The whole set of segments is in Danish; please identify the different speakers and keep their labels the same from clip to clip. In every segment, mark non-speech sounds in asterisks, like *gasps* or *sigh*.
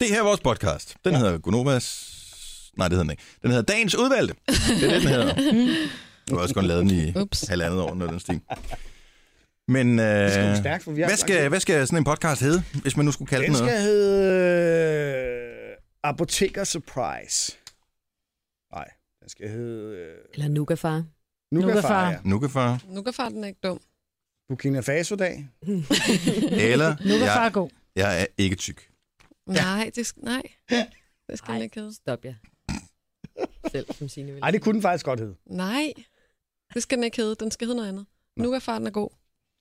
Speaker 1: Det her er vores podcast. Den ja. hedder Gunovas... Nej, det hedder den ikke. Den hedder Dagens Udvalgte. Det er det, den hedder.
Speaker 2: *laughs*
Speaker 1: Du har også kun lavet den i
Speaker 3: Ups.
Speaker 1: halvandet år, når den stil. Men øh,
Speaker 2: skal gå stærkt, for vi har
Speaker 1: hvad,
Speaker 2: lang tid.
Speaker 1: skal, hvad skal sådan en podcast hedde, hvis man nu skulle kalde den
Speaker 2: Den
Speaker 1: noget?
Speaker 2: skal hedde... Øh, Apoteker Surprise. Nej, den skal hedde... Øh,
Speaker 4: Eller Nugafar.
Speaker 2: Nugafar,
Speaker 3: Nugafar.
Speaker 2: ja.
Speaker 1: Nukkefar.
Speaker 3: Nu kan farten ikke dum.
Speaker 2: Burkina Faso-dag.
Speaker 1: Eller
Speaker 3: Nu kan
Speaker 1: jeg,
Speaker 3: far gå.
Speaker 1: jeg er ikke tyk.
Speaker 3: Nej, det skal, nej. Det skal
Speaker 4: Ej.
Speaker 3: den ikke hedde.
Speaker 4: Stop jer. Selv, som Signe vil.
Speaker 2: Ej, det kunne den faktisk godt hedde.
Speaker 3: Nej, det skal den ikke hedde. Den skal hedde noget andet. Nu kan farten er god.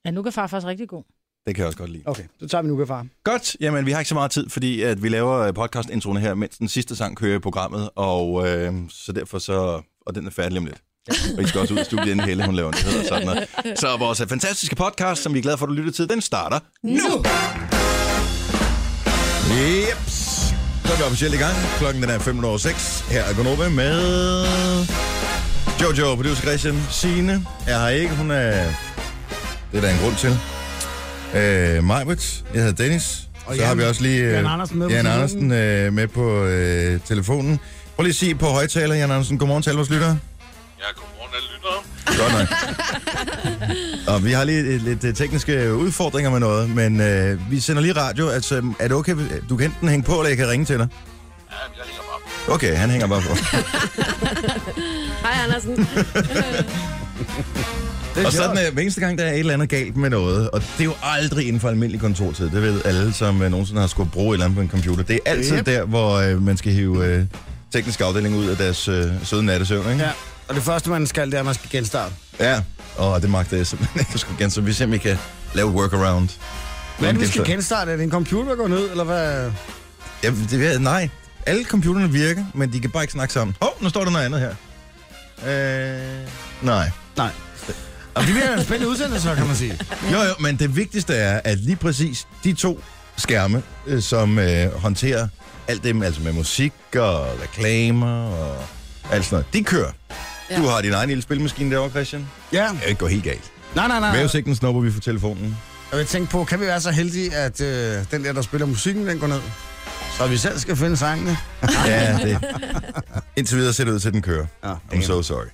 Speaker 5: Ja, nu kan far faktisk rigtig
Speaker 3: *laughs*
Speaker 5: god.
Speaker 1: Det kan jeg også godt lide.
Speaker 2: Okay, så tager vi Nugafar.
Speaker 1: Godt, jamen vi har ikke så meget tid, fordi at vi laver podcast introen her, mens den sidste sang kører i programmet, og øh, så derfor så, og den er færdig om lidt. Og I skal også ud i studiet, inden Helle hun laver en nyhed og sådan noget. Så vores øh, fantastiske podcast, som vi er glade for, at du lytter til, den starter nu. Jeps. Så er vi officielt i gang. Klokken den er 5 over 6. Her er Gonova med Jojo, producer Christian. Signe er her ikke. Hun er... Det er der en grund til. Øh, Majbrit. Jeg hedder Dennis. Og så
Speaker 5: Jan-
Speaker 1: har vi også lige... øh,
Speaker 5: Jan Andersen med på
Speaker 1: Jan
Speaker 5: telefonen.
Speaker 1: Andersen øh, med på øh, telefonen. Prøv lige at sige på højtaler, Jan Andersen. Godmorgen til alle vores lyttere.
Speaker 6: Ja, godmorgen alle lyttere.
Speaker 1: Godt
Speaker 6: *laughs*
Speaker 1: nok. Og vi har lige øh, lidt øh, tekniske udfordringer med noget, men øh, vi sender lige radio. Altså, øh, er det okay? hvis- Du kan enten hænge på, eller jeg kan ringe til dig.
Speaker 6: Ja, jeg hænger bare på.
Speaker 1: Okay, han hænger bare på.
Speaker 4: Hej, Andersen.
Speaker 1: og sådan er hver eneste gang, der er et eller andet galt med noget, og det er jo aldrig inden for almindelig kontortid. Det ved alle, som øh, nogensinde har skulle bruge et eller andet på en computer. Det er altid
Speaker 2: Yep.
Speaker 1: der, hvor øh, man skal hive øh, teknisk afdeling ud af deres øh, søde nattesøvn, ikke?
Speaker 2: Ja. Og det første, man skal, det er, at man skal genstarte.
Speaker 1: Ja. Og det magter jeg simpelthen ikke at skulle igen, så vi simpelthen kan lave workaround.
Speaker 2: Hvad er det, vi
Speaker 1: Genstart.
Speaker 2: skal genstarte? Er det en computer, der går ned, eller hvad?
Speaker 1: Ja, det, ved jeg- nej, alle computerne virker, men de kan bare ikke snakke sammen. Hov, oh, nu står der noget andet her. Øh, nej.
Speaker 2: Nej. Og det bliver en spændende udsendelse, kan man sige.
Speaker 1: Jo, jo, men det vigtigste er, at lige præcis de to skærme, øh, som øh, håndterer alt det, altså med musik og reklamer og alt sådan noget, de kører. Ja.
Speaker 3: Ja.
Speaker 1: Du har din egen lille spilmaskine derovre, Christian. Det
Speaker 2: Ja.
Speaker 1: kan jo ikke gå helt galt.
Speaker 2: Nej, nej, nej.
Speaker 1: Vævesigten snupper vi for telefonen.
Speaker 2: Og jeg tænkte på, kan vi være så heldige, at øh, den der, der spiller musikken, den går ned? Så vi selv skal finde sangene.
Speaker 1: Ja, det. Indtil videre ser det ud til, at den kører.
Speaker 2: Ja,
Speaker 1: I'm so sorry.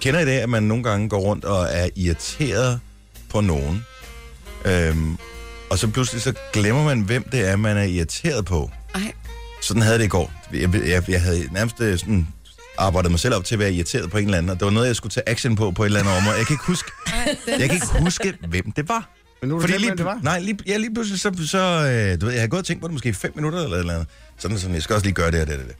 Speaker 1: Kender I det, at man nogle gange går rundt og er irriteret på nogen? Øhm, og så pludselig så glemmer man, hvem det er, man er irriteret på.
Speaker 3: Ej.
Speaker 1: Sådan havde jeg det i går. Jeg, jeg, jeg havde nærmest øh, sådan arbejdet mig selv op til at være irriteret på en eller anden, og det var noget, jeg skulle tage action på på et eller andet område. Jeg kan ikke huske, jeg kan ikke huske hvem det var.
Speaker 2: Men nu er det,
Speaker 1: Fordi
Speaker 2: Fordi
Speaker 1: lige,
Speaker 2: det var.
Speaker 1: Nej, lige, ja, lige pludselig, så, så øh, du ved, jeg har gået og tænkt på det måske i fem minutter eller et eller andet. Sådan sådan, jeg skal også lige gøre det og det og det.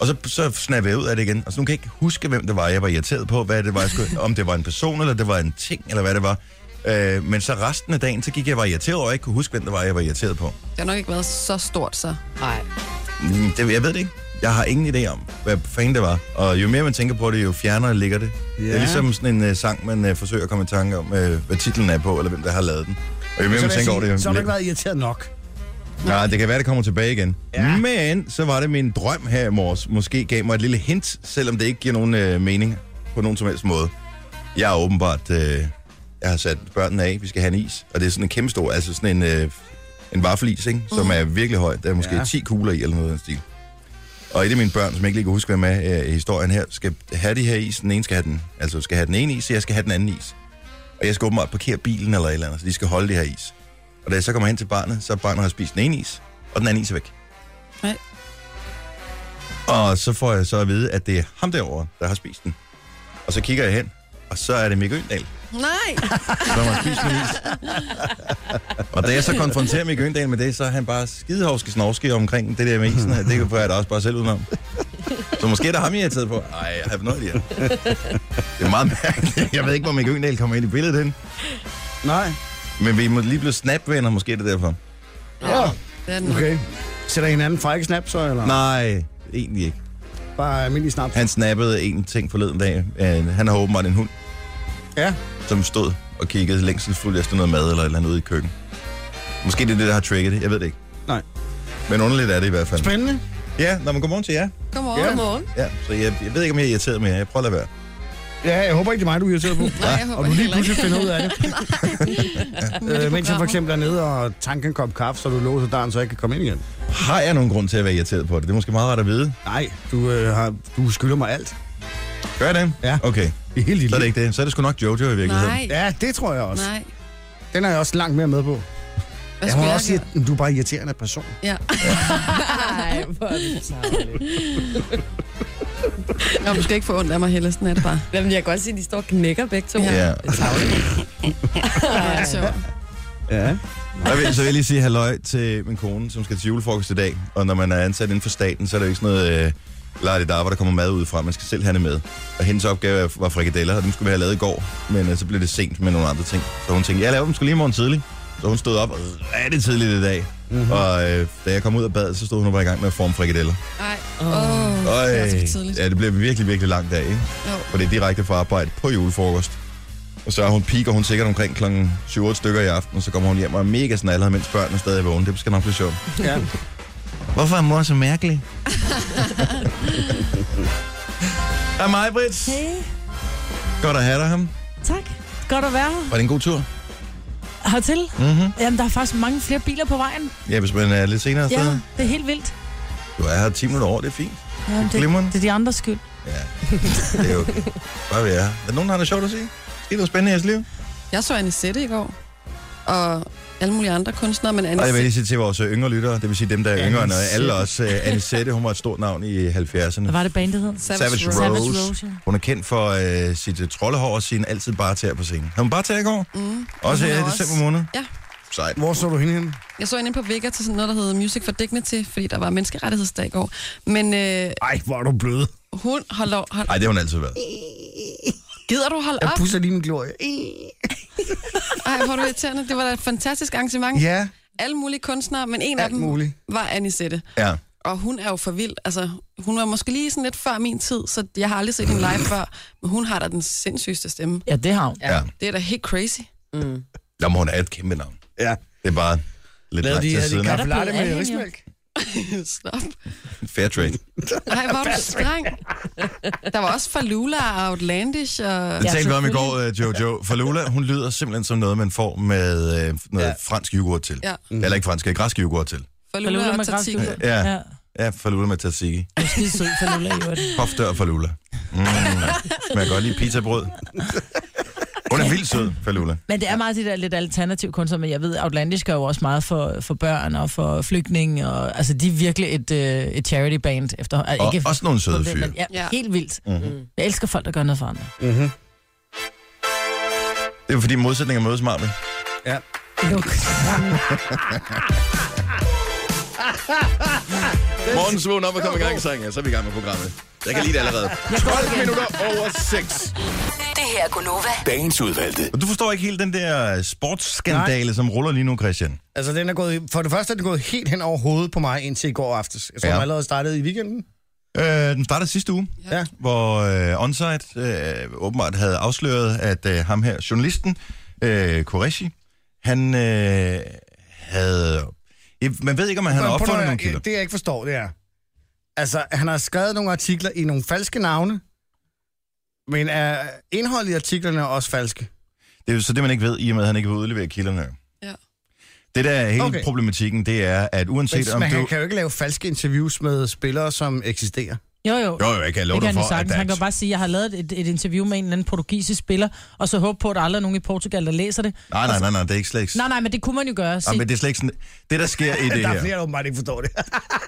Speaker 1: Og så, så snapper jeg ud af det igen, og så nu kan jeg ikke huske, hvem det var, jeg var irriteret på, hvad det var, jeg skulle, om det var en person, eller det var en ting, eller hvad det var. Øh, men så resten af dagen, så gik jeg og var irriteret over, at jeg ikke kunne huske, hvem det var, jeg var irriteret på.
Speaker 3: Det har nok ikke været så stort, så.
Speaker 4: Nej.
Speaker 1: Mm, Det, jeg ved det ikke. Jeg har ingen idé om, hvad fanden det var. Og jo mere man tænker på det, jo fjernere ligger det. Ja. Det er
Speaker 2: Ja.
Speaker 1: ligesom sådan en uh, sang, man uh, forsøger at komme i tanke om, uh, hvad titlen er på, eller hvem der har lavet den. Og jo mere man
Speaker 2: Så, vil jeg
Speaker 1: tænker over det,
Speaker 2: sige,
Speaker 1: jo
Speaker 2: så har du ikke
Speaker 1: mere-
Speaker 2: været irriteret nok.
Speaker 1: Nej, det kan være, det kommer tilbage igen. Ja.
Speaker 2: Ja.
Speaker 1: Men så var det min drøm her i morges. Måske gav mig et lille hint, selvom det ikke giver nogen øh, mening på nogen som helst måde. Jeg er åbenbart... Øh, jeg har sat børnene af, vi skal have en is. Og det er sådan en kæmpe stor, altså sådan en, øh, en vaffelis, ikke? som er virkelig høj. Der er måske ja.
Speaker 2: Ja.
Speaker 1: 10 kugler i eller noget af den stil. Og et af mine børn, som jeg ikke lige kan huske, hvad med øh, i historien her, skal have de her is. Den ene skal have den, altså skal have den ene is, og jeg skal have den anden is. Og jeg skal åbenbart parkere bilen eller et eller andet, så de skal holde det her is. Og da jeg så kommer hen til barnet, så er barnet har spist den ene is, og den anden is er væk.
Speaker 3: Nej.
Speaker 1: Og så får jeg så at vide, at det er ham derovre, der har spist den. Og så kigger jeg hen, og så er det Mikke Øndal,
Speaker 3: Nej,
Speaker 1: som har spist min is. og da jeg så konfronterer Mikke Øndal med det, så er han bare skidehovske snorske omkring det der med isen her. Det kan jeg da også bare selv udenom. Så måske er det ham, jeg er taget på. Ej, jeg har noget idea. Det er meget mærkeligt. Jeg ved ikke, hvor Mikke Øndal kommer ind i billedet hen.
Speaker 2: Nej.
Speaker 1: Men vi må lige blive snapvenner, måske er det derfor.
Speaker 2: Ja.
Speaker 3: *laughs* det er den.
Speaker 2: Okay. Sætter I hinanden frække snap så, eller
Speaker 1: Nej, egentlig ikke.
Speaker 2: bare almindelig snap?
Speaker 1: Han snappede en ting forleden dag. Øh, Han har åbenbart en hund,
Speaker 2: Ja.
Speaker 1: som stod og kiggede længselsfuldt efter noget mad eller et eller andet ude i køkken. Måske det er det, der har trigget det. Jeg ved det ikke.
Speaker 2: Nej.
Speaker 1: Men underligt er det i hvert fald.
Speaker 2: Spændende.
Speaker 1: Ja, når man godmorgen til jer.
Speaker 3: Godmorgen.
Speaker 2: Ja. Uh,
Speaker 3: Godmorgen.
Speaker 1: Ja, så jeg, jeg ved ikke, om jeg er irriteret mere. Jeg prøver at lade være.
Speaker 2: Ja, jeg håber ikke, det er mig, du er
Speaker 1: *laughs*
Speaker 2: irriteret på.
Speaker 7: Nej, jeg håber
Speaker 2: og du lige
Speaker 7: heller ikke.
Speaker 2: pludselig finder ud
Speaker 3: *laughs*
Speaker 2: af det. øh, mens jeg for eksempel er nede og tanker en kop kaffe, så du låser døren, så jeg kan komme ind igen.
Speaker 1: Har jeg nogen grund til at være irriteret på det? Det er måske meget rart at vide.
Speaker 2: Nej, du, øh, har, du skylder mig alt.
Speaker 1: Gør jeg det?
Speaker 2: Ja.
Speaker 1: Okay,
Speaker 2: I hele dit
Speaker 1: så er det
Speaker 2: liv.
Speaker 1: ikke det. Så er det sgu nok Jojo i virkeligheden.
Speaker 7: Nej,
Speaker 2: Ja, det tror jeg også.
Speaker 7: nej.
Speaker 2: Den er jeg også langt mere med på.
Speaker 7: Hvad
Speaker 2: Jeg
Speaker 7: skulle
Speaker 2: må
Speaker 7: jeg
Speaker 2: også sige,
Speaker 7: gøre?
Speaker 2: at du er bare irriterende person.
Speaker 7: Ja.
Speaker 4: Ej, hvor er det tarveligt.
Speaker 7: Nå, du skal ikke få ondt af mig, Helle. Sådan er det bare.
Speaker 4: Jamen, jeg kan godt se, at de står og knækker begge to.
Speaker 1: Ja.
Speaker 7: Hvor er det sjovt.
Speaker 2: Ja.
Speaker 1: Jeg vil, så vil jeg lige sige halløj til min kone, som skal til julefrokost i dag. Og når man er ansat inden for staten, så er det jo ikke sådan noget... Øh, Lad det der, hvor der kommer mad ud fra. Man skal selv have det med. Og hendes opgave var frikadeller, og dem skulle vi have lavet i går. Men øh, så blev det sent med nogle andre ting. Så hun tænkte, jeg laver dem skulle lige i morgen tidlig. Så hun stod op rigtig tidligt i dag. Mm-hmm. Og øh, da jeg kom ud af badet, så stod hun bare i gang med at forme frikadeller.
Speaker 7: Nej. Åh,
Speaker 1: Øj,
Speaker 7: det er altså for tidligt.
Speaker 1: ja, det bliver en virkelig, virkelig lang dag, ikke?
Speaker 7: Jo.
Speaker 1: For det er direkte fra arbejde på julefrokost. Og så er hun piker hun sikkert omkring kl. 7-8 stykker i aften, og så kommer hun hjem og er mega snallet, mens børnene stadig er vågne. Det skal nok blive sjovt.
Speaker 2: ja.
Speaker 1: Hvorfor er mor så *laughs* mærkelig? er mig, Brits. Hey. Godt at have dig, ham.
Speaker 5: Tak. Godt at være her.
Speaker 1: Var det en god tur?
Speaker 5: hertil.
Speaker 1: Mm-hmm.
Speaker 5: Jamen, der er faktisk mange flere biler på vejen.
Speaker 1: Ja, hvis man er lidt senere
Speaker 5: Ja,
Speaker 1: afsted.
Speaker 5: det er helt vildt.
Speaker 1: Du er her 10 minutter over, det er fint.
Speaker 5: Ja, det,
Speaker 1: Glimrende.
Speaker 5: det er de andres skyld.
Speaker 1: Ja, det er jo okay. Bare vi er her. Er der nogen, der har det sjovt at sige? Sker noget spændende i jeres liv?
Speaker 7: Jeg så Anisette i går, og alle mulige andre kunstnere, men
Speaker 1: Og jeg vil
Speaker 7: Anisette...
Speaker 1: lige sige til vores øh, yngre lyttere, det vil sige dem, der er
Speaker 5: Ja,
Speaker 1: yngre end
Speaker 5: Anisette.
Speaker 1: alle os. øh, Anisette, hun var et stort navn i 70'erne.
Speaker 5: Hvad var det bandet hed?
Speaker 1: Savage Rose.
Speaker 5: Savage Rose. ja.
Speaker 1: Hun er kendt for øh, sit øh, troldehår og sin altid bare tær på scenen. Har hun bare tær i går?
Speaker 7: Mm.
Speaker 1: Også
Speaker 7: Hun
Speaker 1: her i
Speaker 7: er også-
Speaker 1: december måned?
Speaker 7: Ja.
Speaker 1: Sejt.
Speaker 2: Hvor så du hende henne?
Speaker 7: Jeg så hende inde på Vigga til sådan noget, der hedder Music for Dignity, fordi der var menneskerettighedsdag i går. Men øh,
Speaker 2: Ej, hvor er du blød.
Speaker 7: hun holder... Hold,
Speaker 1: Nej, det har hun altid været.
Speaker 7: gider du holde
Speaker 2: Jeg
Speaker 7: op?
Speaker 2: pusser din glorie.
Speaker 7: *laughs* Ej, hvor er du irriterende. Det var da et fantastisk arrangement.
Speaker 2: Ja,
Speaker 7: Alle mulige kunstnere, men en af
Speaker 2: alt
Speaker 7: dem
Speaker 2: muligt.
Speaker 7: var Anisette.
Speaker 1: Ja.
Speaker 7: Og hun er jo for vild. Altså, hun var måske lige sådan lidt før min tid, så jeg har aldrig set hende live før. Men hun har da den sindssygeste stemme.
Speaker 5: Ja, det har hun.
Speaker 1: ja.
Speaker 7: Det er da helt crazy.
Speaker 4: Mm.
Speaker 1: Jamen, hun er et kæmpe navn.
Speaker 2: Ja.
Speaker 1: Det er bare lidt langt til siden.
Speaker 5: kaffe latte med
Speaker 2: rismælk?
Speaker 7: *laughs* Stop.
Speaker 1: Fair trade.
Speaker 7: Ej, hvor er du streng. Der var også Falula og Outlandish. Og...
Speaker 1: Det
Speaker 5: Ja,
Speaker 1: talte vi om i går, øh, Jojo. For Lola, hun lyder simpelthen som noget, man får med øh, noget
Speaker 2: Ja.
Speaker 1: fransk yoghurt til.
Speaker 7: Ja,
Speaker 1: Eller ikke fransk, øh, græsk yoghurt til.
Speaker 7: Falula og Tatiko.
Speaker 1: Ja.
Speaker 5: Ja.
Speaker 1: Ja, falula med tzatziki.
Speaker 5: Du er skide sød, Falula, i øvrigt.
Speaker 1: Kofte og falula. Mm. Smager godt lige pizzabrød. Hun er vildt sød, falula.
Speaker 5: Men det er meget det der lidt alternativ kunstner, men jeg ved, Outlandish gør jo også meget for, for børn og for flygtninge, og altså de er virkelig et, øh, et charity band efter. Og
Speaker 1: Og også nogle søde fyre.
Speaker 5: men, ja,
Speaker 7: Ja.
Speaker 5: ja, helt vildt.
Speaker 1: Mhm.
Speaker 5: Mm-hmm. Jeg elsker folk, der gør noget for andre.
Speaker 2: Mm-hmm.
Speaker 1: Det er jo fordi modsætninger mødes, *laughs* Marvin.
Speaker 2: Ja.
Speaker 5: Luk.
Speaker 1: Morgen svågen op og kom i gang i sangen, og så er vi i gang med programmet. Jeg kan lide det allerede. 12 minutter over 6.
Speaker 8: Det her er Gunova.
Speaker 6: Dagens udvalgte.
Speaker 1: Og du forstår ikke helt den der sportsskandale, som ruller lige nu, Christian.
Speaker 2: Altså, den er gået, for det første er den gået helt hen over hovedet på mig indtil i går aftes. Jeg tror,
Speaker 1: Ja.
Speaker 2: ja. den allerede startede i weekenden.
Speaker 1: Øh, den startede sidste uge,
Speaker 2: Ja.
Speaker 1: hvor øh, Onsite øh, åbenbart havde afsløret, at øh, ham her, journalisten, øh, Qureshi, han øh, havde... Ja, Man ved ikke, om han havde
Speaker 2: Prøv- prøv
Speaker 1: opfundet
Speaker 2: at-
Speaker 1: nogle kilder.
Speaker 2: Det, jeg ikke forstår, det er... Altså, han har skrevet nogle artikler i nogle falske navne, men er indholdet i artiklerne også falske?
Speaker 1: Det er jo så det, man ikke ved, i og med, at han ikke vil udlevere kilderne.
Speaker 7: Ja.
Speaker 1: Det der er hele okay.
Speaker 2: Okay.
Speaker 1: problematikken, det er, at uanset
Speaker 2: Men
Speaker 1: om
Speaker 2: man
Speaker 1: du...
Speaker 2: du... kan jo ikke lave falske interviews med spillere, som eksisterer.
Speaker 5: Jo, jo.
Speaker 1: Jo, jo, jeg kan love
Speaker 5: Det
Speaker 1: dig
Speaker 5: kan han jo
Speaker 1: for, at
Speaker 5: sagtens.
Speaker 1: der
Speaker 5: Han kan jo
Speaker 1: er...
Speaker 5: bare sige, at jeg har lavet et, et interview med en eller anden portugisisk spiller, og så håber på, at der aldrig er nogen i Portugal, der læser det.
Speaker 1: Nej,
Speaker 2: Altså-
Speaker 1: nej, nej, nej, det er ikke slet ikke...
Speaker 5: Nej, nej, men det kunne man jo gøre. Sige,
Speaker 1: Nej, men det er slet ikke sådan... Det, der sker i det
Speaker 2: *laughs* Der er flere,
Speaker 1: her,
Speaker 2: der åbenbart ikke forstår det.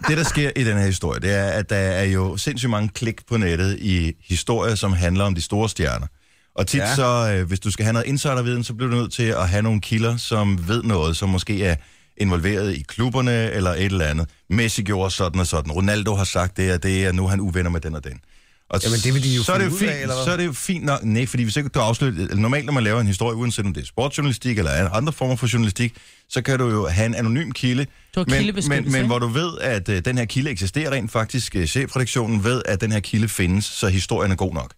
Speaker 1: det, der sker i den her historie, det er, at der er jo sindssygt mange klik på nettet i historier, som handler om de store stjerner. Og tit ja.
Speaker 2: Ja.
Speaker 1: så, øh, hvis du skal have noget insiderviden, så bliver du nødt til at have nogle kilder, som ved noget, som måske er involveret i klubberne eller et eller andet. Messi gjorde sådan og sådan. Ronaldo har sagt det og det, og nu er han uvenner med den og den. Og
Speaker 2: Jamen, det vil de jo
Speaker 1: så er det jo
Speaker 2: finde ud
Speaker 1: fint,
Speaker 2: af, eller hvad?
Speaker 1: Så er det jo fint nok. Nej, fordi hvis ikke du afslører... Normalt, når man laver en historie, uanset om det er sportsjournalistik eller andre former for journalistik, så kan du jo have en anonym kilde,
Speaker 5: Du har
Speaker 1: men,
Speaker 5: kildebeskyttelse,
Speaker 1: men, men
Speaker 5: ikke?
Speaker 1: hvor du ved, at øh, den her kilde eksisterer rent faktisk, øh, chefredaktionen ved, at den her kilde findes, så historien er god nok.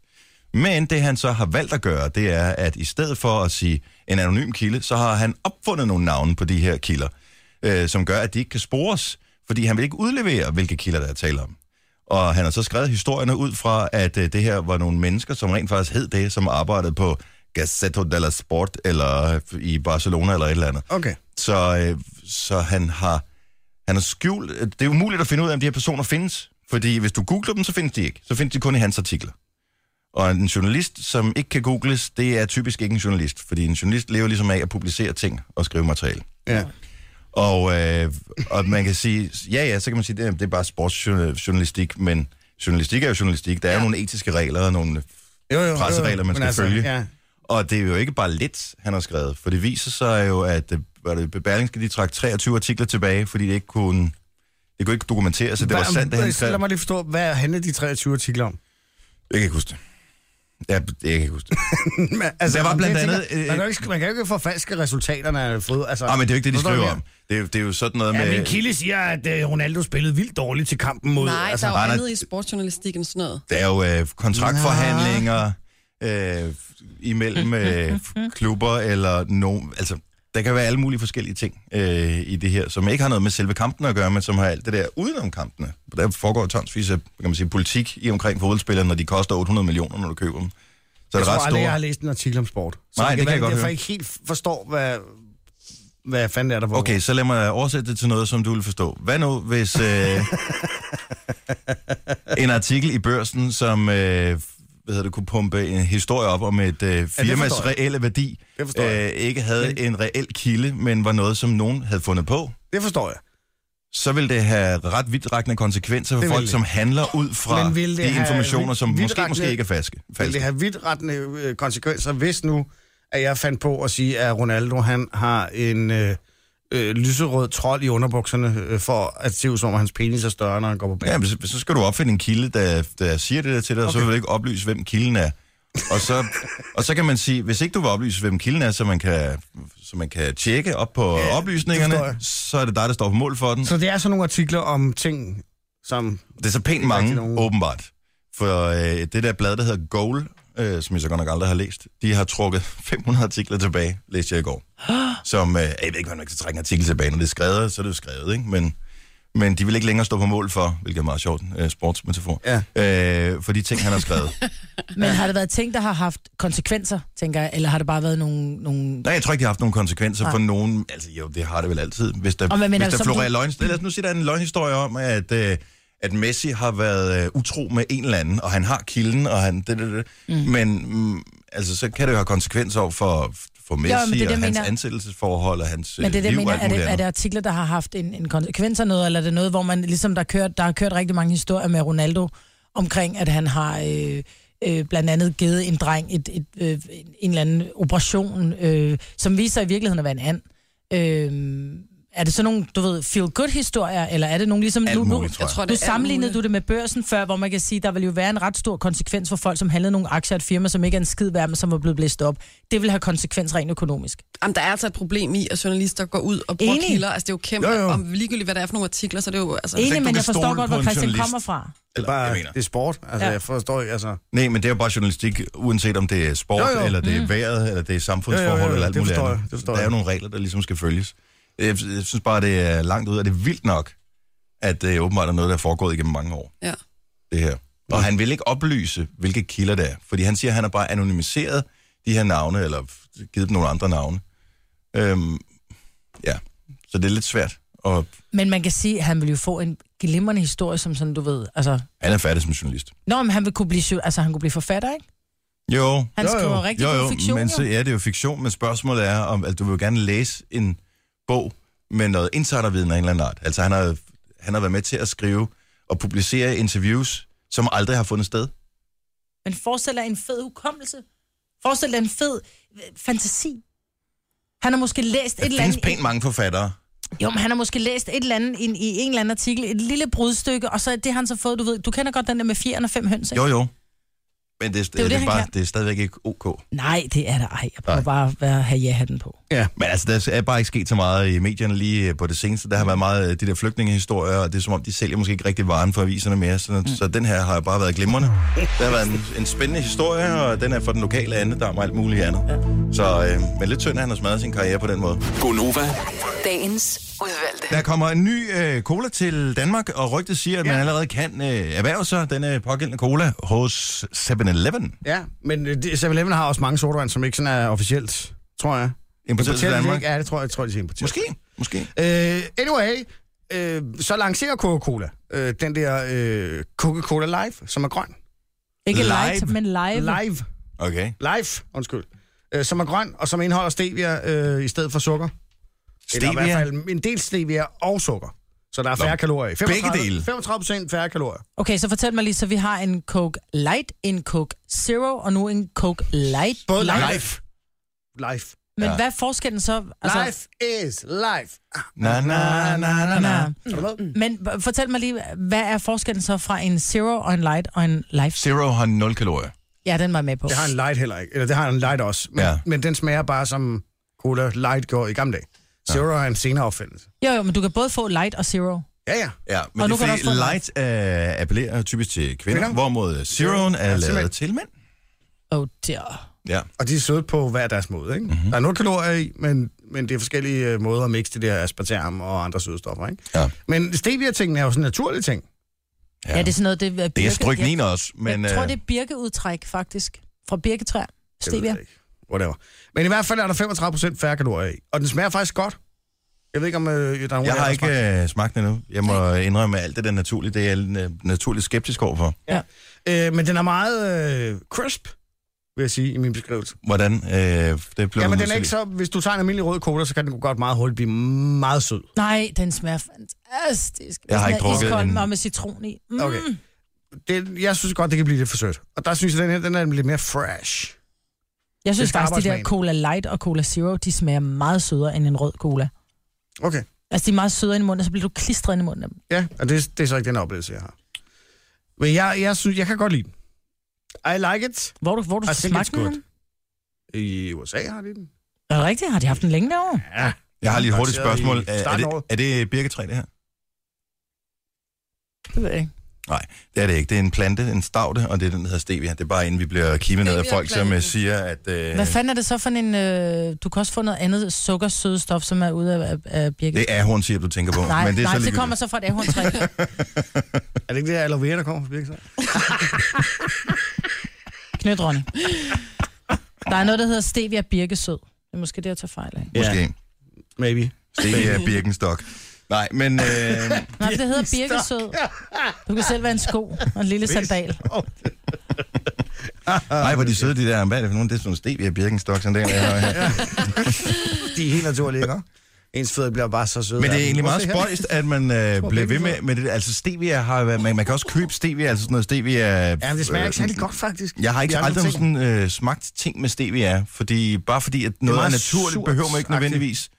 Speaker 1: Men det han så har valgt at gøre, det er, at i stedet for at sige en anonym kilde, så har han opfundet nogle navne på de her kilder, øh, som gør, at de ikke kan spores, fordi han vil ikke udlevere, hvilke kilder der er tale om. Og han har så skrevet historierne ud fra, at øh, det her var nogle mennesker, som rent faktisk hed det, som arbejdede på Gazzetto della Sport, eller øh, i Barcelona, eller et eller andet.
Speaker 2: Okay.
Speaker 1: Så, øh, så han har han har skjult... øh, Det er umuligt at finde ud af, om de her personer findes. Fordi hvis du googler dem, så findes de ikke. Så findes de kun i hans artikler. Og en journalist, som ikke kan googles, det er typisk ikke en journalist. Fordi en journalist lever ligesom af at publicere ting og skrive materiale.
Speaker 2: Ja.
Speaker 1: Og, øh, og man kan sige, ja ja, så kan man sige, det, det er bare sportsjournalistik, men journalistik er jo journalistik. Der er ja. nogle etiske regler og nogle
Speaker 2: Jo, jo, jo, jo.
Speaker 1: Presseregler, man
Speaker 2: Men altså,
Speaker 1: skal følge.
Speaker 2: Ja.
Speaker 1: og det er jo ikke bare lidt, han har skrevet, for det viser sig jo, at øh, var det, Berlingske de trak 23 artikler tilbage, fordi det ikke kunne, det kunne ikke dokumentere, så det var
Speaker 2: Hvad-
Speaker 1: sandt, det han
Speaker 2: Lad
Speaker 1: skrev.
Speaker 2: mig lige forstå, hvad handlede de 23 artikler om? *laughs*
Speaker 1: Jeg kan ikke huske det. Ja, jeg kan ikke huske det.
Speaker 2: Men, altså,
Speaker 1: Der var blandt
Speaker 2: jeg
Speaker 1: andet, øh,
Speaker 2: man, kan jo ikke, man kan jo ikke forfalske resultaterne af fod. Altså,
Speaker 1: Ah, men det er jo ikke det, de
Speaker 2: forstår
Speaker 1: skriver
Speaker 2: du, hvad jeg
Speaker 1: om. Det er, det er jo sådan noget
Speaker 2: mener?
Speaker 1: med...
Speaker 2: Ja, min kilde siger, at øh, Ronaldo spillede vildt dårligt til kampen mod...
Speaker 7: Nej,
Speaker 2: altså,
Speaker 7: der er jo
Speaker 1: nej, nej.
Speaker 7: andet i sportsjournalistik end sådan noget.
Speaker 1: Der er jo øh, kontraktforhandlinger øh, imellem øh, klubber eller nogen... Altså, der kan være alle mulige forskellige ting øh, i det her, som ikke har noget med selve kampen at gøre, men som har alt det der udenom kampene. Der foregår tonsvis af kan man sige, politik i omkring fodboldspillere, når de koster 800 millioner, når du køber dem. Så er
Speaker 2: jeg
Speaker 1: det
Speaker 2: tror
Speaker 1: ret
Speaker 2: aldrig, jeg har
Speaker 1: store.
Speaker 2: læst en artikel om sport. Så
Speaker 1: Nej, det kan
Speaker 2: være,
Speaker 1: jeg godt
Speaker 2: derfor
Speaker 1: høre.
Speaker 2: ikke helt forstår, hvad, hvad fanden er der på.
Speaker 1: Okay, så lad mig oversætte det til noget, som du vil forstå. Hvad nu, hvis
Speaker 2: *laughs*
Speaker 1: øh, en artikel i børsen, som øh, hvad hedder det, kunne pumpe en historie op om et øh, firmas
Speaker 2: forstår jeg.
Speaker 1: reelle værdi, øh,
Speaker 2: Det forstår jeg.
Speaker 1: ikke havde en reel kilde, men var noget, som nogen havde fundet på,
Speaker 2: Det forstår jeg.
Speaker 1: så vil det have ret vidtrækkende konsekvenser for
Speaker 2: Det vil
Speaker 1: folk,
Speaker 2: det.
Speaker 1: som handler ud fra
Speaker 2: Men vil det
Speaker 1: de
Speaker 2: have
Speaker 1: informationer, som måske,
Speaker 2: vidtrækkende-
Speaker 1: måske ikke er falske.
Speaker 2: Vil
Speaker 1: falske.
Speaker 2: det
Speaker 1: Have...
Speaker 2: have vidtrettende øh, konsekvenser, hvis nu, at jeg fandt på at sige, at Ronaldo han har en øh, øh, lyserød trold i underbukserne, øh, for at se ud som om, hans penis er større, når han går på banen?
Speaker 1: Ja, men så, så skal du opfinde en kilde, der, der siger det der til dig, okay. og så vil du ikke oplyse, hvem kilden er. Og så, og så kan man sige, hvis ikke du vil oplyse, hvem kilden er, så man kan, så man kan tjekke op på ja,
Speaker 2: forstår jeg.
Speaker 1: oplysningerne, så er det dig, der står på mål for den.
Speaker 2: Så det er sådan nogle artikler om ting, som...
Speaker 1: Det er så pænt
Speaker 2: Ikke
Speaker 1: mange,
Speaker 2: rigtig nogen.
Speaker 1: åbenbart. For øh, det der blad, der hedder Goal, øh, som jeg så godt nok aldrig har læst, de har trukket *laughs* 500 artikler tilbage, læste jeg i går. som, øh, jeg ved ikke, hvordan man kan trække en artikel tilbage, når det er skrevet, så er det jo skrevet, ikke? Men, men de vil ikke længere stå på mål for, hvilket er meget sjovt, øh, sportsmetafor, ja. øh, for de ting, han har skrevet.
Speaker 5: *gasps* Men har det været ting, der har haft konsekvenser, tænker jeg? Eller har det bare været nogle... nogle...
Speaker 1: Nej, jeg tror ikke, det har haft nogen konsekvenser
Speaker 5: Nej.
Speaker 1: for nogen. Altså, jo, det har det vel altid. Hvis der,
Speaker 5: Og hvad mener
Speaker 1: hvis
Speaker 5: du,
Speaker 1: der
Speaker 5: som
Speaker 1: florerer
Speaker 5: du-
Speaker 1: løgn... Lad os nu sige, der er en løgnhistorie om, at, øh, at Messi har været øh, utro med en eller anden, og han har kilden, og han... Det, det, det. Mm. Men mm, altså, så kan det jo have konsekvenser over for, for Messi, jo,
Speaker 5: men det
Speaker 1: og
Speaker 5: er det, jeg
Speaker 1: hans
Speaker 5: mener.
Speaker 1: ansættelsesforhold, og hans øh,
Speaker 5: Men det er det, jeg
Speaker 1: liv
Speaker 5: mener,
Speaker 1: og alt
Speaker 5: er
Speaker 1: muligt
Speaker 5: det, er det
Speaker 1: andet.
Speaker 5: artikler, der har haft en, en konsekvens af noget, eller er det noget, hvor man ligesom, der, har kørt, der har kørt rigtig mange historier med Ronaldo omkring, at han har øh, øh, blandt andet givet en dreng et, et, øh, en- en eller anden operation, øh, som viser sig i virkeligheden at være en and. Øh, er det sådan nogle, du ved, feel-good-historier, eller er det nogle ligesom...
Speaker 1: Alt
Speaker 5: nu- nu-
Speaker 1: muligt, tror jeg.
Speaker 7: Jeg tror, det
Speaker 5: Nu
Speaker 7: er alt
Speaker 5: sammenlignede
Speaker 7: muligt.
Speaker 5: du det med børsen før, hvor man kan sige, der vil jo være en ret stor konsekvens for folk, som handlede nogle aktier af et firma, som ikke er en skid værd, men som var blevet blæst op. Det vil have konsekvens rent økonomisk.
Speaker 7: Jamen, der er altså et problem i, at journalister går ud og bruger
Speaker 5: Enig.
Speaker 7: kilder. Altså, det er jo kæmpe.
Speaker 2: Jo,
Speaker 7: Jo,
Speaker 2: jo.
Speaker 7: jo. Om ligegyldigt, hvad det er for nogle artikler, så er det jo... Altså,
Speaker 1: ikke, du
Speaker 5: Enig, men
Speaker 1: kan
Speaker 5: jeg forstår
Speaker 1: stole
Speaker 5: godt,
Speaker 1: på
Speaker 5: hvor
Speaker 1: en
Speaker 5: Christian
Speaker 1: journalist.
Speaker 5: kommer fra.
Speaker 2: Det er,
Speaker 1: jeg
Speaker 2: bare,
Speaker 1: mener.
Speaker 2: det er sport. Altså,
Speaker 5: Ja.
Speaker 2: ja. jeg forstår ikke, altså...
Speaker 1: Nej, men det er jo bare journalistik, uanset om det er sport,
Speaker 2: Jo,
Speaker 1: jo,
Speaker 2: jo. Mm.
Speaker 1: jo. eller det er vejret, eller det er samfundsforhold,
Speaker 2: Jo, jo, jo, jo.
Speaker 1: eller alt
Speaker 2: Det
Speaker 1: muligt
Speaker 2: forstår
Speaker 1: andet.
Speaker 2: jeg. Det forstår
Speaker 1: der er jo
Speaker 2: jeg.
Speaker 1: nogle regler, der ligesom skal følges. Jeg, jeg synes bare, det er langt ud, og det er vildt nok, at det åbenbart er noget, der er foregået igennem mange år.
Speaker 7: Ja.
Speaker 1: det her. Og han vil ikke oplyse, hvilke kilder det er. Fordi han siger, at han har bare anonymiseret de her navne, eller givet dem nogle andre navne. Øhm, ja, så det er lidt svært. Og
Speaker 5: Men man kan sige, at han vil jo få en glimrende historie, som sådan, du ved, altså...
Speaker 1: han er færdig som journalist.
Speaker 5: Nå, men han vil kunne blive, jo- altså, han kunne blive forfatter, ikke?
Speaker 1: Jo,
Speaker 5: Han
Speaker 2: Jo, jo.
Speaker 5: skriver rigtig
Speaker 1: jo,
Speaker 5: god
Speaker 1: jo,
Speaker 5: fiktion,
Speaker 1: men så,
Speaker 5: jo.
Speaker 1: ja, det er jo fiktion, men spørgsmålet er, om, at du vil jo gerne læse en bog med noget insiderviden af en eller anden art. Altså, han har, han har været med til at skrive og publicere interviews, som aldrig har fundet sted.
Speaker 5: Men forestil dig en fed hukommelse. Forestil dig en fed øh, fantasi. Han har måske læst et
Speaker 1: Der
Speaker 5: eller
Speaker 1: findes
Speaker 5: andet...
Speaker 1: pænt mange forfattere.
Speaker 5: Jo, men han har måske læst et eller andet i, i en eller anden artikel, et lille brudstykke, og så er det har han så fået, du ved, du kender godt den der med fjeren og fem høns, ikke?
Speaker 1: Jo, jo. Men det, det,
Speaker 5: jo
Speaker 1: det,
Speaker 5: det,
Speaker 1: det, er,
Speaker 5: han
Speaker 1: bare,
Speaker 5: kan.
Speaker 1: det er stadigvæk ikke ok.
Speaker 5: Nej, det er der ej. Jeg prøver
Speaker 1: Nej.
Speaker 5: bare at være, have ja-hatten på.
Speaker 1: Men altså, der er bare ikke sket så meget i medierne lige øh, på det seneste. Der har været meget øh, de der flygtningehistorier, og det er som om, de sælger måske ikke rigtig varen for aviserne mere. Så, mm. så den her har jo bare været glimrende. Der har været en, en spændende historie, og den er for den lokale andedam og alt muligt andet. Så, øh, men lidt synd, at han har smadret sin karriere på den måde.
Speaker 8: Dagens udvalgte.
Speaker 1: Der kommer en ny øh, cola til Danmark, og rygtet siger, at man allerede kan øh, erhverve sig den øh, pågældende cola hos 7-Eleven.
Speaker 2: Ja, men øh, det- 7-Eleven har også mange sodavand, som ikke sådan er officielt, tror jeg.
Speaker 1: Importeret til
Speaker 2: Importerer de det
Speaker 1: Danmark.
Speaker 2: ikke? Ja, det tror jeg, jeg tror, de siger importeret.
Speaker 1: Måske, måske.
Speaker 2: Øh, anyway, øh, så lancerer Coca-Cola øh, den der øh, Coca-Cola Live, som er grøn.
Speaker 5: Ikke light,
Speaker 1: Live.
Speaker 5: men live.
Speaker 2: Live.
Speaker 1: Okay.
Speaker 2: Live, undskyld. Øh, som er grøn, og som indeholder stevia øh, i stedet for sukker. Eller i hvert
Speaker 1: Stevia.
Speaker 2: fald en del stevia og sukker. Så der er
Speaker 1: Nå,
Speaker 2: færre kalorier i.
Speaker 1: dele.
Speaker 2: 35 procent færre kalorier.
Speaker 5: Okay, så fortæl mig lige, så vi har en Coke Light, en Coke Zero, og nu en Coke Light.
Speaker 2: Både
Speaker 5: light.
Speaker 2: life. Life.
Speaker 5: Men
Speaker 1: Ja.
Speaker 5: hvad er forskellen så? Altså-
Speaker 2: life is life.
Speaker 1: Na, na, na, na, na.
Speaker 5: na.
Speaker 2: Er du med?
Speaker 5: Mm. Men b- fortæl mig lige, hvad er forskellen så fra en Zero og en Light og en Life?
Speaker 1: Zero har 0 kalorier.
Speaker 5: Ja, den var jeg med på.
Speaker 2: Det har en light heller ikke. Eller det har en light også. Men,
Speaker 1: Ja.
Speaker 2: ja. men den smager bare som cola light gjorde i gamle dage. Zero ja. er en senere opfindelse.
Speaker 5: Jo, jo, men du kan både få Light og Zero.
Speaker 2: Ja, ja.
Speaker 1: Ja, men det
Speaker 5: Og nu
Speaker 1: er
Speaker 5: kan der
Speaker 1: fordi
Speaker 5: også få
Speaker 1: light øh, appellerer typisk til kvinder,
Speaker 2: Kvinder.
Speaker 1: hvorimod zeroen er
Speaker 2: Ja, til
Speaker 1: lavet
Speaker 2: mænd.
Speaker 1: til mænd.
Speaker 5: Oh dear.
Speaker 1: Ja. Mhm.
Speaker 2: Og de er søde på hver deres måde, ikke? Mm-hmm. Der er nogle kalorier i, men, men det er forskellige øh, måder at mixe det der aspartam og andre søde stoffer, ikke?
Speaker 1: Ja.
Speaker 2: Men stevia-tingene er jo sådan en naturlig ting.
Speaker 5: Ja, det er sådan noget, det er
Speaker 1: det
Speaker 5: birke-
Speaker 1: er stryknin også, men...
Speaker 5: Men, jeg tror,
Speaker 1: øh,
Speaker 5: det er birkeudtræk, faktisk. Fra birketræer.
Speaker 2: Det ved
Speaker 5: Stevia.
Speaker 2: jeg ikke. Whatever. Men i hvert fald er der 35 færre kalorier i. Og den smager faktisk godt. Jeg ved ikke, om øh, der er nogen,
Speaker 1: Jeg
Speaker 2: af jer,
Speaker 1: har
Speaker 2: der smagt
Speaker 1: ikke øh, smagt den endnu. Jeg må indrømme, at alt det der naturlige, det er jeg øh, naturligt skeptisk overfor.
Speaker 2: den. Øh, men den er meget øh, crisp, vil jeg sige, i min beskrivelse.
Speaker 1: Hvordan? Øh, det blev
Speaker 2: Ja, men den er ikke så... Hvis du tager en almindelig rød cola, så kan den godt meget hurtigt blive meget sød.
Speaker 5: Nej, den smager fantastisk.
Speaker 1: Jeg har ikke drukket en-
Speaker 5: en... med citron i. Mm.
Speaker 2: Okay. Det, jeg synes godt, det kan blive lidt for sødt. Og der synes jeg, den her den er lidt mere fresh.
Speaker 5: Jeg synes
Speaker 2: skal
Speaker 5: faktisk, de der
Speaker 2: arbejdsmagen.
Speaker 5: Cola Light og Cola Zero, de smager meget sødere end en rød cola.
Speaker 2: Okay.
Speaker 5: Altså, de er meget sødere i munden, og så bliver du klistret ind i munden af dem.
Speaker 2: Ja, og det, det er så ikke den oplevelse, jeg har. Men jeg, jeg synes, jeg kan godt lide den. I like it.
Speaker 5: Hvor du, hvor du
Speaker 2: I think
Speaker 5: smagte
Speaker 2: it's
Speaker 5: den?
Speaker 2: good.
Speaker 5: henne?
Speaker 2: I USA har de den.
Speaker 5: Er det rigtigt? Har de haft den længe derovre?
Speaker 2: Ja.
Speaker 1: Jeg har lige et hurtigt
Speaker 2: Lanceret i
Speaker 1: spørgsmål. Er, er,
Speaker 2: starten af
Speaker 1: det,
Speaker 2: året.
Speaker 1: er det birketræ, det her?
Speaker 5: Det ved jeg ikke.
Speaker 1: Nej, det er det ikke. Det er en plante, en stavte, og det er den, der hedder stevia. Det er bare inden vi bliver kimet ned af folk, som øh, siger, at... Øh,
Speaker 5: Hvad fanden er det så for en... Øh, du kan også få noget andet sukkersøde stof, som er ude af, af- af birke.
Speaker 1: det er hun, siger, du tænker på.
Speaker 5: Nej,
Speaker 1: men det er
Speaker 5: nej,
Speaker 1: så
Speaker 5: det
Speaker 1: ligegyldigt.
Speaker 5: kommer så fra et
Speaker 1: *laughs*
Speaker 5: ahorntræ.
Speaker 2: Er det ikke det her aloe vera, der kommer
Speaker 5: *laughs*
Speaker 2: fra *laughs* virksomheden?
Speaker 5: Knyt, Ronny. Der er noget, der hedder stevia birkesød. Det er måske det, jeg tager fejl af.
Speaker 1: Måske.
Speaker 2: Maybe.
Speaker 1: Stevia birkenstok. Nej, men...
Speaker 2: *laughs*
Speaker 1: Øh,
Speaker 2: Øhm,
Speaker 5: Nej, det hedder birkesød. Du kan selv være en sko og en lille sandal.
Speaker 1: nej, hvor de søde, de der. Hvad er det for nogen? Det er sådan nogle stevia birkenstok, sådan der. Ja.
Speaker 2: De er helt naturlige, ikke? Ens fødder bliver bare så søde.
Speaker 1: Men det er egentlig
Speaker 2: Prøv
Speaker 1: meget
Speaker 2: at se her.
Speaker 1: spøjst, at
Speaker 2: *laughs*
Speaker 1: man øh, bliver ved med, med det. der. Altså stevia har været- man, man kan også købe stevia, altså sådan noget stevia... øh,
Speaker 2: Ja, men det smager ikke særlig godt, faktisk.
Speaker 1: Jeg har ikke
Speaker 2: De andre
Speaker 1: aldrig
Speaker 2: ting.
Speaker 1: sådan, øh, smagt ting med stevia, fordi, bare fordi at noget er,
Speaker 2: meget
Speaker 1: naturligt,
Speaker 2: surt
Speaker 1: behøver man ikke
Speaker 2: agtigt.
Speaker 1: nødvendigvis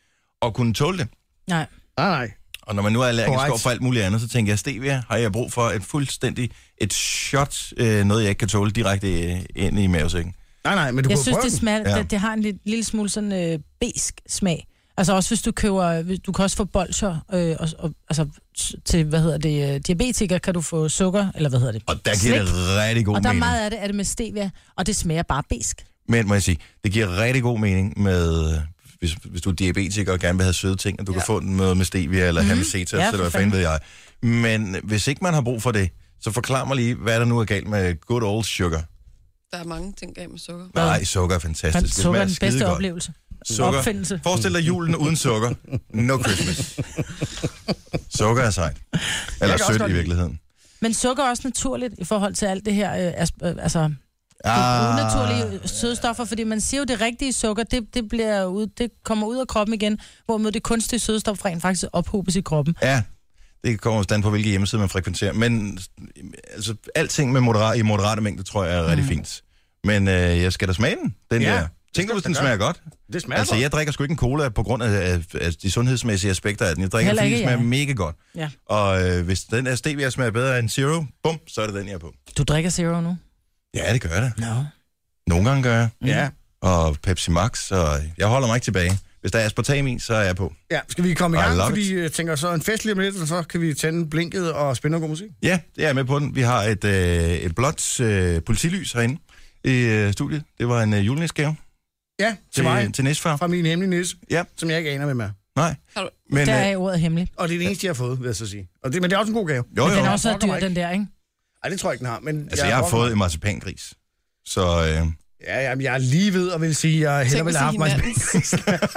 Speaker 1: at kunne tåle det.
Speaker 5: Nej.
Speaker 2: Nej, nej.
Speaker 1: Og når man nu er allergisk
Speaker 2: Korrekt.
Speaker 1: over for alt muligt andet, så tænker jeg, stevia har jeg brug for et fuldstændig et shot, øh, noget jeg ikke kan tåle direkte øh, ind i mavesækken.
Speaker 2: Nej, nej, men du
Speaker 5: Jeg
Speaker 2: kunne
Speaker 5: synes,
Speaker 2: prøve
Speaker 5: det,
Speaker 2: den.
Speaker 5: smager,
Speaker 1: Ja.
Speaker 5: ja. det, det har en lille, lille smule sådan øh, besk smag. Altså også hvis du køber, du kan også få bolcher, øh, og, og, altså s- til, hvad hedder det, øh, diabetikere kan du få sukker, eller hvad hedder det?
Speaker 1: Og der giver det
Speaker 5: Slik.
Speaker 1: rigtig god
Speaker 5: Og der er
Speaker 1: mening.
Speaker 5: meget af det, er det med stevia, og det smager bare besk.
Speaker 1: Men må jeg sige, det giver rigtig god mening med, øh, hvis, hvis du er diabetiker og gerne vil have søde ting, og du ja. kan få den med, med stevia eller mm. hamseta,
Speaker 5: Mhm. Ja,
Speaker 1: ja,
Speaker 5: for
Speaker 1: eller hvad fanden
Speaker 5: fanden.
Speaker 1: ved jeg. Men hvis ikke man har brug for det, så forklar mig lige, hvad der nu er galt med good old sugar.
Speaker 7: Der er mange ting galt med sukker.
Speaker 1: Nej, sukker er fantastisk.
Speaker 5: Men
Speaker 1: Det
Speaker 5: sukker
Speaker 1: smager
Speaker 5: er den bedste
Speaker 1: skidegodt.
Speaker 5: oplevelse.
Speaker 1: Sukker.
Speaker 5: Opfindelse.
Speaker 1: Forestil dig julen uden sukker. No
Speaker 5: *laughs*
Speaker 1: Christmas. Sukker er sejt. Eller
Speaker 2: også godt
Speaker 1: sødt i
Speaker 2: lide.
Speaker 1: virkeligheden.
Speaker 5: Men sukker er også naturligt i forhold til alt det her, øh, asp- øh, altså ah. unaturlige sødestoffer, fordi man siger jo, det rigtige sukker, det, det, bliver ud, det kommer ud af kroppen igen, hvorimod det kunstige sødestof rent faktisk ophobes i kroppen.
Speaker 1: Ja, det kommer jo stand på, hvilke hjemmesider man frekventerer. Men altså, alting med moderat, i moderate mængder, tror jeg, er rigtig fint. Men øh, jeg skal da smage den, den
Speaker 2: Mm. Ja,
Speaker 1: ja, der.
Speaker 2: det
Speaker 1: Tænk dig, hvis
Speaker 2: skal
Speaker 1: den
Speaker 2: du da
Speaker 1: smager godt.
Speaker 2: Det smager
Speaker 1: Altså,
Speaker 2: godt.
Speaker 1: jeg drikker sgu ikke en cola på grund af, af, af de sundhedsmæssige aspekter af den. Jeg drikker den,
Speaker 5: Heller
Speaker 1: fordi den
Speaker 5: ikke
Speaker 1: smager mega godt.
Speaker 5: Ja.
Speaker 1: Og øh, hvis den der stevia smager bedre end zero, bum, så er det den, jeg er på.
Speaker 5: Du drikker zero nu?
Speaker 1: Ja, det gør jeg da.
Speaker 5: Nå. No.
Speaker 1: Nogle gange gør jeg.
Speaker 2: Ja.
Speaker 1: og Pepsi Max, og jeg holder mig ikke tilbage. Hvis der er aspartam i, så er jeg på.
Speaker 2: ja, skal vi komme i
Speaker 1: I
Speaker 2: gang?
Speaker 1: love
Speaker 2: Fordi jeg tænker, så er en fest lige om lidt, og så kan vi tænde blinket og spille noget god musik.
Speaker 1: Ja, det er jeg med på den. Vi har et, øh, et blåt øh, politilys herinde i øh, studiet. Det var en øh, julenæsgave
Speaker 2: Ja, til
Speaker 1: til,
Speaker 2: mig.
Speaker 1: til næstfar.
Speaker 2: Fra min hemmelige nisse,
Speaker 1: Ja.
Speaker 2: som jeg ikke aner, hvem er.
Speaker 1: Nej.
Speaker 7: Har du-
Speaker 1: Men,
Speaker 5: Der
Speaker 1: øh,
Speaker 5: er ordet hemmelig.
Speaker 2: Og det er det eneste, jeg har fået, vil jeg så sige. Og det, men det er også en god gave.
Speaker 1: jo,
Speaker 5: Men den er
Speaker 1: jo.
Speaker 5: også så dyr,
Speaker 2: Brokker mig ikke.
Speaker 5: den der, ikke?
Speaker 2: *laughs* Ej, det tror jeg ikke, den har. Men
Speaker 1: Altså, jeg har
Speaker 2: brokker
Speaker 1: fået
Speaker 2: mig.
Speaker 1: en marcipangris. Så øh,
Speaker 2: Ja, jamen, jeg er lige ved at vil sige, at jeg hellere
Speaker 7: Tænk
Speaker 2: ville
Speaker 7: at sige
Speaker 2: have haft mig.
Speaker 7: hinandens.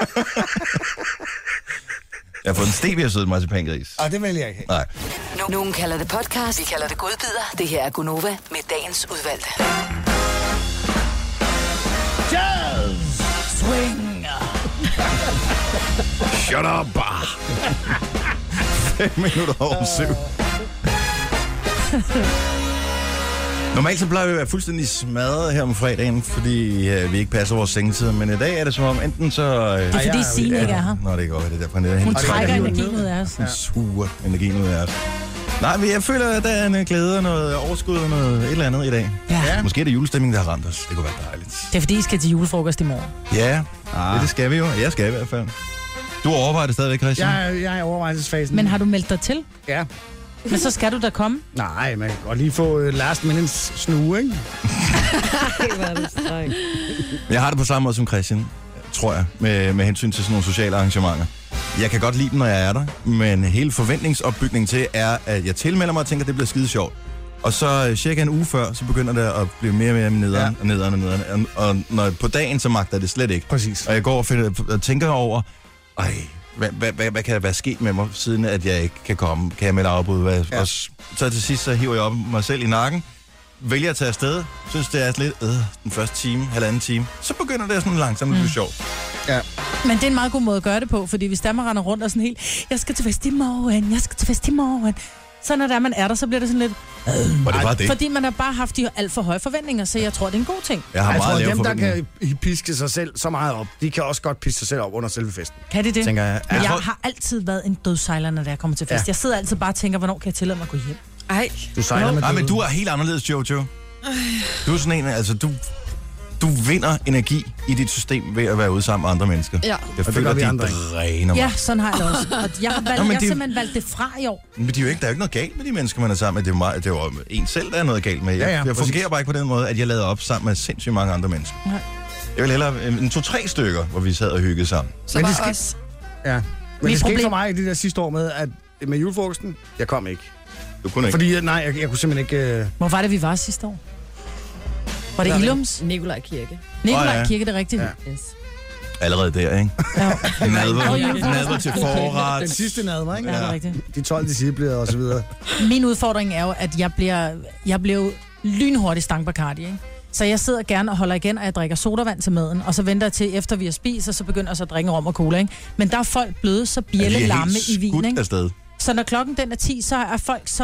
Speaker 1: jeg har fået en stevia-sød marcipangris.
Speaker 2: Ej, Ah, det vil jeg ikke have.
Speaker 1: Nej. *laughs*
Speaker 8: No- Nogen kalder det podcast, vi kalder det godbider. Det her er Gunova med dagens udvalgte.
Speaker 5: Swing!
Speaker 1: Shut up, bar. Fem minutter over syv.
Speaker 2: Øh.
Speaker 1: Normalt så plejer vi at være fuldstændig smadret her om fredagen, fordi øh, vi ikke passer vores sengetider, men i dag er det som om, enten så... Øh,
Speaker 5: Det er fordi
Speaker 2: jeg er-
Speaker 5: Signe ikke er her.
Speaker 1: Nå, det er godt, det er derfor, han er
Speaker 5: Hun
Speaker 1: henne.
Speaker 5: trækker
Speaker 2: jo
Speaker 5: energien ud af os.
Speaker 1: Hun suger energien ud af os. Nej, men jeg føler, at der er en øh, glæde og noget overskud og noget et eller andet i dag.
Speaker 5: Ja.
Speaker 1: Måske er det julestemningen, der har ramt os. Det kunne være dejligt.
Speaker 5: *laughs* Det er fordi, I skal til julefrokost i morgen.
Speaker 1: Ja, ah. det, det skal vi jo. Jeg skal i hvert fald. Du overvejer det stadigvæk, Christian?
Speaker 2: Jeg, er- jeg er i overvejelsesfasen.
Speaker 5: Men har du meldt dig til?
Speaker 2: Ja.
Speaker 5: Men så skal du da komme.
Speaker 2: *laughs* Nej, man kan godt lige få øh, last minute snue, ikke?
Speaker 4: Hvor er det strengt.
Speaker 1: Jeg har det på samme måde som Christian, tror jeg, med, med hensyn til sådan nogle sociale arrangementer. Jeg kan godt lide dem, når jeg er der, men hele forventningsopbygningen til er, at jeg tilmelder mig og tænker, at det bliver skide sjovt. Og så øh, cirka en uge før, så begynder det at blive mere og mere nederen, ja.
Speaker 2: Ja.
Speaker 1: og nederen og nederen. Og, og når, på dagen, så magter jeg det slet ikke.
Speaker 2: Præcis.
Speaker 1: Og jeg går og, finder, og tænker over, ej, hvad, hvad, hvad, hvad kan der være sket med mig, siden at jeg ikke kan komme? Kan jeg melde afbud? Hvad? Ja.
Speaker 2: Ja.
Speaker 1: Og s- så til sidst, så hiver jeg op mig selv i nakken, vælger at tage afsted, synes det er lidt, øh, den første time, halvanden time. Så begynder det sådan langsomt at blive sjovt.
Speaker 2: Mm. Ja.
Speaker 5: Men det er en meget god måde at gøre det på, fordi hvis der man render rundt og sådan helt, jeg skal til fest i morgen, jeg skal til fest i morgen. Så når der man er der, så bliver det sådan lidt,
Speaker 1: Og det var det.
Speaker 5: fordi man har bare haft de alt for høje forventninger, så jeg tror, det er en god ting.
Speaker 1: Jeg har
Speaker 2: Jeg
Speaker 1: meget
Speaker 2: tror,
Speaker 1: lave
Speaker 2: dem, der
Speaker 1: forventninger.
Speaker 2: kan i- piske sig selv så meget op, de kan også godt piske sig selv op under selve festen.
Speaker 5: Kan det det?
Speaker 2: Tænker jeg.
Speaker 5: Men
Speaker 2: Ja.
Speaker 5: jeg har altid været en dødsejler, når jeg kommer til fest.
Speaker 2: Ja.
Speaker 5: Ja. Jeg sidder altid bare og tænker, hvornår kan jeg tillade mig at gå hjem?
Speaker 7: Ej,
Speaker 2: Du sejler med
Speaker 1: Nej, men
Speaker 2: døden.
Speaker 1: du er helt anderledes, Jojo. Du er sådan en, altså du, du vinder energi i dit system ved at være ude sammen med andre mennesker.
Speaker 7: ja.
Speaker 1: Jeg
Speaker 2: det
Speaker 1: føler,
Speaker 2: gør
Speaker 1: at
Speaker 2: vi
Speaker 1: de
Speaker 2: andre ikke.
Speaker 1: dræner mig.
Speaker 5: Ja, sådan har jeg det også. Og jeg har, valgt,
Speaker 1: Nå, men
Speaker 5: jeg har
Speaker 1: det-
Speaker 5: simpelthen valgt det fra i år.
Speaker 1: Men de er jo ikke, der er jo ikke noget galt med de mennesker, man er sammen med. Det er jo, meget, det er jo en selv, der er noget galt med. Jeg,
Speaker 2: Ja, ja,
Speaker 1: jeg
Speaker 2: præcis.
Speaker 1: fungerer bare ikke på den måde, at jeg lader op sammen med sindssygt mange andre mennesker.
Speaker 5: Nej.
Speaker 1: Jeg vil hellere øh, en to-tre stykker, hvor vi sad og hyggede sammen.
Speaker 7: Så
Speaker 2: Men det
Speaker 7: var
Speaker 2: skal-
Speaker 7: også...
Speaker 2: Ja. Men
Speaker 5: Mit
Speaker 2: det skete
Speaker 5: problem-
Speaker 2: for mig i det der sidste år med, at med julefrokosten, jeg kom ikke.
Speaker 1: Du kunne ikke. Fordi...
Speaker 2: Fordi, øh, nej, jeg, jeg kunne simpelthen ikke... Øh,
Speaker 5: Hvor var det, vi var sidste år? Var det Ilums?
Speaker 4: Nikolaj Kirke.
Speaker 5: Nikolaj
Speaker 1: Åh, ja.
Speaker 5: Kirke, det er rigtigt. Ja.
Speaker 2: Ja.
Speaker 4: Yes.
Speaker 1: Allerede der, ikke?
Speaker 5: Ja.
Speaker 1: *laughs* Nadver,
Speaker 5: Og julefrokosten.
Speaker 1: nadver til forret.
Speaker 2: den sidste nadver, ikke?
Speaker 5: det
Speaker 1: Ja.
Speaker 5: er rigtigt.
Speaker 2: De 12 disciple og så videre.
Speaker 5: Min udfordring er jo, at jeg bliver, jeg bliver jo lynhurtigt stangbacardi, ikke? Så jeg sidder gerne og holder igen, og jeg drikker sodavand til maden, og så venter jeg til, efter vi har spist, og så begynder jeg så at drikke rom og cola, ikke? Men der er folk bløde, så
Speaker 1: Ja, Altså, de er
Speaker 5: bjælle
Speaker 1: helt
Speaker 5: lamme i vin,
Speaker 1: skudt
Speaker 2: altså.
Speaker 5: ikke?
Speaker 1: Afsted.
Speaker 5: Så når klokken den er 10, så er folk så...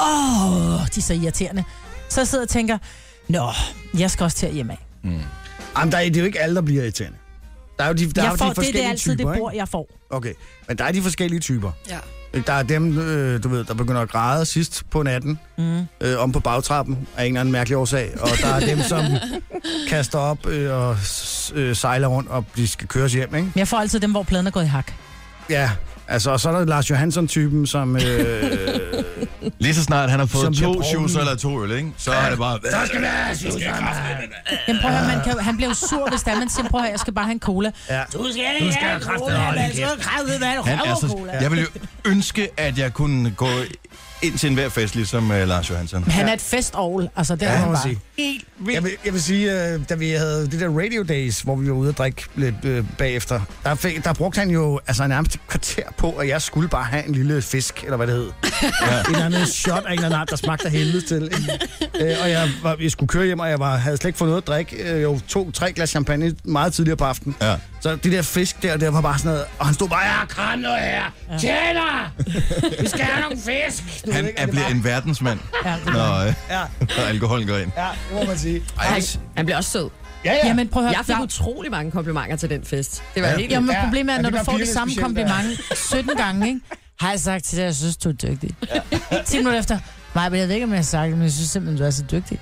Speaker 5: Åh, oh, de er så irriterende. Så jeg sidder og tænker, nå, jeg skal også til at hjem af.
Speaker 1: Mm.
Speaker 2: Jamen, der er, det er jo ikke alle, der bliver irriterende. Der er jo de, der er
Speaker 5: jeg
Speaker 2: jo
Speaker 5: får,
Speaker 2: de
Speaker 5: det, det
Speaker 2: forskellige
Speaker 5: er altid
Speaker 2: typer,
Speaker 5: det bord,
Speaker 2: ikke?
Speaker 5: jeg får.
Speaker 2: Okay, men der er de forskellige typer.
Speaker 7: Ja.
Speaker 2: Ikke? Der er dem, øh, du ved, der begynder at græde sidst på natten, mm. øh, om på bagtrappen, af en eller anden mærkelig årsag. Og der er dem,
Speaker 1: *laughs*
Speaker 2: som kaster op øh, og s- øh, sejler rundt, og de skal køres hjem, ikke?
Speaker 5: *laughs* Men jeg får altid dem, hvor pladen er gået i hak.
Speaker 2: Ja, altså, og så er der Lars Johansson-typen, som... Øh,
Speaker 1: *laughs* Lige så snart han har
Speaker 2: Som
Speaker 1: fået
Speaker 2: bliver
Speaker 1: to
Speaker 2: brun.
Speaker 1: shoes eller to øl, ikke? så er det bare... Så skal
Speaker 5: Jamen, prøv at høre, man kan, han bliver jo sur, hvis der man siger, prøv at høre, jeg skal bare have en cola.
Speaker 2: ja.
Speaker 5: Du skal ikke have cola, man skal kræve med en
Speaker 1: han er så... Jeg ville jo ønske, at jeg kunne gå ind til enhver fest, ligesom uh, Lars Johansson.
Speaker 5: Han er et festovl, altså det er
Speaker 2: Ja, må
Speaker 5: han
Speaker 2: man
Speaker 5: bare.
Speaker 2: sige. Jeg vil, jeg vil sige, øh, da vi havde det der Radio Days, hvor vi var ude og drikke lidt øh, bagefter, der, fik, der brugte han jo altså nærmest et kvarter på, at jeg skulle bare have en lille fisk, eller hvad det hed. Ja. En eller anden shot af en eller anden, der smagte af helvede til. ikke? Øh, og jeg, var, jeg skulle køre hjem, og jeg var, havde slet ikke fået noget at drikke. Øh, Jeg tog tre glas champagne meget tidligere på aftenen.
Speaker 1: Ja.
Speaker 2: Så det der fisk der, der var bare sådan noget, og han stod bare, ja, kom nu her, tjener! Vi skal have nogle fisk! Du ved
Speaker 1: Han
Speaker 2: ikke,
Speaker 1: er
Speaker 2: og det
Speaker 1: bliver en verdensmand,
Speaker 5: Ja, det er
Speaker 1: når, øh,
Speaker 2: bare-
Speaker 1: når alkoholen går ind.
Speaker 2: Ja, ja, det må man sige.
Speaker 1: Ej,
Speaker 4: Han,
Speaker 1: hvis-
Speaker 4: han bliver også sød.
Speaker 2: Ja, ja.
Speaker 5: Jamen, prøv at høre,
Speaker 4: Jeg fik
Speaker 5: der-
Speaker 4: utrolig mange komplimenter til den fest. Det var
Speaker 1: Ja.
Speaker 4: ja. helt...
Speaker 5: Jamen,
Speaker 2: Ja,
Speaker 5: problemet er,
Speaker 2: ja,
Speaker 5: når
Speaker 2: det
Speaker 5: du
Speaker 2: gør
Speaker 5: får det
Speaker 2: pigerne
Speaker 5: samme
Speaker 2: specielt,
Speaker 5: kompliment 17 gange, ikke? har jeg sagt til dig, jeg synes, du er dygtig. 10 minutter efter, nej, men jeg ved ikke, om jeg har sagt det, men jeg synes simpelthen, du er så dygtig.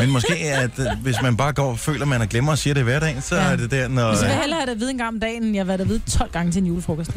Speaker 1: Men måske, at øh, hvis man bare går og føler, at man er glemmer og siger det i hverdagen, så
Speaker 5: Ja.
Speaker 1: er det der, når...
Speaker 5: Men så vil
Speaker 1: øh,
Speaker 5: jeg hellere have det at vide en gang om dagen, end jeg har været at vide 12 gange til en *laughs* julefrokost.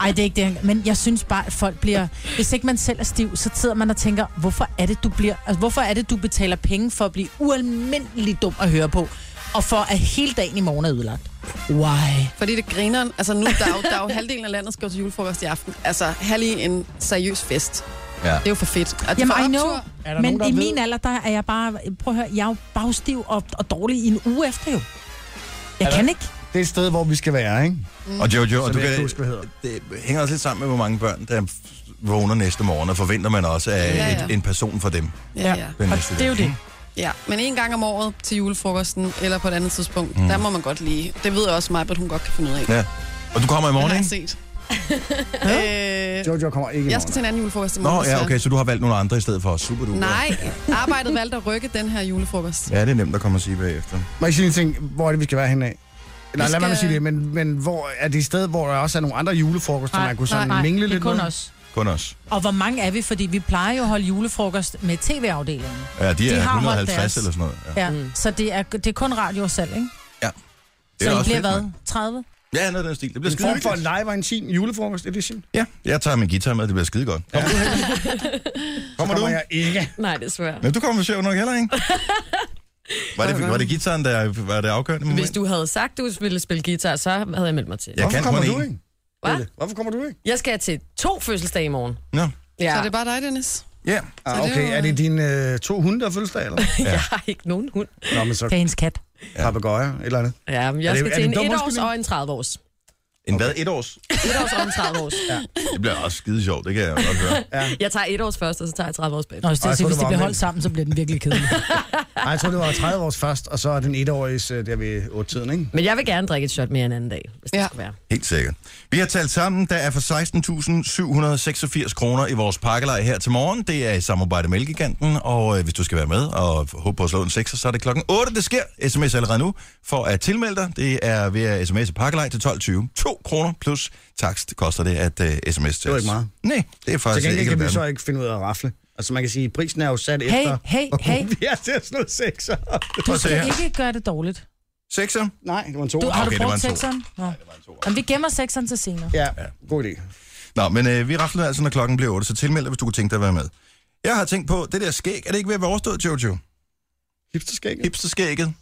Speaker 5: Ej, det er ikke det. Men jeg synes bare, at folk bliver... Hvis ikke man selv er stiv, så sidder man og tænker, hvorfor er det, du, bliver, altså, hvorfor er det, du betaler penge for at blive ualmindelig dum at høre på? og for at hele dagen i morgen er ødelagt. Why?
Speaker 7: Fordi det griner, altså nu, der er, jo, der er jo halvdelen af landet, der skal jo til julefrokost i aften. Altså, her lige en seriøs fest.
Speaker 1: Ja.
Speaker 7: Det er jo for fedt. Og det
Speaker 5: Jamen,
Speaker 7: får
Speaker 5: I know,
Speaker 7: optur.
Speaker 2: Er der
Speaker 5: men
Speaker 2: nogen, der
Speaker 5: i
Speaker 2: ved-
Speaker 5: min alder, der er jeg bare, prøv at høre, jeg er jo bagstiv og, og dårlig i en uge efter jo. Jeg
Speaker 1: Altså,
Speaker 2: der-
Speaker 5: kan ikke.
Speaker 2: Det er et sted, hvor vi skal være, ikke?
Speaker 7: Mm.
Speaker 1: Og Jojo,
Speaker 2: Så
Speaker 1: og du
Speaker 2: vil jeg ikke
Speaker 1: kan,
Speaker 2: huske, hvad det
Speaker 1: det hænger også lidt sammen med, hvor mange børn, der f- vågner næste morgen, og forventer man også af
Speaker 7: Ja,
Speaker 1: ja,
Speaker 7: ja.
Speaker 1: ja. Et, en person for dem.
Speaker 7: Ja, ja.
Speaker 1: Den
Speaker 5: Og
Speaker 1: næste
Speaker 5: det er jo
Speaker 1: dag.
Speaker 5: det.
Speaker 7: ja. Men en gang om året til julefrokosten, eller på et andet tidspunkt, mm. der må man godt lige. Det ved jeg også mig, at hun godt kan finde ud af.
Speaker 1: Ja. Og du kommer i
Speaker 7: Det
Speaker 1: morgen,
Speaker 7: har jeg
Speaker 1: ikke?
Speaker 7: set. *laughs* øh,
Speaker 2: Jojo kommer ikke i
Speaker 7: jeg skal til en anden julefrokost i morgen.
Speaker 1: Nå, ja,
Speaker 7: desværre.
Speaker 1: okay, så du har valgt nogle andre i stedet for os. Super du.
Speaker 7: Nej, arbejdet valgte at rykke den her julefrokost.
Speaker 1: Ja, det er nemt at komme og sige bagefter.
Speaker 2: morgen. Må jeg sige en ting? Hvor er det, vi skal være henne af? Nej,
Speaker 7: Vi
Speaker 2: lad mig
Speaker 7: skal-
Speaker 2: sige det, men, men hvor er det et sted, hvor der også er nogle andre julefrokoster, man kunne sådan mingle
Speaker 5: det er
Speaker 2: lidt
Speaker 5: kun
Speaker 2: med?
Speaker 5: os.
Speaker 1: Kun os.
Speaker 5: Og hvor mange er vi? Fordi vi plejer jo at holde julefrokost med tv-afdelingen.
Speaker 1: Ja, de er
Speaker 5: har holdt
Speaker 1: 150
Speaker 5: deres.
Speaker 1: eller sådan noget. Ja.
Speaker 5: Ja, mm. så det er, det er kun radio og salg, ikke?
Speaker 1: er
Speaker 5: så det
Speaker 1: også
Speaker 5: bliver
Speaker 1: fedt,
Speaker 5: hvad?
Speaker 1: mand.
Speaker 5: 30?
Speaker 1: Ja, noget af den stil. Det bliver
Speaker 2: En
Speaker 1: skide
Speaker 2: form for en live og intim julefrokost edition.
Speaker 1: Ja, jeg tager min guitar med, det bliver skide godt. Kommer du? Kommer du?
Speaker 2: Kommer jeg ikke.
Speaker 4: Nej, det er svært.
Speaker 1: Men du kommer sjovt nok heller, ikke? Var det, var det gitaren, der var det afgørende moment?
Speaker 4: Hvis du havde sagt, du ville spille guitar, så havde jeg meldt mig til.
Speaker 1: Jeg
Speaker 2: Hvorfor
Speaker 1: kan
Speaker 2: kommer
Speaker 1: kun
Speaker 2: du
Speaker 1: én.
Speaker 2: ikke?
Speaker 4: Hva?
Speaker 2: Pelle? Hvorfor kommer du ikke?
Speaker 4: Jeg skal til to fødselsdage i morgen.
Speaker 1: Nå.
Speaker 4: Ja.
Speaker 7: Så er det bare dig, Dennis.
Speaker 1: Ja.
Speaker 2: Ah,
Speaker 7: Så det er
Speaker 2: okay,
Speaker 7: jo-
Speaker 2: er det dine øh, to hunde, der har fødselsdag, eller?
Speaker 4: Jeg har ikke nogen hund.
Speaker 2: Nå, men så
Speaker 5: Det er hendes kat.
Speaker 2: papegøjer, et eller andet.
Speaker 4: Ja, men jeg
Speaker 2: Er det-
Speaker 4: skal
Speaker 2: er
Speaker 4: til
Speaker 2: det
Speaker 4: en
Speaker 2: en dum
Speaker 4: 1-års
Speaker 2: undskyldning?
Speaker 4: og en 30-års.
Speaker 1: En hvad? Et års?
Speaker 4: 1-års og en 30-års.
Speaker 2: *laughs*
Speaker 1: Det bliver også skide sjovt, det kan jeg godt høre.
Speaker 4: Jeg tager 1-års først, og så tager jeg 30-års bag.
Speaker 5: Nå, hvis
Speaker 2: Ej,
Speaker 5: det,
Speaker 2: jeg
Speaker 5: så,
Speaker 2: troede,
Speaker 5: hvis
Speaker 2: det
Speaker 5: det
Speaker 2: var
Speaker 5: bliver holdt
Speaker 2: omvendt.
Speaker 5: sammen, så bliver den virkelig kedelig.
Speaker 2: Nej, jeg tror, det var 30 års først, og så er den etårige øh, der ved 8-tiden, ikke?
Speaker 4: Men jeg vil gerne drikke et shot mere en anden dag, hvis det
Speaker 7: Ja.
Speaker 4: skal være.
Speaker 1: Helt sikkert. Vi har talt sammen. Der er for 16.786 kroner i vores pakkelej her til morgen. Det er i samarbejde med Elgiganten, og øh, hvis du skal være med og håbe på at slå en 6, så er det klokken 8, det sker. SMS allerede nu for at tilmelde dig. Det er ved at sms'e pakkelej til 12.20. 2 kroner plus takst koster det at uh, sms til
Speaker 2: var
Speaker 1: os.
Speaker 2: ikke meget.
Speaker 1: Nej, det er
Speaker 2: Til
Speaker 1: faktisk
Speaker 2: gengæld
Speaker 1: ikke
Speaker 2: kan vi
Speaker 1: det
Speaker 2: så ikke finde ud af at rafle. Altså man kan sige, prisen er jo sat
Speaker 5: Hey,
Speaker 2: efter...
Speaker 5: hey, hey.
Speaker 2: Vi er til at slå sekser.
Speaker 5: Du
Speaker 1: at se
Speaker 5: skal
Speaker 1: her.
Speaker 5: ikke gøre det dårligt.
Speaker 1: Sekser?
Speaker 2: Nej, det var en to.
Speaker 5: Du, har
Speaker 1: okay, det
Speaker 5: du
Speaker 1: var
Speaker 5: brugt
Speaker 1: en to.
Speaker 5: sekseren? Nå. Jamen, vi gemmer sekseren til senere.
Speaker 2: Ja, god idé.
Speaker 1: Nå, men øh, vi rafler altså, når klokken bliver 8, så tilmeld dig, hvis du kunne tænke dig at være med. Jeg har tænkt på, det der skæg, er det ikke ved at være overstået, Jojo?
Speaker 2: Hipsterskæg.
Speaker 1: Hipsterskægget?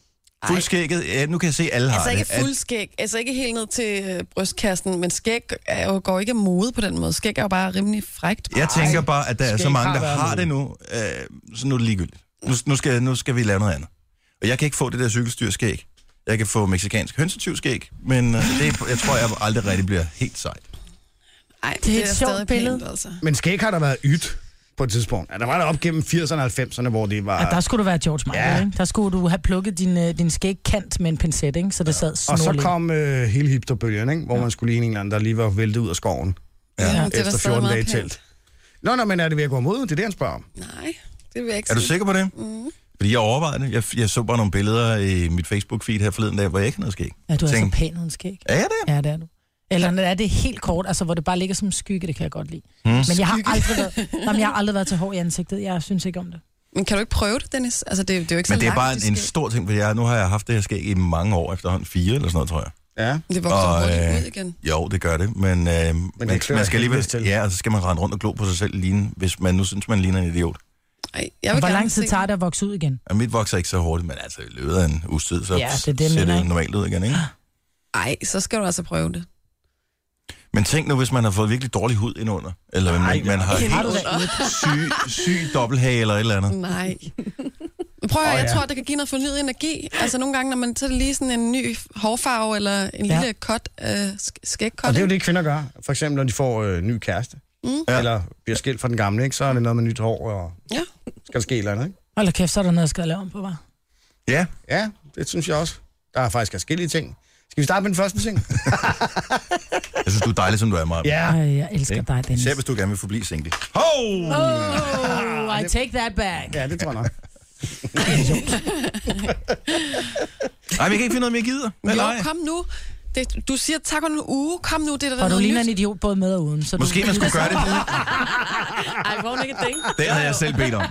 Speaker 1: Fuldskægget? Ja, nu kan jeg se, alle har
Speaker 7: Altså ikke
Speaker 1: det. At-
Speaker 7: fuld skæg, altså ikke helt ned til øh, brystkassen, men skæg er jo, går ikke af mode på den måde. Skæg er jo bare rimelig frægt.
Speaker 1: Jeg tænker bare, at der er
Speaker 2: Skal
Speaker 1: så
Speaker 2: ikke
Speaker 1: mange, der
Speaker 2: bare være
Speaker 1: har
Speaker 2: med.
Speaker 1: det nu, øh, så nu er det ligegyldigt. Nu, nu, skal, nu skal vi lave noget andet. Og jeg kan ikke få det der cykelstyrskæg. Jeg kan få meksikansk hønsetyvskæg, men øh, det, jeg tror, jeg aldrig rigtig bliver helt sejt.
Speaker 7: Ej, det,
Speaker 5: er et sjovt
Speaker 7: stadig
Speaker 5: billede.
Speaker 7: Pænt, altså.
Speaker 2: Men skæg har der været ydt på et tidspunkt. Ja, der var der op gennem 80'erne og 90'erne, hvor det var...
Speaker 5: Ja, der skulle du være George Michael,
Speaker 2: Ja.
Speaker 5: ja. ikke? Der skulle du have plukket din, øh, din skægkant med en pincet, ikke? Så det sad
Speaker 2: og så
Speaker 5: snorligt.
Speaker 2: kom øh, hele hipsterbølgen, ikke? hvor man skulle ligne en eller anden, der lige var væltet ud af skoven
Speaker 7: Ja, det er da
Speaker 2: efter
Speaker 7: stadig
Speaker 2: 14 dage i
Speaker 7: meget pænt.
Speaker 2: telt. Nå, nå, men er det ved at gå imod? Det er det, han spørger om.
Speaker 7: Nej, det vil jeg ikke
Speaker 1: Er du
Speaker 7: sige.
Speaker 1: sikker på det? Mm. Fordi jeg overvejede det. Jeg, jeg så bare nogle billeder i mit Facebook-feed her forleden dag, hvor jeg ikke havde noget skæg.
Speaker 5: Ja, du altså er så
Speaker 1: Tænk,
Speaker 5: pæn uden skæg.
Speaker 1: er jeg det?
Speaker 5: Ja, det er du. Eller er det helt kort, altså hvor det bare ligger som en skygge, det kan jeg godt lide.
Speaker 1: Hmm.
Speaker 5: Mm. Men jeg har, aldrig
Speaker 2: *laughs*
Speaker 5: været, jamen, jeg har aldrig været til hår i ansigtet. Jeg synes ikke om det.
Speaker 7: Men kan du ikke prøve det, Dennis? Altså, det, det er jo ikke
Speaker 1: Men det
Speaker 7: så
Speaker 1: er
Speaker 7: langt,
Speaker 1: bare en, en
Speaker 7: skal-
Speaker 1: stor ting, for jeg, nu har jeg haft det her skæg i mange år efterhånden. Fire eller sådan noget, tror jeg.
Speaker 2: Ja.
Speaker 7: Det vokser
Speaker 1: Og,
Speaker 7: hurtigt
Speaker 1: øh,
Speaker 7: ud igen.
Speaker 1: Jo, det gør det, men, øh, men man,
Speaker 2: klør
Speaker 1: man skal alligevel,
Speaker 2: helvedes til.
Speaker 1: ja, og så skal man rende rundt og glo på sig selv, ligne, hvis man nu synes, man ligner en idiot.
Speaker 7: Ej, jeg vil
Speaker 5: Hvor
Speaker 7: gerne
Speaker 5: lang tid
Speaker 7: se
Speaker 5: tager det at vokse ud igen?
Speaker 1: Og mit vokser ikke så hurtigt, men altså i løbet af en uges tid, så
Speaker 5: Ja, det er det, jeg
Speaker 1: ser
Speaker 5: mener,
Speaker 1: det
Speaker 5: ikke?
Speaker 1: normalt ud igen, ikke?
Speaker 7: Ej, så skal du altså prøve det.
Speaker 1: Men tænk nu, hvis man har fået virkelig dårlig hud indenunder, eller Ej, man, man har
Speaker 5: Har du
Speaker 1: helt
Speaker 5: da ikke?
Speaker 1: syg, syg dobbelthage eller et eller andet.
Speaker 7: Nej. Men Prøv at, høre, jeg tror, det kan give noget fornyet energi. Altså nogle gange, når man tager lige sådan en ny hårfarve, eller en
Speaker 5: Ja.
Speaker 7: lille cut, øh, sk- skægkot.
Speaker 2: Og det er jo
Speaker 7: ikke?
Speaker 2: det, kvinder gør. For eksempel, når de får øh, ny kæreste. Mm. Eller bliver skilt fra den gamle, ikke? så er det noget med nyt hår, og
Speaker 7: Ja.
Speaker 2: skal der ske et eller andet. Ikke?
Speaker 5: Hold da kæft, så er der noget, jeg skal lave om på, var.
Speaker 1: Ja,
Speaker 2: Ja, det synes jeg også. Der er faktisk forskellige ting. Skal vi starte med den første
Speaker 1: *laughs*
Speaker 2: ting?
Speaker 1: jeg synes, du er dejlig, som du er, Maja.
Speaker 2: ja.
Speaker 5: Ej, jeg elsker dig, Dennis.
Speaker 1: Selv hvis du gerne vil forblive single. Hov!
Speaker 5: Oh, I take that back.
Speaker 2: Ja, det tror jeg nok.
Speaker 1: Ej, vi kan ikke finde noget mere gider. Eller ej.
Speaker 7: Jo, kom nu. Det, du siger tak om en uge. Kom nu, det er der
Speaker 5: Og du
Speaker 7: noget
Speaker 5: ligner
Speaker 7: nyt.
Speaker 5: en idiot både med og uden. Så
Speaker 1: Måske
Speaker 5: du,
Speaker 1: man skulle gøre det.
Speaker 4: Ej, hvor ikke det?
Speaker 1: Det havde jeg selv bedt om.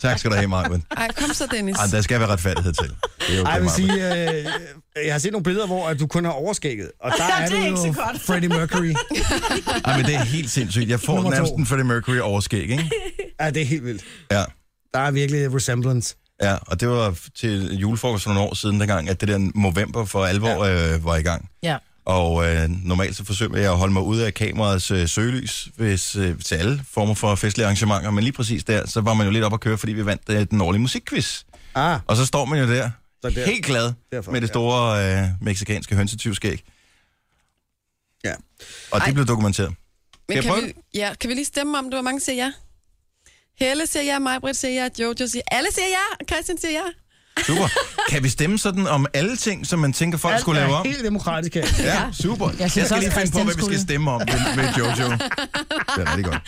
Speaker 1: Tak skal du have, Marvin.
Speaker 7: Ej, kom så, Dennis.
Speaker 1: Ej, der skal være retfærdighed til. Det er okay,
Speaker 2: Ej, jeg vil
Speaker 1: Marvin.
Speaker 2: sige, øh, jeg har set nogle billeder, hvor at du kun har overskægget.
Speaker 5: *laughs*
Speaker 2: Og der er,
Speaker 5: Det er
Speaker 2: du
Speaker 5: ikke
Speaker 2: jo
Speaker 5: så godt.
Speaker 2: Freddie Mercury.
Speaker 1: Ej, men det er helt sindssygt. Jeg får
Speaker 2: Nummer to.
Speaker 1: nærmest en Freddie Mercury overskæg, ikke?
Speaker 2: Ja, det er helt vildt.
Speaker 1: Ja.
Speaker 2: Der er virkelig resemblance.
Speaker 1: Ja, og det var til julefrokost for nogle år siden, dengang, at det der november for alvor ja. øh, var i gang.
Speaker 5: Ja.
Speaker 1: Og øh, normalt så forsøger jeg at holde mig ude af kameraets øh, søgelys hvis, øh, til alle former for festlige arrangementer, men lige præcis der, så var man jo lidt op at køre, fordi vi vandt øh, den årlige musikquiz.
Speaker 2: Ah,
Speaker 1: Og så står man jo der,
Speaker 2: Så der-
Speaker 1: helt glad,
Speaker 2: derfor,
Speaker 1: med det
Speaker 2: ja.
Speaker 1: store øh, meksikanske hønsetyvskæg.
Speaker 2: ja.
Speaker 1: Og det
Speaker 7: Ej.
Speaker 1: blev dokumenteret. Skal
Speaker 7: Men
Speaker 1: jeg
Speaker 7: kan
Speaker 1: prøve
Speaker 7: vi, ja, kan vi lige stemme om det? Hvor mange siger ja? Helle siger ja, Majbrit siger ja, Jojo siger Alle siger ja, og Christian siger ja.
Speaker 1: Super. Kan vi stemme sådan om alle ting, som man tænker, folk
Speaker 2: Alt
Speaker 1: skulle
Speaker 2: er
Speaker 1: lave om?
Speaker 2: helt demokratisk her.
Speaker 1: Ja, super. Jeg,
Speaker 5: synes
Speaker 1: jeg skal
Speaker 5: også,
Speaker 1: lige finde på, hvad
Speaker 5: Christian
Speaker 1: vi skal
Speaker 5: skulle.
Speaker 1: stemme om med, med Jojo. Det er rigtig godt.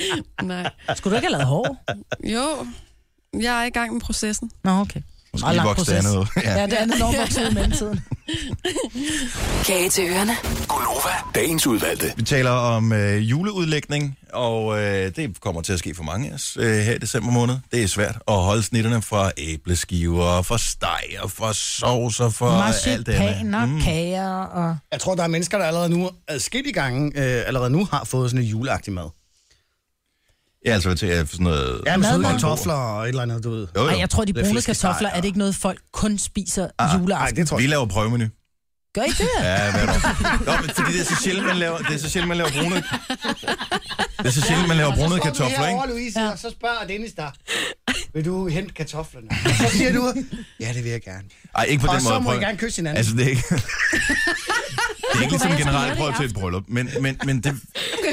Speaker 7: Nej.
Speaker 5: Skulle du ikke have lavet hår?
Speaker 7: Jo, jeg er i gang med processen.
Speaker 5: Nå, okay.
Speaker 1: Måske
Speaker 5: Meget
Speaker 1: lige
Speaker 5: lang
Speaker 1: vokse det
Speaker 5: proces.
Speaker 1: andet ud. Ja.
Speaker 5: Ja, det andet når vokset ud i mellemtiden.
Speaker 8: Kage til ørerne.
Speaker 9: Gonova, dagens udvalgte.
Speaker 1: Vi taler om øh, juleudlægning, og øh, det kommer til at ske for mange af os øh, her i december måned. Det er svært at holde snitterne fra æbleskiver, fra steg og fra sovser, fra alt det andet.
Speaker 5: Marcipan og kager og...
Speaker 2: Jeg tror, der er mennesker, der allerede nu, adskillige gange, øh, allerede nu har fået sådan en juleagtig mad.
Speaker 1: Ja, altså til øh, sådan noget...
Speaker 2: Ja, med søde
Speaker 5: Madmad.
Speaker 2: kartofler og et eller andet, du ved.
Speaker 1: Jo, jo.
Speaker 5: Ej, jeg tror, de
Speaker 2: Lidt
Speaker 5: brune
Speaker 2: flæskesteg
Speaker 5: kartofler, er det ikke noget, folk kun spiser
Speaker 2: Nej,
Speaker 5: juleaften?
Speaker 2: det tror jeg
Speaker 1: Vi laver prøvemenu.
Speaker 5: Gør I det?
Speaker 1: Ah. Ja, hvad er det? Nå, men fordi det er så sjældent, man laver, det er så sjældent, man laver brune... Det er så sjældent, man laver brune kartofler, ikke?
Speaker 2: Louise, ja. og så spørger Dennis dig, vil du hente kartoflerne? Så siger du, ja, det vil jeg gerne.
Speaker 1: Ej, ikke på
Speaker 2: Og
Speaker 1: den
Speaker 2: så
Speaker 1: måde.
Speaker 2: må
Speaker 1: prøv-
Speaker 2: I gerne kysse hinanden.
Speaker 1: Altså, det er ikke... det er ikke ligesom
Speaker 5: være,
Speaker 1: generelt
Speaker 5: jeg skulle
Speaker 1: prøve
Speaker 5: gøre
Speaker 1: til
Speaker 5: det i
Speaker 1: et bryllup, men, men, men det,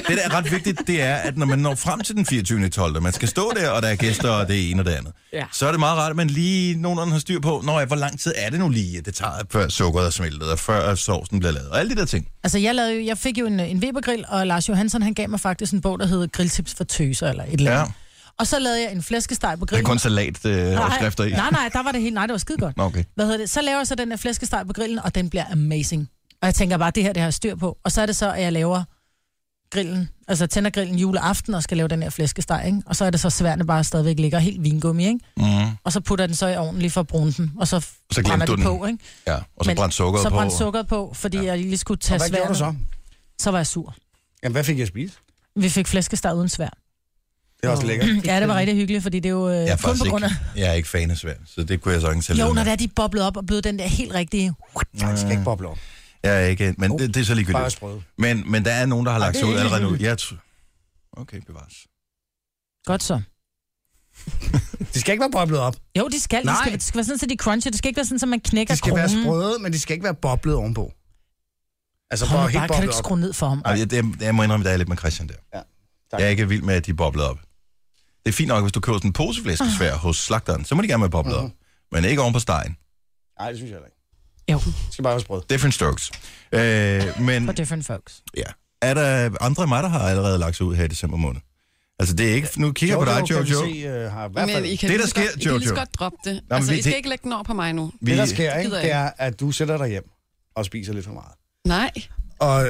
Speaker 1: det, der er ret vigtigt, det er, at når man når frem til den 24. 12., man skal stå der, og der er gæster, og det er en og det andet,
Speaker 4: Ja.
Speaker 1: så er det meget rart, at man lige nogenlunde har styr på, når, hvor lang tid er det nu lige, det tager, før sukkeret er smeltet, og før sovsen bliver lavet, og alle de der ting.
Speaker 5: Altså, jeg, lavede jo, jeg fik jo en, en Webergrill, og Lars Johansson, han gav mig faktisk en bog, der hedder Grilltips for tøser, eller et eller andet.
Speaker 1: Ja.
Speaker 5: Ja. Og så lavede jeg en flæskesteg på
Speaker 1: Der er
Speaker 5: grillen.
Speaker 1: kun salat øh, og skrifter i.
Speaker 5: nej, nej, der var det helt, nej, det var skide godt.
Speaker 1: Nå, okay.
Speaker 5: Hvad hedder det? Så laver jeg så den her flæskesteg på grillen, og den bliver amazing. Og jeg tænker bare, det her, det har jeg styr på. Og så er det så, at jeg laver grillen, altså tænder grillen juleaften og skal lave den her flæskesteg, ikke? Og så er det så sværende bare stadigvæk ligger helt vingummi, ikke?
Speaker 1: Mm,
Speaker 5: Og så putter den så i ovnen lige for at brune den, og så,
Speaker 1: glemte
Speaker 5: brænder
Speaker 1: du
Speaker 5: det
Speaker 1: den.
Speaker 5: på, ikke?
Speaker 1: ja, og så
Speaker 5: Men-
Speaker 1: brændte sukkeret
Speaker 5: så
Speaker 1: på.
Speaker 5: brændte sukkeret på, fordi ja. jeg lige skulle tage
Speaker 2: Hvad gjorde
Speaker 5: sværene.
Speaker 2: du så?
Speaker 5: så var jeg sur.
Speaker 2: Jamen, hvad fik jeg at spise?
Speaker 5: Vi fik flæskesteg uden svær.
Speaker 2: Det er også lækkert.
Speaker 5: Mm, Ja, det var rigtig hyggeligt, fordi det er jo øh,
Speaker 1: Jeg er
Speaker 5: kun
Speaker 1: faktisk
Speaker 5: på grund af...
Speaker 1: ikke, jeg er ikke fan af svært, så det kunne jeg sagtens have
Speaker 5: Jo,
Speaker 1: levet
Speaker 5: når
Speaker 1: med.
Speaker 5: det er, de er boblet op og blevet den der helt rigtige...
Speaker 2: Nej, det skal ikke boble op. Oh,
Speaker 1: Jeg er ikke, men det, det er så
Speaker 2: Bare
Speaker 1: ligegyldigt.
Speaker 2: sprøde.
Speaker 1: Men, men der er nogen, der har lagt
Speaker 2: det
Speaker 1: sig
Speaker 2: er
Speaker 1: ud
Speaker 2: helt
Speaker 1: allerede nu.
Speaker 2: ligegyldigt.
Speaker 1: Jeg tror... Okay, bevares.
Speaker 5: Godt så.
Speaker 2: De skal ikke være boblet op.
Speaker 5: Jo, de skal. De
Speaker 2: Nej.
Speaker 5: skal, det skal være sådan, at de cruncher. Det skal ikke være sådan, at man knækker
Speaker 2: De skal være
Speaker 5: kronen.
Speaker 2: sprøde, men de skal ikke være boblet ovenpå. Altså,
Speaker 5: Hold
Speaker 2: bare
Speaker 5: nu
Speaker 2: helt
Speaker 5: bare, kan du
Speaker 2: boblet
Speaker 5: ikke
Speaker 2: op.
Speaker 5: skrue ned for ham?
Speaker 1: Ej, jeg, det, jeg må indrømme, der er lidt med Christian der.
Speaker 2: Ja, tak.
Speaker 1: Jeg er ikke vild med, at de bobler op. Det er fint nok, hvis du køber sådan en
Speaker 5: Ah.
Speaker 1: poseflæskesvær hos slagteren, så må de gerne være boblet
Speaker 2: Mhm.
Speaker 1: op. Men ikke oven på stegen.
Speaker 2: Nej, det synes jeg heller ikke.
Speaker 5: Jo,
Speaker 2: Det skal bare være sprøde.
Speaker 1: Different strokes. Øh, men
Speaker 5: for different folks.
Speaker 1: ja. er der andre af mig, der har allerede lagt sig ud her i december måned? Altså, det er ikke... Nu kigger jeg på dig,
Speaker 2: kan vi
Speaker 1: Jojo.
Speaker 2: se, øh, har i hvert
Speaker 7: Men
Speaker 2: fald...
Speaker 7: I kan
Speaker 1: Det,
Speaker 7: lige
Speaker 1: der
Speaker 7: så
Speaker 1: sker,
Speaker 7: godt- I kan lige så
Speaker 1: Jojo.
Speaker 7: godt droppe det.
Speaker 1: men
Speaker 7: altså,
Speaker 1: vi-
Speaker 7: I skal
Speaker 1: det-
Speaker 7: ikke lægge den over på mig nu.
Speaker 1: Vi,
Speaker 2: Det, der sker, ikke,
Speaker 7: gider jeg
Speaker 2: det er, at du sætter dig hjem og spiser lidt for meget.
Speaker 7: Nej.
Speaker 2: *laughs*
Speaker 7: *laughs*
Speaker 2: Og
Speaker 1: nej,
Speaker 2: du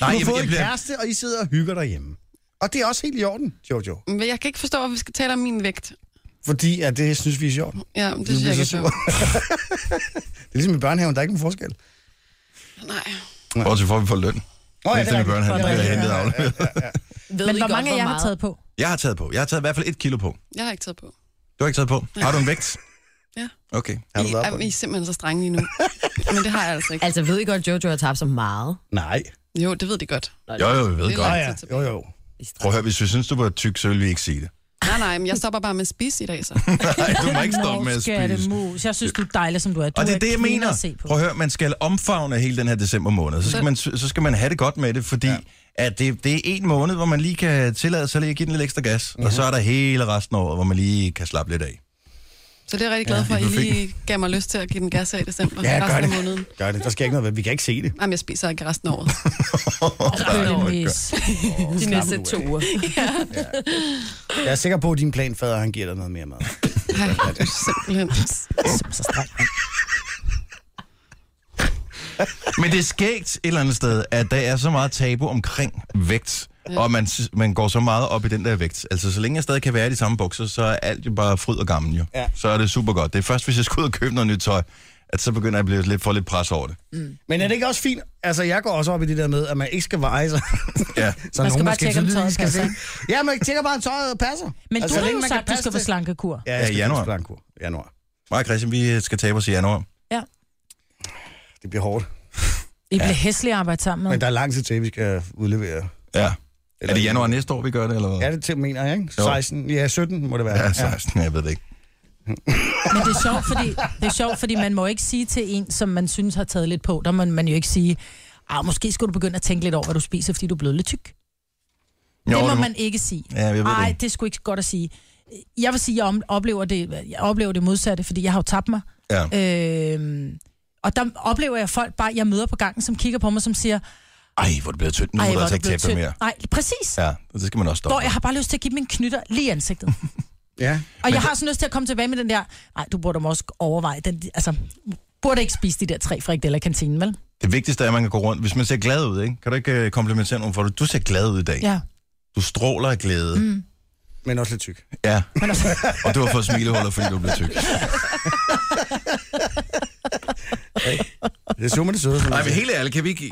Speaker 1: jeg,
Speaker 2: har fået
Speaker 1: jeg
Speaker 2: en
Speaker 1: bliver,
Speaker 2: kæreste, og I sidder og hygger derhjemme. Og det er også helt i orden, Jojo.
Speaker 7: Men jeg kan ikke forstå, hvorfor vi skal tale om min vægt.
Speaker 2: Fordi at det synes vi er sjovt.
Speaker 7: Ja, men det
Speaker 2: Du
Speaker 7: synes jeg
Speaker 2: bliver
Speaker 7: ikke
Speaker 2: så
Speaker 7: er sjovt.
Speaker 2: *laughs* Det er ligesom i børnehaven, der er ikke nogen forskel.
Speaker 7: Nej.
Speaker 1: Bortset fra, at vi får løn.
Speaker 2: øh, Nå,
Speaker 1: Mens den i børnehaven
Speaker 2: Ja,
Speaker 1: bliver
Speaker 2: ja,
Speaker 1: hentet
Speaker 2: ja,
Speaker 1: og afleveret.
Speaker 4: Ved
Speaker 5: Men
Speaker 4: I
Speaker 5: hvor
Speaker 4: godt,
Speaker 5: mange af jer har taget på?
Speaker 1: Jeg har taget på. Jeg har taget i hvert fald et kilo på.
Speaker 7: Jeg har ikke taget på.
Speaker 1: Du har ikke taget på. Har du en vægt?
Speaker 7: Ja.
Speaker 1: Okay.
Speaker 2: Har
Speaker 7: I,
Speaker 2: du været på
Speaker 7: er, I er simpelthen så strenge lige nu. Men det har jeg altså ikke.
Speaker 4: Altså, ved I godt, Jojo har tabt så meget?
Speaker 2: den? Nej.
Speaker 7: Jo, det ved de godt.
Speaker 1: Jo, jo, vi ved
Speaker 7: Det er
Speaker 1: godt. Ah,
Speaker 7: langt.
Speaker 2: Ja, ja. Jo, jo.
Speaker 1: Prøv at høre, hvis vi synes, du var tyk, så ville vi ikke sige det.
Speaker 7: Nej, nej, men jeg stopper bare med at spise i dag, så.
Speaker 1: Nej, du må ikke stoppe med at spise.
Speaker 5: Mus. Jeg synes, du er dejlig, som du er. Du
Speaker 1: Og det er
Speaker 5: er
Speaker 1: det, jeg
Speaker 5: kvinde
Speaker 1: mener.
Speaker 5: at se på.
Speaker 1: Prøv at høre, man skal omfavne hele den her december måned. Så skal man, så skal man have det godt med det, fordi ja. at det, det er en måned, hvor man lige kan tillade sig lige at give den lidt ekstra gas.
Speaker 7: Mhm.
Speaker 1: Og så er der hele resten af året, hvor man lige kan slappe lidt af.
Speaker 7: Så det er jeg rigtig glad for, at I
Speaker 1: det er
Speaker 7: lige gav mig lyst til at give den gas her i december.
Speaker 2: Ja, gør
Speaker 7: resten af måneden.
Speaker 2: det. Gør det. Der sker ikke noget. ved- Vi kan ikke *laughs* se det.
Speaker 7: Jamen, jeg spiser ikke resten af året.
Speaker 5: Bøllemis.
Speaker 4: De næste to uger.
Speaker 2: Jeg er sikker på, at din planfader, han giver dig noget
Speaker 5: *laughs*
Speaker 2: mere mad.
Speaker 7: Nej, det er simpelthen...
Speaker 5: Så strengt.
Speaker 1: Men det er skægt et eller andet sted, at der er så meget tabu omkring vægt, og man, s- man går så meget op i den der vægt. Altså, så længe jeg stadig kan være i de samme bukser, så er alt jo bare fryd og gammel jo.
Speaker 2: Ja.
Speaker 1: Så er det super godt. Det er først, hvis jeg skal ud og købe noget nyt tøj, at så begynder jeg at blive lidt, få lidt pres over det.
Speaker 5: Mm.
Speaker 2: Men er det ikke også fint? Altså, jeg går også op i det der med, at man ikke skal veje sig.
Speaker 1: Ja.
Speaker 2: *laughs* Så
Speaker 5: Man skal
Speaker 2: nogen
Speaker 5: bare tjekke, om
Speaker 2: tydeligvis
Speaker 5: tøjet
Speaker 2: skal
Speaker 5: passer,
Speaker 2: se- Ja, man tænker bare, om tøjet passer.
Speaker 5: Men altså,
Speaker 2: så
Speaker 5: du har
Speaker 2: længe
Speaker 5: jo
Speaker 2: man kan
Speaker 5: sagt, du
Speaker 2: passe
Speaker 5: skal på
Speaker 2: det.
Speaker 5: slankekur.
Speaker 2: Ja,
Speaker 1: Ja,
Speaker 2: jeg skal
Speaker 1: januar.
Speaker 2: til Blanco. Januar.
Speaker 1: Mig og Christian, vi skal tabe os i januar.
Speaker 2: Det bliver hårdt.
Speaker 5: I bliver hæslige at arbejde sammen med.
Speaker 2: Men der er lang tid til, vi skal udlevere.
Speaker 1: Ja. Er det januar næste år, vi gør det, eller hvad?
Speaker 2: Ja, det til, mener jeg, ikke?
Speaker 1: Jo.
Speaker 2: 16, ja, 17 må det være.
Speaker 1: Ja, 16, jeg ved det ikke.
Speaker 5: Men det er, sjovt, fordi, det er sjovt, fordi man må ikke sige til en, som man synes har taget lidt på, der må man jo ikke sige, ah, måske skulle du begynde at tænke lidt over, hvad du spiser, fordi du er blevet lidt tyk. Jo, det må man ikke sige.
Speaker 1: Ja, jeg ved det
Speaker 5: Nej,
Speaker 1: ikke.
Speaker 5: det skulle ikke godt at sige. Jeg vil sige, jeg om- oplever det, jeg oplever det modsatte, fordi jeg har jo tabt mig.
Speaker 1: Ja.
Speaker 5: Øhm, og der oplever jeg folk bare, jeg møder på gangen, som kigger på mig, som siger,
Speaker 1: Ej, hvor er det blevet tyndt. Nu
Speaker 5: ej,
Speaker 1: må du
Speaker 5: hvor er
Speaker 1: altså
Speaker 5: du
Speaker 1: ikke
Speaker 5: blevet
Speaker 1: tabe dig
Speaker 5: tynd.
Speaker 1: mere.
Speaker 5: Nej, præcis. Ja.
Speaker 1: Ja, og det skal man også stoppe.
Speaker 5: Hvor jeg har bare lyst til at give dem en knytter lige i
Speaker 2: *laughs*
Speaker 5: ansigtet.
Speaker 2: Ja.
Speaker 5: Og jeg har sådan lyst til at komme tilbage med den der, nej, du burde måske overveje den, altså, burde ikke spise de der tre frikadeller i kantinen, vel?
Speaker 1: Det vigtigste er, at man kan gå rundt. Hvis man ser glad ud, ikke? kan du ikke øh, komplimentere nogen for det? Du ser glad ud i dag.
Speaker 5: Ja.
Speaker 1: Du stråler af glæde. Mm.
Speaker 2: Men også lidt tyk.
Speaker 1: Ja. *laughs*
Speaker 2: altså-
Speaker 1: og du har fået smilehuller, fordi du blev tyk.
Speaker 2: *laughs* Det er summer det søde. som
Speaker 1: Nej, men
Speaker 2: man siger.
Speaker 1: helt ærligt, kan vi ikke...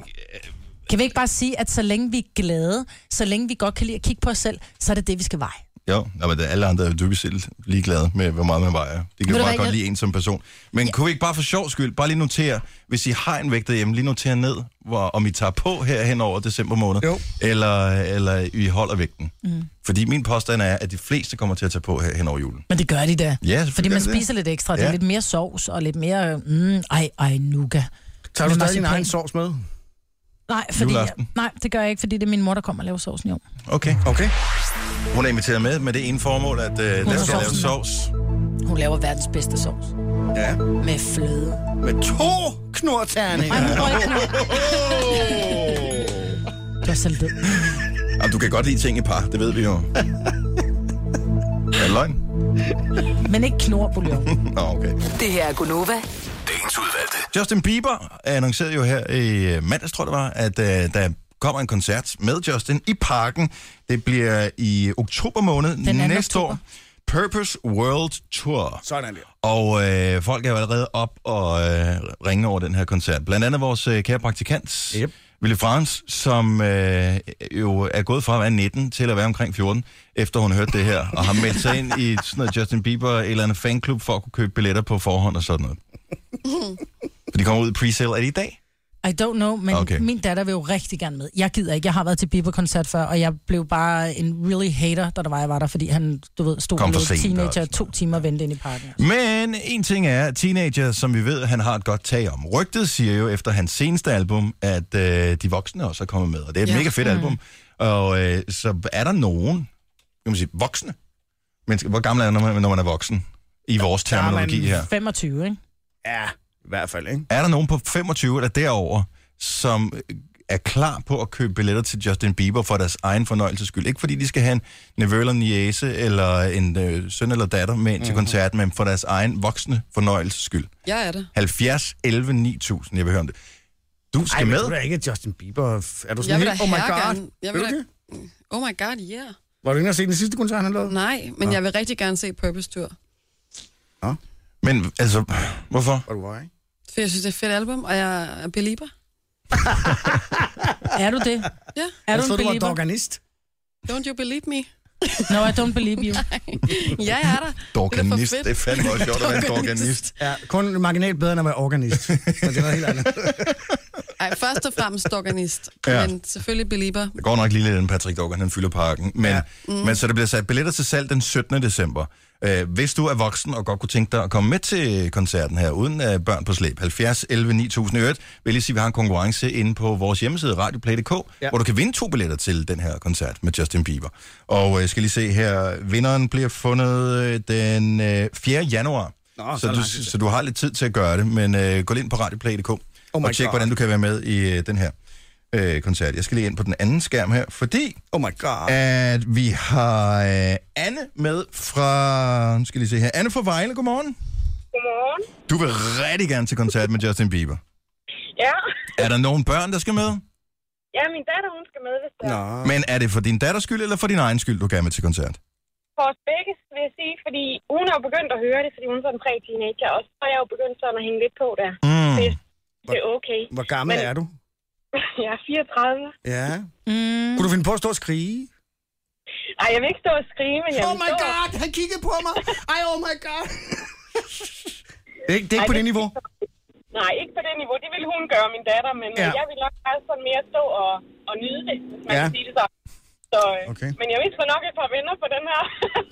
Speaker 5: Kan vi ikke bare sige, at så længe vi er glade, så længe vi godt kan lide at kigge på os selv, så er det det, vi skal veje.
Speaker 1: Jo, nej, men det- alle andre er jo dybest set ligeglade med, hvor meget man vejer. De kan
Speaker 5: du
Speaker 1: jo bare
Speaker 5: hvad,
Speaker 1: godt
Speaker 5: jeg-
Speaker 1: lide en som person. Men kunne vi ikke bare for sjov skyld, bare lige notere, hvis I har en vægt derhjemme, lige notere ned, hvor, om I tager på her hen over december måned,
Speaker 2: Jo.
Speaker 1: eller, eller I holder vægten. Mm. Fordi min påstand er, at de fleste kommer til at tage på her hen over julen.
Speaker 5: Men det gør de da.
Speaker 1: Ja, selvfølgelig
Speaker 5: Fordi man
Speaker 1: gør de det.
Speaker 5: spiser lidt ekstra. Ja. Det
Speaker 1: Ja.
Speaker 5: er lidt mere sovs og lidt mere... Mm, ej, ej, nuga.
Speaker 2: Tager
Speaker 5: Med
Speaker 2: du stadig din
Speaker 5: marcipan.
Speaker 2: egen sovs med?
Speaker 5: Nej, fordi jeg,
Speaker 1: Juleaften.
Speaker 5: nej, det gør jeg ikke, fordi det er min mor, der kommer og laver sovsen i år.
Speaker 1: Okay.
Speaker 2: Okay.
Speaker 1: Hun er inviteret med med det ene formål, at øh, der
Speaker 5: har
Speaker 1: skal lave
Speaker 5: sovsen.
Speaker 1: sovs.
Speaker 5: Hun laver verdens bedste sovs.
Speaker 2: Ja.
Speaker 5: Med fløde.
Speaker 2: Med to
Speaker 5: Ej,
Speaker 2: knorterninger.
Speaker 5: hun røg knap.
Speaker 1: Oh.
Speaker 5: Det var så lidt.
Speaker 1: Jamen, du kan godt lide ting i par, det ved vi jo. Er det løgn? *laughs*
Speaker 5: Men ikke knorbuljong.
Speaker 1: Nå, okay.
Speaker 8: Det her er Gunova.
Speaker 9: Dagens udvalgte.
Speaker 1: Justin Bieber annoncerede jo her i øh, mandags, tror jeg det var, at øh, der kommer en koncert med Justin i parken. Det bliver i oktober måned
Speaker 5: anden
Speaker 1: næste
Speaker 5: oktober.
Speaker 1: år. Purpose World Tour.
Speaker 2: Sådan der.
Speaker 1: Og øh, folk er jo allerede op og øh, ringe over den her koncert. Blandt andet vores øh, kære praktikant,
Speaker 2: Yep.
Speaker 1: Ville Frans, som øh, jo er gået fra at være 19 til at være omkring 14, efter hun hørte det her, og har meldt sig ind i sådan noget Justin Bieber eller en fanklub for at kunne købe billetter på forhånd og sådan noget. For de kommer ud i presale. Er det i dag?
Speaker 5: I don't know, men
Speaker 1: Okay.
Speaker 5: okay. min datter vil jo rigtig gerne med. Jeg gider ikke. Jeg har været til Bieber-koncert før, og jeg blev bare en really hater, da der var, jeg var der, fordi han, du ved, stod
Speaker 1: Kom
Speaker 5: og
Speaker 1: for
Speaker 5: lod
Speaker 1: sent og
Speaker 5: teenager
Speaker 1: sådan
Speaker 5: to timer og vente ind i parken.
Speaker 1: Men en ting er, teenager, som vi ved, han har et godt tag om. Rygtet siger jo efter hans seneste album, at øh, de voksne også er kommet med, og det er et ja.
Speaker 7: Ja.
Speaker 1: mega
Speaker 2: Mhm.
Speaker 1: fedt album. Og øh, så er der nogen, kan man sige, voksne. Men hvor gammel er man, når man- når man er voksen? I vores
Speaker 2: er man
Speaker 1: terminologi her.
Speaker 5: 25, ikke?
Speaker 2: Ja, i hvert fald, ikke?
Speaker 1: Er der nogen på 25 eller derover, som øh, er klar på at købe billetter til Justin Bieber for deres egen fornøjelses skyld? Ikke fordi de skal have en nevø eller niece eller en øh, søn eller datter med ind til
Speaker 2: Mhm.
Speaker 1: mm-hmm. koncerten, men for deres egen voksne fornøjelses skyld.
Speaker 7: Jeg er det.
Speaker 1: 70, 11, 9000, jeg vil høre om det. Du skal
Speaker 2: Ej, men
Speaker 1: med.
Speaker 2: du er da ikke Justin Bieber. Er du sådan
Speaker 7: Jeg vil da
Speaker 2: helt, oh my god.
Speaker 7: herregerne- jeg vil
Speaker 2: Er du
Speaker 7: da-
Speaker 2: det?
Speaker 7: Oh my god, ja. Yeah.
Speaker 2: Var du inde og se den sidste koncert, han lavede?
Speaker 7: Nej, men jeg vil rigtig gerne se Purpose Tour.
Speaker 1: Men altså, hvorfor?
Speaker 2: Var du var, ikke?
Speaker 7: For jeg synes, det er et fedt album, og jeg er belieber.
Speaker 5: *laughs* Er du det?
Speaker 7: Ja,
Speaker 5: Er
Speaker 2: Jeg
Speaker 5: du en
Speaker 2: troede, du var
Speaker 5: belieber?
Speaker 2: organist.
Speaker 7: don't you believe me?
Speaker 5: No, I don't believe
Speaker 7: *laughs*
Speaker 5: you.
Speaker 7: Ja, jeg er der. Det er
Speaker 1: Dorganist.
Speaker 7: for fedt.
Speaker 1: Det er fandme også sjovt at være en Mm. dorganist.
Speaker 2: Ja, kun marginalt bedre, end at være
Speaker 1: *laughs*
Speaker 2: organist. Men det er noget helt andet.
Speaker 7: Ej, først og fremmest organist,
Speaker 1: Ja.
Speaker 7: ja. men selvfølgelig belieber.
Speaker 1: Der går nok lige lidt den Patrick Dorgan, han fylder parken. Men, ja. mm. men så der bliver sat billetter til salg den 17. december. Øh, hvis du er voksen og godt kunne tænke dig at komme med til koncerten her, uden øh, børn på slæb, 70 11 9000 i øvrigt, vil jeg sige, at vi har en konkurrence inde på vores hjemmeside, radioplay.dk, ja.
Speaker 2: Ja.
Speaker 1: hvor du kan vinde to billetter til den her koncert med Justin Bieber. Og øh, jeg skal lige se her, vinderen bliver fundet øh, den øh, 4. januar.
Speaker 2: Nå,
Speaker 1: så,
Speaker 2: så
Speaker 1: du,
Speaker 2: lang tid til.
Speaker 1: så du har lidt tid til at gøre det, men øh, gå lige ind på radioplay.dk oh
Speaker 2: my
Speaker 1: og tjek,
Speaker 2: God.
Speaker 1: hvordan du kan være med i øh, den her øh, koncert. Jeg skal lige ind på den anden skærm her, fordi
Speaker 2: Oh my god.
Speaker 1: at vi har øh, Anne med fra... Nu skal jeg lige se her. Anne fra Vejle, godmorgen.
Speaker 10: Godmorgen.
Speaker 1: Du vil rigtig gerne til koncert med Justin Bieber.
Speaker 10: Ja.
Speaker 1: Er der nogen børn, der skal med?
Speaker 10: ja, min datter, hun skal med, hvis det er.
Speaker 2: Nå.
Speaker 1: Men er det for din datters skyld, eller for din egen skyld, du gerne med til koncert?
Speaker 10: for os begge, vil jeg sige, fordi hun har jo begyndt at høre det, fordi hun er sådan en teenager også. Så er jeg jo begyndt sådan at hænge lidt på der.
Speaker 2: Mm.
Speaker 10: Det, det er okay.
Speaker 2: Hvor gammel
Speaker 10: Men-
Speaker 2: er du?
Speaker 10: *laughs* Jeg er 34.
Speaker 2: Ja. Mm. Kunne du finde på at stå og skrige?
Speaker 10: Ej, jeg vil ikke stå og skrige, men jeg
Speaker 2: Oh
Speaker 10: vil
Speaker 2: my
Speaker 10: stå...
Speaker 2: god, han kiggede på mig. Ej, oh my god. Det er ikke, det er
Speaker 10: Ej,
Speaker 2: ikke på det
Speaker 10: det-
Speaker 2: niveau.
Speaker 10: Nej, ikke på det niveau. Det ville hun gøre, min datter, men
Speaker 2: Ja.
Speaker 10: ja. jeg ville nok bare sådan mere stå og, og nyde det, hvis man
Speaker 2: Ja.
Speaker 10: ja. kan sige det så. så
Speaker 2: Okay.
Speaker 10: okay. Men jeg vil sgu nok et par venner på den her. *laughs*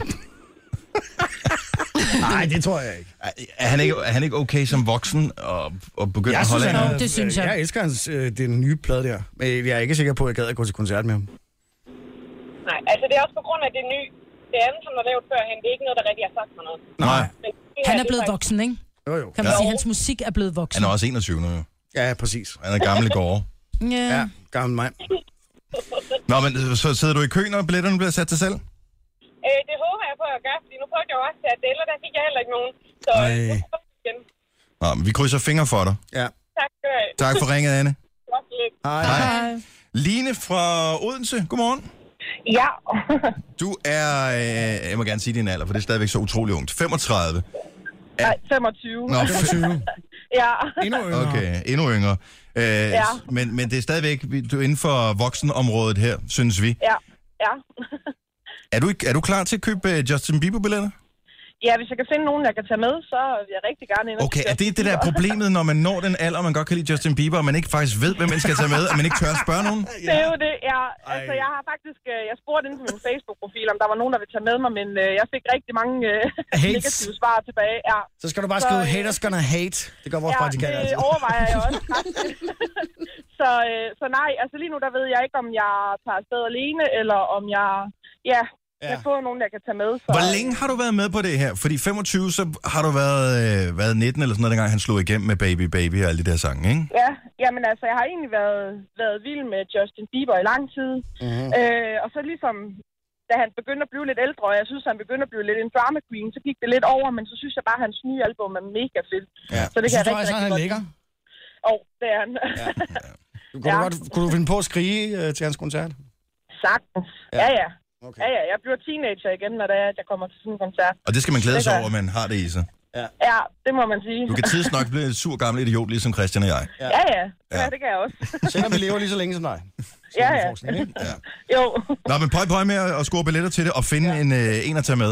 Speaker 2: Nej, det tror jeg ikke.
Speaker 1: Er, er, han ikke, er han ikke okay som voksen og, og begynde
Speaker 2: Jeg,
Speaker 1: at
Speaker 2: synes,
Speaker 1: holde
Speaker 2: han,
Speaker 1: af
Speaker 2: er-
Speaker 5: det synes jeg.
Speaker 2: Jeg elsker hans, øh, den nye plade der. Men jeg er ikke sikker på, at jeg gad at gå til koncert med ham.
Speaker 10: Nej, altså det er også på grund af det nye. Det andet, som er lavet førhen, det er ikke noget, der rigtig har sagt mig noget.
Speaker 1: Nej,
Speaker 10: Men det her,
Speaker 5: Han
Speaker 10: det
Speaker 5: er blevet
Speaker 10: faktisk-
Speaker 5: voksen, ikke?
Speaker 2: Jo, jo.
Speaker 5: Kan man ja. sige, hans musik er blevet voksen.
Speaker 1: han er også 21 nu. jo.
Speaker 2: Ja, præcis.
Speaker 1: Han er gammel i går.
Speaker 5: Ja.
Speaker 2: Ja, gammel mand.
Speaker 1: Nå, men øh, så sidder du i køen, og billetterne bliver sat til selv?
Speaker 10: Øh, det håber jeg på at gøre, fordi nu prøvede jeg jo også til at dele, og der fik jeg heller ikke nogen. Så
Speaker 2: Ej.
Speaker 10: øh, nu prøver jeg igen.
Speaker 1: Nå, men vi krydser fingre for dig.
Speaker 2: Ja.
Speaker 10: Tak øh, skal du have.
Speaker 1: Tak for ringet,
Speaker 10: *laughs*
Speaker 1: Anne.
Speaker 10: Godt lidt.
Speaker 2: Hej.
Speaker 1: Hej. Line fra Odense, godmorgen.
Speaker 10: Ja.
Speaker 1: Du er, øh, jeg må gerne sige din alder, for det er stadigvæk så utrolig ungt. 35.
Speaker 10: Nej, 25.
Speaker 1: Nå,
Speaker 2: 25.
Speaker 10: *laughs* Ja.
Speaker 2: Endnu yngre.
Speaker 1: okay, endnu yngre. Øh, ja. men, men det er stadigvæk, vi- du er inden for voksenområdet her, synes vi.
Speaker 10: Ja. Ja.
Speaker 1: Er du, ikke- er du klar til at købe øh, Justin Bieber-billetter?
Speaker 10: ja, hvis jeg kan finde nogen, jeg kan tage med, så vil jeg rigtig gerne ind. og
Speaker 1: Okay,
Speaker 10: se
Speaker 1: er det det der er problemet, når man når den alder, man godt kan lide Justin Bieber, og man ikke faktisk ved, hvem man skal tage med, og man ikke tør at spørge nogen?
Speaker 10: *laughs* Det er jo det. Jeg, altså,
Speaker 2: Ej.
Speaker 10: jeg har faktisk øh, jeg spurgte ind på min Facebook-profil, om der var nogen, der ville tage med mig, men øh, jeg fik rigtig mange øh,
Speaker 2: Hates.
Speaker 10: negative svar tilbage. Ja,
Speaker 2: Så skal du bare
Speaker 10: Så,
Speaker 2: skrive,
Speaker 10: øh,
Speaker 2: haters gonna hate. Det gør vores
Speaker 10: ja
Speaker 2: altså. praktikant
Speaker 10: det
Speaker 2: altid.
Speaker 10: overvejer
Speaker 2: *laughs*
Speaker 10: jeg også. kraftigt. så, øh, så nej, altså lige nu der ved jeg ikke, om jeg tager afsted alene, eller om jeg ja,
Speaker 2: Ja.
Speaker 10: ja. kan få nogen, jeg kan tage med. Så,
Speaker 1: Hvor længe har du været med på det her? Fordi 25, så har du været, øh, været 19 eller sådan noget, dengang han slog igennem med Baby Baby og alle de der sange, ikke?
Speaker 10: Ja, jamen altså, jeg har egentlig været, været vild med Justin Bieber i lang tid.
Speaker 2: Mm.
Speaker 10: Mm-hmm. Øh, og så ligesom, da han begyndte at blive lidt ældre, og jeg synes, han begyndte at blive lidt en drama queen, så gik det lidt over, men så synes jeg bare, at hans nye album er mega fedt.
Speaker 2: Ja.
Speaker 10: Så det kan
Speaker 2: Synes
Speaker 10: jeg
Speaker 2: du
Speaker 10: rigtig,
Speaker 2: altså, han er
Speaker 10: rigtig
Speaker 2: lækker?
Speaker 10: Og det er han. Ja.
Speaker 2: Du kunne, ja.
Speaker 10: Ja.
Speaker 2: godt, kunne du finde på at skrige øh, til hans koncert?
Speaker 10: Sagtens. Ja, ja.
Speaker 2: Okay.
Speaker 10: Ja, ja. Jeg bliver teenager igen, når det er, at jeg kommer til sådan en koncert.
Speaker 1: Og det skal man glæde sig
Speaker 10: Det gør
Speaker 1: over, at man har det i sig.
Speaker 10: Ja, det må man sige.
Speaker 1: Du kan tids nok blive en sur gammel idiot, ligesom Christian og jeg.
Speaker 10: *laughs* Ja, ja. Ja,
Speaker 1: Ja.
Speaker 10: det kan jeg
Speaker 1: *laughs*
Speaker 10: også.
Speaker 2: Selvom vi lever lige så længe som dig.
Speaker 10: ja, ja.
Speaker 2: Sådan, ikke?
Speaker 10: Jo.
Speaker 1: Nå, men pøj pøj med at at score billetter til det, og finde ja. en, øh, en at tage med.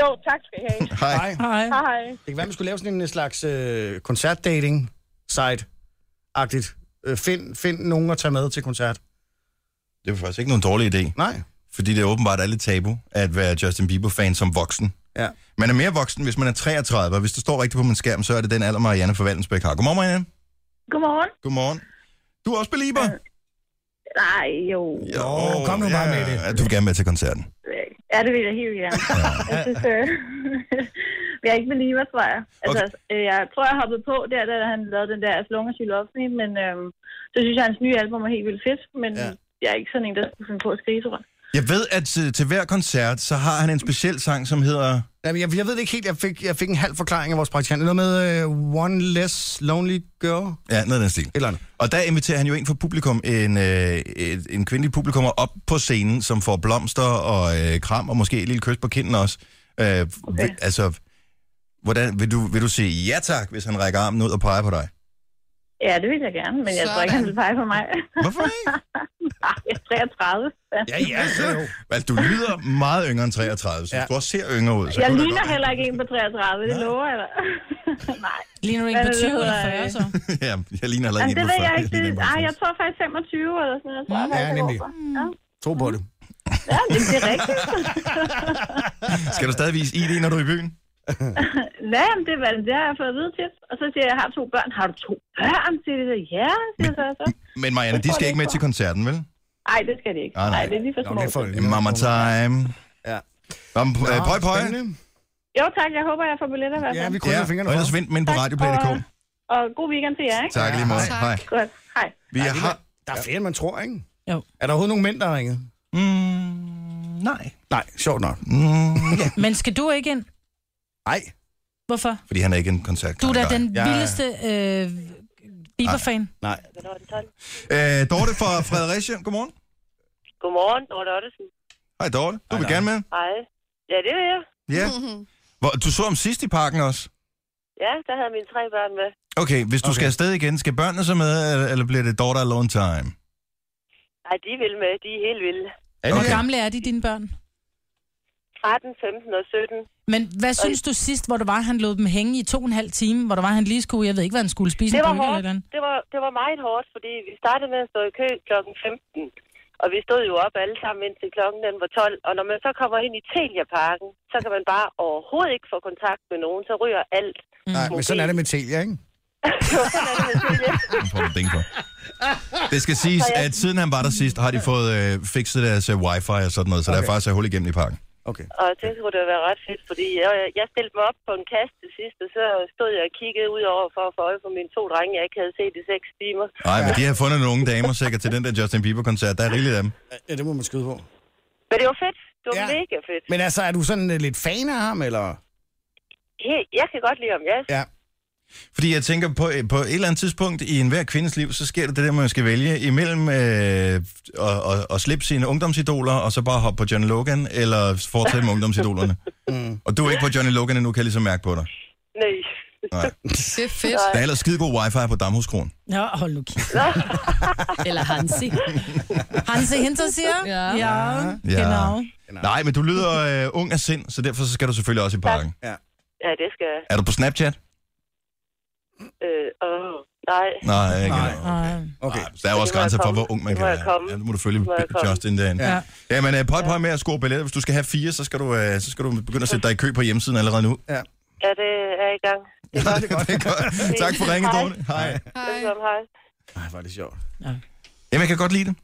Speaker 10: jo, tak skal I have.
Speaker 1: Hej.
Speaker 2: Hej.
Speaker 5: Hej.
Speaker 10: Hej, hej.
Speaker 2: Det kan være, man skulle lave sådan en slags øh, koncertdating-site-agtigt. Øh, find, find nogen at tage med til koncert.
Speaker 1: Det er faktisk ikke nogen dårlig idé,
Speaker 2: Nej.
Speaker 1: fordi det er åbenbart er lidt tabu at være Justin Bieber-fan som voksen.
Speaker 2: Ja.
Speaker 1: Man er mere voksen, hvis man er 33, og hvis det står rigtigt på min skærm, så er det den alder, Marianne fra Valensbæk har. Godmorgen, Marianne.
Speaker 10: Godmorgen.
Speaker 1: Godmorgen. Du er også belieber?
Speaker 10: Nej, jo.
Speaker 2: Jo, kom nu bare med det.
Speaker 1: Ja, du vil gerne med til koncerten.
Speaker 10: Ja, det vil jeg helt gerne. jeg synes, øh, *laughs* jeg er ikke believer, tror jeg. Altså, okay. jeg tror, jeg hoppede på der, da han lavede den der As Long As You Love Me, men øh, så synes jeg, hans nye album er helt vildt fedt, men
Speaker 2: Ja.
Speaker 10: ja. jeg er ikke sådan en, der skulle finde på at skrive, tror jeg.
Speaker 1: Jeg ved, at øh, til, til hver koncert, så har han en speciel sang, som hedder...
Speaker 2: Jamen, jeg, jeg ved det ikke helt. Jeg fik, jeg fik en halv forklaring af vores praktikant. Noget med øh, One Less Lonely Girl. Et
Speaker 1: Ja, noget af den stil.
Speaker 2: eller andet.
Speaker 1: Og der inviterer han jo ind for publikum, en, øh, et- en kvindelig publikummer op på scenen, som får blomster og øh, kram, og måske et lille kys på kinden også. Øh, okay. vil, altså, hvordan, vil, du, vil du sige ja tak, hvis han rækker armen ud og peger på dig?
Speaker 10: Ja, det vil jeg gerne, men jeg tror ikke, han vil pege på mig.
Speaker 1: Hvorfor ikke?
Speaker 10: Nej, jeg er 33.
Speaker 2: Ja, ja, jo.
Speaker 1: Altså, du lyder meget yngre end 33, så
Speaker 2: Ja.
Speaker 1: ja. du også ser yngre ud. Så
Speaker 10: Jeg
Speaker 1: kunne det
Speaker 10: ligner
Speaker 1: godt-
Speaker 10: heller ikke en på 33, det lover jeg da. *laughs* Nej.
Speaker 5: Lige nu er du ikke
Speaker 10: Hvad
Speaker 5: på 20
Speaker 10: er det, der
Speaker 5: eller 40,
Speaker 10: hedder, øh?
Speaker 5: så.
Speaker 1: *laughs* ja, jeg ligner heller
Speaker 10: Jamen,
Speaker 1: ikke
Speaker 10: det
Speaker 1: en på
Speaker 10: ved
Speaker 1: 40.
Speaker 10: jeg ikke.
Speaker 1: ligner en
Speaker 10: Det,
Speaker 1: på
Speaker 10: ej,
Speaker 1: 50.
Speaker 10: jeg tror faktisk 25 eller sådan noget. Tror
Speaker 1: Mm,
Speaker 10: jeg, faktisk, jeg
Speaker 2: nemlig.
Speaker 10: går for. Ja,
Speaker 2: Tro på det.
Speaker 10: ja det, det er rigtigt. *laughs*
Speaker 1: Skal du stadig vise ID, når du er i byen?
Speaker 10: Ja, men det, var, det har jeg fået at vide til. Og så siger jeg, jeg har to børn. Har du to børn? Siger de så, ja, siger jeg så.
Speaker 1: Men Marianne,
Speaker 10: Det
Speaker 1: de
Speaker 10: tror
Speaker 1: skal
Speaker 10: jeg
Speaker 1: ikke med
Speaker 10: ikke,
Speaker 1: til koncerten, vel?
Speaker 10: Nej, det skal de ikke.
Speaker 1: Ah, nej.
Speaker 10: Nej, det er lige for
Speaker 2: Nå,
Speaker 10: små.
Speaker 2: det er for
Speaker 1: Mama time.
Speaker 2: Ja.
Speaker 1: Nå, men, øh, prøv, prøv.
Speaker 2: Spændende.
Speaker 10: Jo tak, jeg håber, jeg får billetter i hvert
Speaker 2: Ja,
Speaker 10: fald.
Speaker 2: vi krydser
Speaker 1: Ja,
Speaker 2: fingrene
Speaker 1: og
Speaker 2: for.
Speaker 1: ellers vent med ind på radioplay.dk.
Speaker 10: Og, og god weekend til jer, ikke?
Speaker 1: Tak lige meget.
Speaker 5: Tak.
Speaker 1: Hej.
Speaker 10: Godt. Hej.
Speaker 1: Vi
Speaker 2: Ej, det
Speaker 1: har...
Speaker 2: er- Der er flere, end man tror, ikke?
Speaker 5: Jo.
Speaker 2: Er der overhovedet nogen mænd, der har ringet?
Speaker 1: Mm, nej.
Speaker 2: Nej, sjovt nok.
Speaker 1: Mm, ja.
Speaker 5: Men skal du ikke ind?
Speaker 2: Nej.
Speaker 5: Hvorfor?
Speaker 1: Fordi han er ikke en koncert.
Speaker 5: Du er da den
Speaker 2: Jeg-
Speaker 5: vildeste øh, Bieber-fan.
Speaker 2: Nej.
Speaker 1: Øh, Dorte fra Fredericia, godmorgen.
Speaker 10: Godmorgen, Dorte Ottesen.
Speaker 1: Hej Dorte, du
Speaker 2: Hej,
Speaker 1: vil
Speaker 2: Dorte.
Speaker 1: gerne med.
Speaker 10: Hej.
Speaker 11: Ja, det vil jeg.
Speaker 1: Ja. Hvor, du så om sidst i parken også?
Speaker 11: Ja, der havde mine tre børn med.
Speaker 1: Okay, hvis du okay. skal afsted igen, skal børnene så med, eller, eller bliver det daughter alone time?
Speaker 11: Nej, de vil med. De er helt vilde.
Speaker 1: Okay.
Speaker 5: Hvor gamle er de, dine børn?
Speaker 11: 13, 15 og 17.
Speaker 5: Men hvad synes du sidst, hvor det var, han lod dem hænge i to og en halv time, hvor der var, han lige skulle, jeg ved ikke, hvad han skulle spise,
Speaker 11: Det
Speaker 5: en
Speaker 11: var
Speaker 5: burger
Speaker 11: hårdt.
Speaker 5: eller andet?
Speaker 11: Det var, det var meget hårdt, fordi vi startede med at stå i kø kl. 15. Og vi stod jo op alle sammen indtil klokken den var 12. Og når man så kommer ind i Telia-parken, så kan man bare overhovedet ikke få kontakt med nogen. Så ryger alt.
Speaker 2: Nej, men sådan er det med Telia, ikke?
Speaker 1: Den får du ding for. Det skal siges, at siden han var der sidst, har de fået øh, fikset deres øh, wifi og sådan noget, så okay. der er faktisk et hul igennem i parken.
Speaker 2: Okay.
Speaker 11: Og det skulle da være ret fedt, fordi jeg, jeg stillede mig op på en kast til sidst, og så stod jeg og kiggede ud over for at få øje på mine to drenge, jeg ikke havde set i seks timer.
Speaker 1: Nej, men de har fundet nogle damer sikkert til den der Justin Bieber-koncert. Der er rigeligt af dem.
Speaker 2: Ja, det må man skyde på.
Speaker 11: Men det var fedt. Det var ja. mega fedt.
Speaker 2: Men altså, er du sådan øh, lidt fan af ham, eller?
Speaker 11: He- Jeg kan godt lide ham, ja.
Speaker 2: Ja.
Speaker 1: Fordi jeg tænker, på, øh, på et eller andet tidspunkt i enhver kvindes liv, så sker det det der, man skal vælge imellem øh, at, at, at slippe sine ungdomsidoler, og så bare hoppe på Johnny Logan, eller fortsætte med
Speaker 2: *laughs*
Speaker 1: ungdomsidolerne. Mm. Og du er ikke på Johnny Logan endnu, kan jeg ligesom mærke på dig.
Speaker 11: Nej.
Speaker 1: Nej.
Speaker 11: Det er fedt.
Speaker 1: Der er ellers skide god wifi på Damhuskron.
Speaker 5: Nå, hold nu kæft. Eller Hansi. Hansi Hinterseer? Ja. ja. Genau.
Speaker 1: Nej, men du lyder øh, ung af sind, så derfor så skal du selvfølgelig også i parken.
Speaker 2: Ja.
Speaker 11: Ja, det skal jeg.
Speaker 1: Er du på Snapchat?
Speaker 11: Øh, åh, nej.
Speaker 1: Nej, ikke Nej.
Speaker 2: Okay.
Speaker 1: Nej, så Ah, der er jo også
Speaker 11: må jeg
Speaker 1: grænser for,
Speaker 11: komme.
Speaker 1: hvor ung man
Speaker 11: Det
Speaker 1: kan
Speaker 11: må
Speaker 1: være.
Speaker 11: jeg komme.
Speaker 1: Ja, nu må du følge
Speaker 11: Det må jeg komme.
Speaker 1: Justin derinde.
Speaker 11: Ja.
Speaker 1: Ja. Jamen, øh, pot på med at score billetter. Hvis du skal have fire, så skal du, øh, så skal du begynde at sætte dig i kø på hjemmesiden allerede nu.
Speaker 2: Ja.
Speaker 11: Ja, det er jeg i gang.
Speaker 1: Ja, *laughs* det er godt. det er
Speaker 11: *laughs*
Speaker 1: godt. Tak for ringen,
Speaker 11: Hej.
Speaker 1: Dorte. Hej.
Speaker 11: Velkommen, hej.
Speaker 2: Nej, var det sjovt.
Speaker 1: Jamen, jeg kan godt lide det.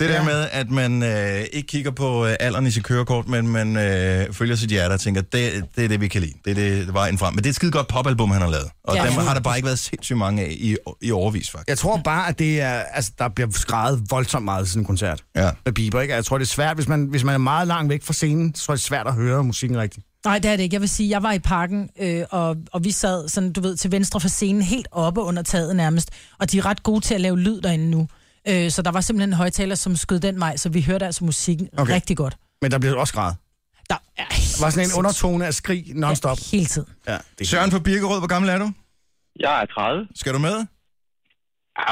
Speaker 1: Det der med, at man øh, ikke kigger på øh, alderen i sit kørekort, men man øh, følger sit hjerte og tænker, det, det er det, vi kan lide. Det er det, det vejen frem. Men det er et skide godt popalbum, han har lavet. Og
Speaker 2: Ja.
Speaker 1: ja. dem har der bare ikke været sindssygt mange af i, i overvis, faktisk.
Speaker 2: Jeg tror bare, at det er, altså, der bliver skrevet voldsomt meget til sådan en koncert
Speaker 1: ja.
Speaker 2: med Bieber. Ikke? Og Jeg tror, det er svært, hvis man, hvis man er meget langt væk fra scenen, så tror jeg, det er svært at høre musikken rigtigt.
Speaker 5: Nej, det er det ikke. Jeg vil sige, jeg var i parken, øh, og, og vi sad sådan, du ved, til venstre for scenen, helt oppe under taget nærmest. Og de er ret gode til at lave lyd derinde nu. Øh, så der var simpelthen en højtaler, som skød den vej, så vi hørte altså musikken
Speaker 2: Okay.
Speaker 5: okay. rigtig godt.
Speaker 2: Men der bliver også skrevet.
Speaker 5: Der er
Speaker 2: Der var sådan en undertone af skrig non-stop. Ja,
Speaker 5: hele tiden.
Speaker 2: Ja, det
Speaker 1: Søren fra Birkerød, hvor gammel er du?
Speaker 12: Jeg er 30.
Speaker 1: Skal du med?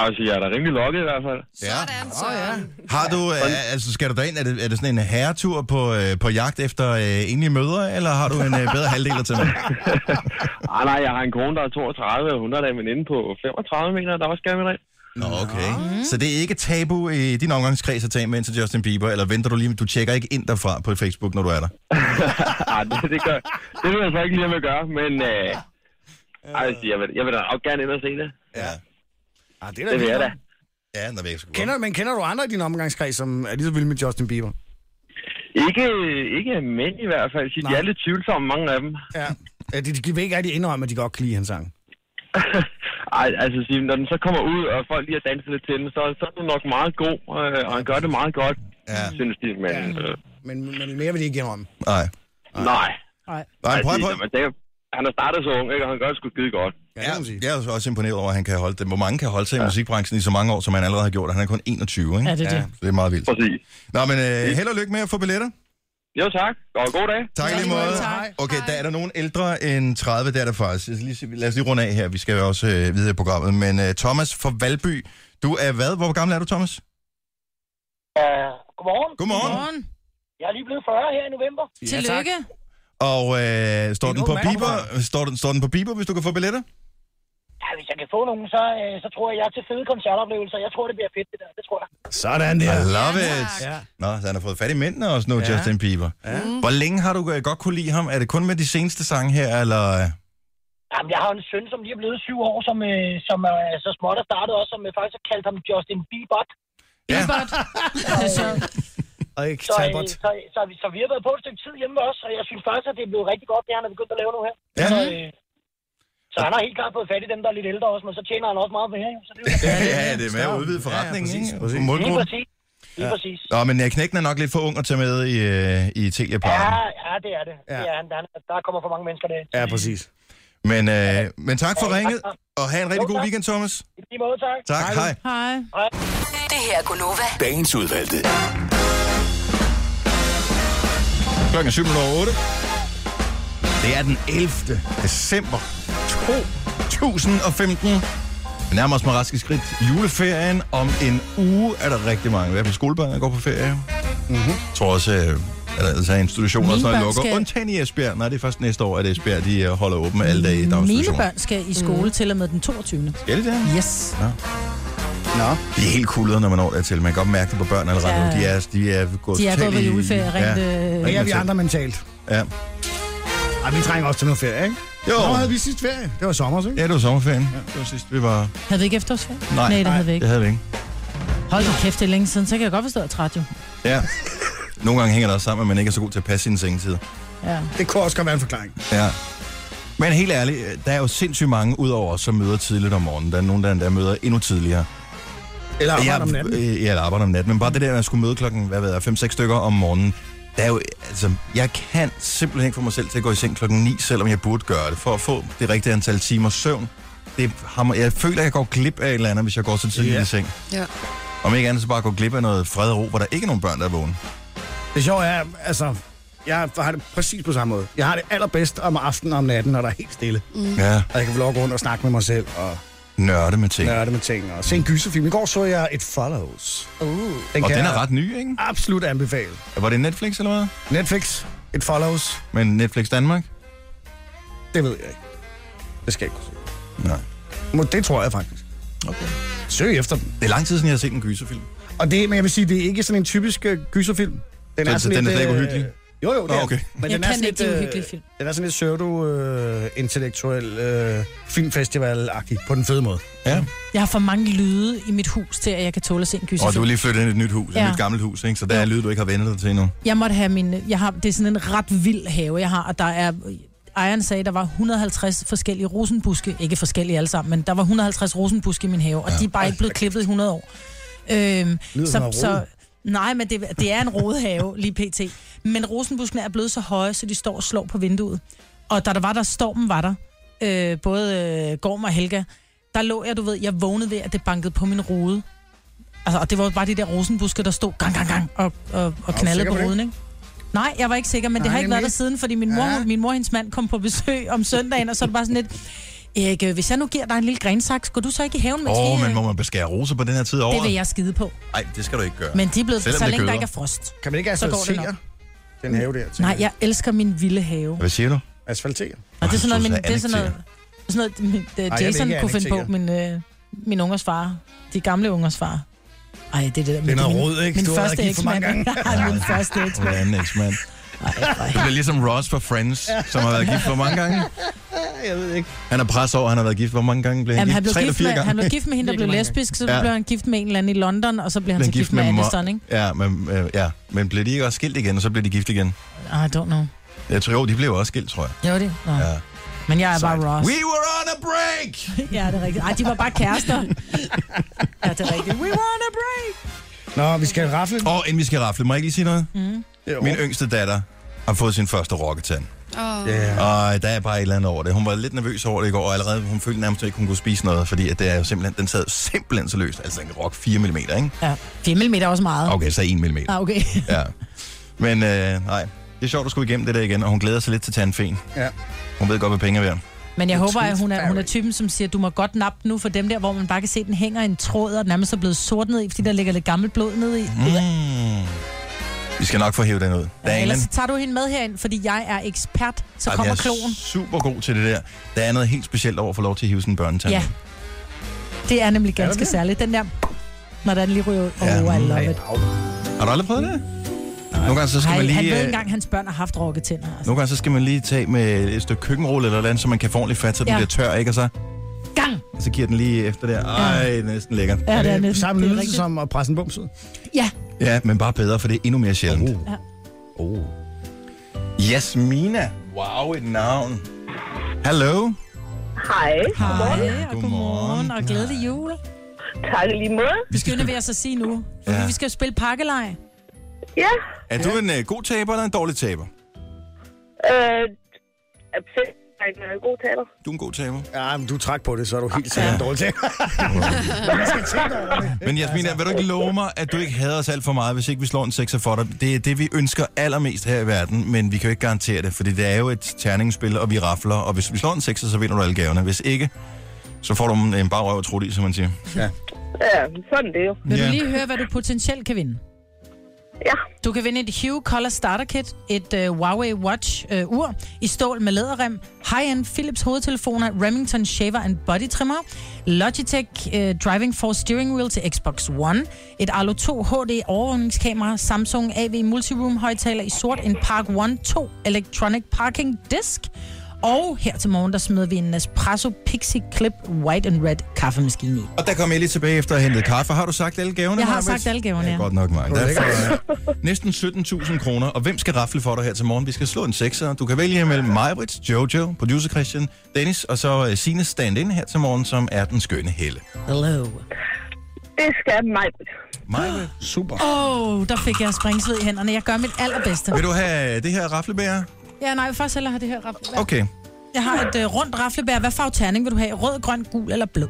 Speaker 12: Altså, jeg er da rimelig lokket i hvert fald.
Speaker 1: Ja.
Speaker 12: Så ja.
Speaker 1: Har du, øh, altså skal du derind, er det, er det sådan en herretur på, øh, på jagt efter øh, enlige mødre, eller har du en øh, bedre halvdeler til
Speaker 12: *laughs*
Speaker 1: mig?
Speaker 12: Ej, Ah, nej, jeg har en kone, der er 32, og hun er da min inde på 35 meter, der også gerne vil ind.
Speaker 1: Nå, okay. Så det er ikke tabu i din omgangskreds at tage med ind til Justin Bieber, eller venter du lige, du tjekker ikke ind derfra på Facebook, når du er der?
Speaker 12: Ej, Ah, det, det, gør, det ved jeg så ikke lige, om jeg gør, men øh, altså, jeg, vil, jeg vil da nok gerne ind og se det.
Speaker 1: Ja.
Speaker 2: Ah, det,
Speaker 12: Det vil jeg da.
Speaker 1: Ja, når vi ikke
Speaker 2: Kender, men kender du andre i din omgangskreds, som er lige så vilde med Justin Bieber?
Speaker 12: Ikke, ikke mænd i hvert fald. De er lidt tvivlsomme, mange af dem.
Speaker 2: Ja. Ja, De, de vil ikke rigtig indrømme, at de godt kan lide hans sang.
Speaker 12: Ej, altså, sige, når den så kommer ud, og folk lige har danset lidt til den, så, så er den nok meget god, øh, og han gør det meget godt, ja. synes de. Men, øh,
Speaker 2: Men, men mere vil de ikke indrømme.
Speaker 1: Nej.
Speaker 12: Nej.
Speaker 5: Nej.
Speaker 1: Nej, prøv,
Speaker 12: Altså,
Speaker 1: prøv.
Speaker 12: man tænker, han har startet så ung, ikke? og han gør det sgu skide godt.
Speaker 1: Ja, jeg er også imponeret over, at han kan holde det. Hvor mange kan holde sig i musikbranchen i så mange år, som han allerede har gjort, og han er kun 21, ikke?
Speaker 12: Ja, det er det.
Speaker 1: Så det er meget vildt.
Speaker 12: Præcis.
Speaker 1: Nå, men øh, held og lykke med at få billetter.
Speaker 12: Jo, tak. Og god dag.
Speaker 1: Tak i lige måde. Okay, der er der nogen ældre end 30, der er der faktisk. Lad os lige, se- lad os lige runde af her, vi skal jo også øh, videre i programmet. Men øh, Thomas fra Valby, du er hvad? Hvor gammel er du, Thomas?
Speaker 13: Uh, godmorgen.
Speaker 1: Godmorgen.
Speaker 13: Jeg er lige blevet 40 her i november.
Speaker 1: Ja, Tillykke. Og øh, står, den på Bieber, står, den, står den på Bieber, hvis du kan få billetter?
Speaker 13: Ja, hvis jeg kan få nogen, så, øh, så tror jeg, jeg er til fede koncertoplevelser. Jeg tror, det bliver fedt, det der. Det tror jeg.
Speaker 1: Sådan der. I love it.
Speaker 13: Ja.
Speaker 1: Nå, så han har fået fat i mændene også nu,
Speaker 13: Ja.
Speaker 1: ja. Justin Bieber.
Speaker 13: Ja.
Speaker 1: Ja. Hvor længe har du øh, godt kunne lide ham? Er det kun med de seneste sange her, eller... øh?
Speaker 13: Jamen, jeg har en søn, som lige er blevet syv år, som, øh, som øh, så småt er startet også, som øh, faktisk har kaldt ham Justin Bieber.
Speaker 2: *laughs*
Speaker 1: Bieber.
Speaker 2: Og ikke
Speaker 13: så, øh,
Speaker 2: Talbot.
Speaker 13: så, så, vi, så vi har været på et stykke tid hjemme hos os, og jeg synes faktisk, at det er blevet rigtig godt, det han er begyndt at lave nu her.
Speaker 1: Ja.
Speaker 13: Så, øh, så han har helt klart fået fat i dem, der er lidt ældre også, men så tjener han også meget mere. jo. Så det er jo-
Speaker 1: *laughs* ja, det er med at udvide forretningen, ja, ja, præcis, ikke?
Speaker 13: Lige
Speaker 1: Målgruppen.
Speaker 13: præcis. Lige
Speaker 1: Ja.
Speaker 13: præcis.
Speaker 1: Nå, men øh, knægten er nok lidt for ung at tage med i, øh, i Telia
Speaker 13: Ja,
Speaker 1: Parken.
Speaker 13: ja, det er det. Ja. det er, han. der, er- der kommer for mange mennesker det.
Speaker 1: Ja, præcis. Men, øh, men tak for ringet, Mm. og have en rigtig god weekend, Thomas.
Speaker 13: I lige måde, tak.
Speaker 1: Tak, Hej. hej.
Speaker 5: Hej.
Speaker 8: Det her er Gunova.
Speaker 9: Dagens udvalgte.
Speaker 1: Klokken er 7.08. Det er den 11. december 2015. Vi nærmer os med raske skridt juleferien. Om en uge er der rigtig mange. I hvert fald skolebørn, der går på ferie. Mm-hmm. Jeg tror også, øh, at der altså er institutioner og
Speaker 5: Mine
Speaker 1: sådan noget,
Speaker 5: børn
Speaker 1: lukker.
Speaker 5: skal-
Speaker 1: Undtagen i Esbjerg. Nej, det er først næste år, at Esbjerg de øh, holder åben alle dage i
Speaker 5: Mine
Speaker 1: daginstitutioner.
Speaker 5: børn skal i skole til og med den 22.
Speaker 1: Skal de det?
Speaker 5: Yes.
Speaker 1: Ja. Nå. De er helt kulde, når man når dertil. Man kan godt mærke det på børn allerede ja.
Speaker 5: Ja.
Speaker 1: nu. De er, altså- de er gået
Speaker 5: De er
Speaker 1: totalt
Speaker 5: gået på
Speaker 1: i-
Speaker 5: juleferie rent, øh,
Speaker 1: rent
Speaker 2: Det er vi
Speaker 1: mentalt.
Speaker 2: andre mentalt.
Speaker 1: Ja.
Speaker 2: Ej, vi trænger også til noget ferie, ikke?
Speaker 1: Jo.
Speaker 2: Hvor havde vi sidst ferie? Det var sommer, ikke?
Speaker 1: Ja, det var sommerferien. Ja. Det var sidst, vi var...
Speaker 5: Havde vi ikke efterårsferie?
Speaker 1: Nej,
Speaker 5: Nej det havde vi ikke.
Speaker 1: Det havde vi ikke.
Speaker 5: Hold da kæft, det er længe siden, så kan jeg godt forstå, at jeg er træt jo.
Speaker 1: Ja. Nogle gange hænger det også sammen, at man ikke er så god til at passe sine sengetid.
Speaker 5: Ja.
Speaker 2: Det kunne også godt være en forklaring.
Speaker 1: Ja. Men helt ærligt, der er jo sindssygt mange udover os, som møder tidligt om morgenen. Der er nogen, der endda møder endnu tidligere.
Speaker 2: Eller arbejder
Speaker 1: Jeg-
Speaker 2: om natten. Mm.
Speaker 1: øh, Ja, eller arbejder om natten. Men bare det der, at jeg skulle møde klokken, hvad ved jeg, 5-6 stykker om morgenen. Der er jo, altså, jeg kan simpelthen ikke få mig selv til at gå i seng klokken 9, selvom jeg burde gøre det, for at få det rigtige antal timer søvn. Det hammer, jeg føler, at jeg går glip af et eller andet, hvis jeg går så tidligt
Speaker 2: Ja.
Speaker 1: i seng.
Speaker 7: Ja.
Speaker 1: Om ikke andet, så bare gå glip af noget fred og ro, hvor der ikke er nogen børn, der er vågne.
Speaker 2: Det sjove er, altså, jeg har det præcis på samme måde. Jeg har det allerbedst om aftenen og om natten, når der er helt stille.
Speaker 1: Mm. Ja.
Speaker 2: Og jeg kan få lov at gå rundt og snakke med mig selv og
Speaker 1: Nørde med ting.
Speaker 2: nørde med ting. Og se en gyserfilm. I går så jeg et Follows.
Speaker 5: Uh.
Speaker 1: Og
Speaker 2: kan
Speaker 1: den
Speaker 2: jeg
Speaker 1: er ret ny, ikke?
Speaker 2: Absolut anbefale.
Speaker 1: Var det Netflix eller hvad?
Speaker 2: Netflix, et Follows,
Speaker 1: Men Netflix Danmark?
Speaker 2: det ved jeg ikke. Det skal jeg ikke kunne
Speaker 1: Nej.
Speaker 2: se. Må- Det tror jeg faktisk.
Speaker 1: Okay.
Speaker 2: Søg efter den.
Speaker 1: Det er lang tid siden, jeg har set en gyserfilm.
Speaker 2: Og det, men jeg vil sige, det er ikke sådan en typisk øh, gyserfilm. Den
Speaker 1: Så- så
Speaker 2: sådan
Speaker 1: den er
Speaker 2: lidt,
Speaker 1: slet ikke
Speaker 2: øh,
Speaker 1: uhyggelig?
Speaker 2: Jo, jo, det
Speaker 1: Nå,
Speaker 2: er
Speaker 1: okay.
Speaker 2: den.
Speaker 1: Jeg
Speaker 2: den er
Speaker 5: kan ikke
Speaker 2: sådan lidt,
Speaker 5: lide
Speaker 2: øh,
Speaker 5: uhyggelige film.
Speaker 2: Den er sådan lidt pseudo-intellektuel øh, filmfestival-agtig, på den fede måde. Mm.
Speaker 1: Ja.
Speaker 5: Jeg har for mange lyde i mit hus til, at jeg kan tåle at se en gyserfilm.
Speaker 1: Og du er lige flyttet ind i et nyt hus, ja.
Speaker 5: Ja.
Speaker 1: et nyt gammelt hus, ikke? Så der er lyd, du ikke har vendt dig til endnu.
Speaker 5: Jeg måtte have min... Jeg har, det er sådan en ret vild have, jeg har, og der er... Ejeren sagde, der var 150 forskellige rosenbuske. Ikke forskellige alle sammen, men der var 150 rosenbuske i min have, og ja. de er bare ikke blevet klippet i 100 år. Øhm,
Speaker 14: Lyder som en rode.
Speaker 5: Nej, men det, det er en rodehave lige pt. Men rosenbuskene er blevet så høje, så de står og slår på vinduet. Og da der var der, stormen var der, øh, både øh, Gorm og Helga, der lå jeg, du ved, jeg vågnede ved, at det bankede på min rode. Altså, og det var jo bare de der rosenbuske, der stod gang, gang, gang og, og, og
Speaker 14: du
Speaker 5: knaldede
Speaker 14: sikker
Speaker 5: på
Speaker 14: på det?
Speaker 5: ruden, ikke? Nej, jeg var ikke sikker, men Nej,
Speaker 14: Nej,
Speaker 5: det har ikke været der
Speaker 14: nemlig.
Speaker 5: siden, fordi min mor, ja. min mor og hendes mand kom på besøg om søndagen, og så er det bare sådan lidt, Erik, øh, hvis jeg nu giver dig en lille grensaks, går du så ikke i haven med
Speaker 1: Åh, oh,
Speaker 5: skihatten?"
Speaker 1: men må man beskære roser på den her tid over?
Speaker 5: Det vil jeg skide på.
Speaker 1: Nej, det skal du ikke gøre.
Speaker 5: Men de er blevet,
Speaker 1: Selvom
Speaker 5: så
Speaker 1: det
Speaker 5: længe der
Speaker 1: gøder.
Speaker 5: ikke er frost.
Speaker 2: Kan man ikke
Speaker 5: så går det nok.
Speaker 2: asfaltere den have der?
Speaker 5: Nej, jeg elsker min vilde have.
Speaker 1: Hvad siger du?
Speaker 2: Asfaltere.
Speaker 5: Og det er sådan noget, min,
Speaker 1: Jeg synes,
Speaker 5: det er sådan noget, sådan noget min, det,
Speaker 2: jeg vil
Speaker 5: Jason
Speaker 2: ikke
Speaker 5: kunne finde på, min, øh, min ungers far. De gamle ungers far. Ej, det er det der.
Speaker 2: Det er noget
Speaker 5: min-
Speaker 2: rod, ikke?
Speaker 5: Min
Speaker 2: Du har været
Speaker 5: første
Speaker 2: gift for mange
Speaker 5: eksmand. *laughs*
Speaker 2: gange.
Speaker 5: min første eksmand.
Speaker 1: Eller anden eksmand. Det bliver ligesom Ross fra Friends, som har været gift for mange *laughs* gange.
Speaker 2: Jeg ved ikke.
Speaker 1: Han er pres over, han har været gift. Hvor mange gange blev han
Speaker 5: Jamen,
Speaker 1: gift?
Speaker 5: han, blev
Speaker 1: Tre eller
Speaker 5: gift
Speaker 1: fire
Speaker 5: med,
Speaker 1: gange?
Speaker 5: han blev gift med hende, der blev
Speaker 1: Virkelig mange
Speaker 5: lesbisk, så
Speaker 1: gange. Ja.
Speaker 5: blev han gift med en eller anden i London, og så blev han
Speaker 1: Blev
Speaker 5: så gift med
Speaker 1: Mo-
Speaker 5: Aniston, ikke?
Speaker 1: Ja, men, øh, ja, men blev de ikke også skilt igen, og så blev de gift igen?
Speaker 5: Ah, I don't know.
Speaker 1: Jeg tror, jo, de blev også skilt, tror jeg.
Speaker 5: Jo, det. Nå.
Speaker 1: Ja.
Speaker 5: Men jeg er bare
Speaker 1: Sejt.
Speaker 5: Ross.
Speaker 1: We were on a break!
Speaker 5: *laughs* ja, det er rigtigt. Ej, de var bare
Speaker 1: *laughs*
Speaker 5: kærester. ja, det er rigtigt. We want a break!
Speaker 2: Nå, vi skal rafle.
Speaker 1: Åh, oh, inden vi skal rafle, må jeg ikke lige sige noget?
Speaker 5: Mm.
Speaker 1: Min yngste datter har fået sin første rokketand.
Speaker 7: Åh.
Speaker 1: Yeah. Og der er bare et eller andet over det. Hun var lidt nervøs over det i går, og allerede hun følte nærmest ikke, hun kunne spise noget, fordi at det er jo simpelthen, den sad simpelthen så løst. Altså en rock 4 mm, ikke?
Speaker 5: Ja, 5 mm er også meget.
Speaker 1: Okay, så 1 mm.
Speaker 5: Ah, okay.
Speaker 1: *laughs* Ja. Men øh, nej, det er sjovt, at skulle igennem det der igen, og hun glæder sig lidt til tandfen.
Speaker 2: Ja.
Speaker 1: Hun ved godt, hvad penge er værd.
Speaker 5: *laughs* Men jeg
Speaker 1: The
Speaker 5: håber, at
Speaker 1: tooth
Speaker 5: hun er, hun er typen, som siger, du må godt nappe den nu for dem der, hvor man bare kan se, at den hænger i en tråd, og den nærmest er blevet sort ned i, fordi der ligger lidt gammelt blod ned i.
Speaker 1: Mm. Vi skal nok få hævet den ud. Der er en eller
Speaker 5: Ellers
Speaker 1: anden-
Speaker 5: så tager du hende med herind, fordi jeg er ekspert, så
Speaker 1: Ej, jeg
Speaker 5: kommer
Speaker 1: er
Speaker 5: kloen.
Speaker 1: super god til det der. Der er noget helt specielt over at få lov til at hive sin børnetand.
Speaker 5: Ja. Det er nemlig
Speaker 1: Er der
Speaker 5: ganske
Speaker 1: det?
Speaker 5: særligt. Den der, når den lige ryger ud. Oh,
Speaker 1: Ja. mm.
Speaker 5: I love it.
Speaker 1: Har du aldrig prøvet det? Nogle gange, så skal
Speaker 5: Ej,
Speaker 1: man lige...
Speaker 5: han ved
Speaker 1: øh,
Speaker 5: ikke engang, at hans børn har haft rokketænder. Altså.
Speaker 1: Nogle gange så skal man lige tage med et stykke køkkenrulle eller andet, så man kan få ordentligt fat, så den
Speaker 5: Ja.
Speaker 1: bliver tør, ikke? Og så,
Speaker 5: Gang!
Speaker 1: så giver den lige efter der. Ej, det er næsten lækkert.
Speaker 5: Ja, det er næsten-
Speaker 2: Samme
Speaker 5: det er
Speaker 2: lydelse
Speaker 5: rigtigt.
Speaker 2: som at presse en
Speaker 5: *laughs*
Speaker 2: bums ud.
Speaker 5: Ja.
Speaker 1: Ja, men bare bedre, for det er endnu mere sjældent. Oh.
Speaker 5: Ja.
Speaker 1: Oh.
Speaker 2: Oh.
Speaker 1: Jasmina. Wow, et navn. Hallo.
Speaker 15: Hej.
Speaker 5: Hej, og godmorgen, og glædelig jul.
Speaker 15: Tak i lige måde.
Speaker 5: Vi skal være så sige nu, fordi
Speaker 1: Ja.
Speaker 5: vi skal jo spille pakkelej.
Speaker 15: Ja.
Speaker 1: øh, Er du en uh, god taber eller en dårlig taber?
Speaker 15: Øh, han er en god taler.
Speaker 1: Du er en god taber. Ah.
Speaker 2: Ja, men du træk på det, så er du helt sikkert en dårlig taber.
Speaker 1: *laughs* Men Jasmina, vil du ikke love mig, at du ikke hader os alt for meget, hvis ikke vi slår en sekser for dig? Det er det, vi ønsker allermest her i verden, men vi kan jo ikke garantere det, fordi det er jo et terningsspil, og vi rafler, og hvis vi slår en sekser, så vinder du alle gaverne. Hvis ikke, så får du en en bare røv og trut i, som man siger. Ja.
Speaker 15: Ja, sådan det er jo.
Speaker 5: Vil
Speaker 1: Ja.
Speaker 5: du lige høre, hvad du potentielt kan vinde?
Speaker 15: Ja.
Speaker 5: Du kan vinde et Hue Color Starter Kit, et uh, Huawei Watch-ur i stål med læderrem, high-end Philips hovedtelefoner, Remington Shaver and Body Trimmer, Logitech uh, Driving Force Steering Wheel til Xbox One, et Arlo 2 HD overvågningskamera, Samsung AV Multiroom højtaler i sort, en Park One 2 Electronic Parking Disc, og her til morgen, der smider vi en Nespresso Pixie Clip White and Red kaffemaskine i.
Speaker 1: Og der kom jeg lige tilbage efter at hente kaffe. Har du sagt alle gaverne?
Speaker 5: Jeg har
Speaker 1: Maj-Brit?
Speaker 5: sagt alle gaverne,
Speaker 1: ja.
Speaker 5: ja.
Speaker 1: Godt nok, Mark.
Speaker 5: Det var
Speaker 1: Der er for, næsten 17.000 kroner. Og hvem skal rafle for dig her til morgen? Vi skal slå en sekser. Du kan vælge mellem Majbrits, Jojo, producer Christian, Dennis og så øh, Sines stand-in her til morgen, som er den skønne Helle.
Speaker 5: Hello.
Speaker 15: Det skal mig.
Speaker 1: Majbrit. *gasps* Super.
Speaker 5: Åh, oh, der fik jeg springsved i hænderne. Jeg gør mit allerbedste.
Speaker 1: Vil du have øh, det her raflebær?
Speaker 5: Ja, nej, jeg vil faktisk hellere have det her raflebær.
Speaker 1: Okay.
Speaker 5: Jeg har et uh, rundt raflebær. Hvad farve terning vil du have? Rød, grøn, gul eller blå?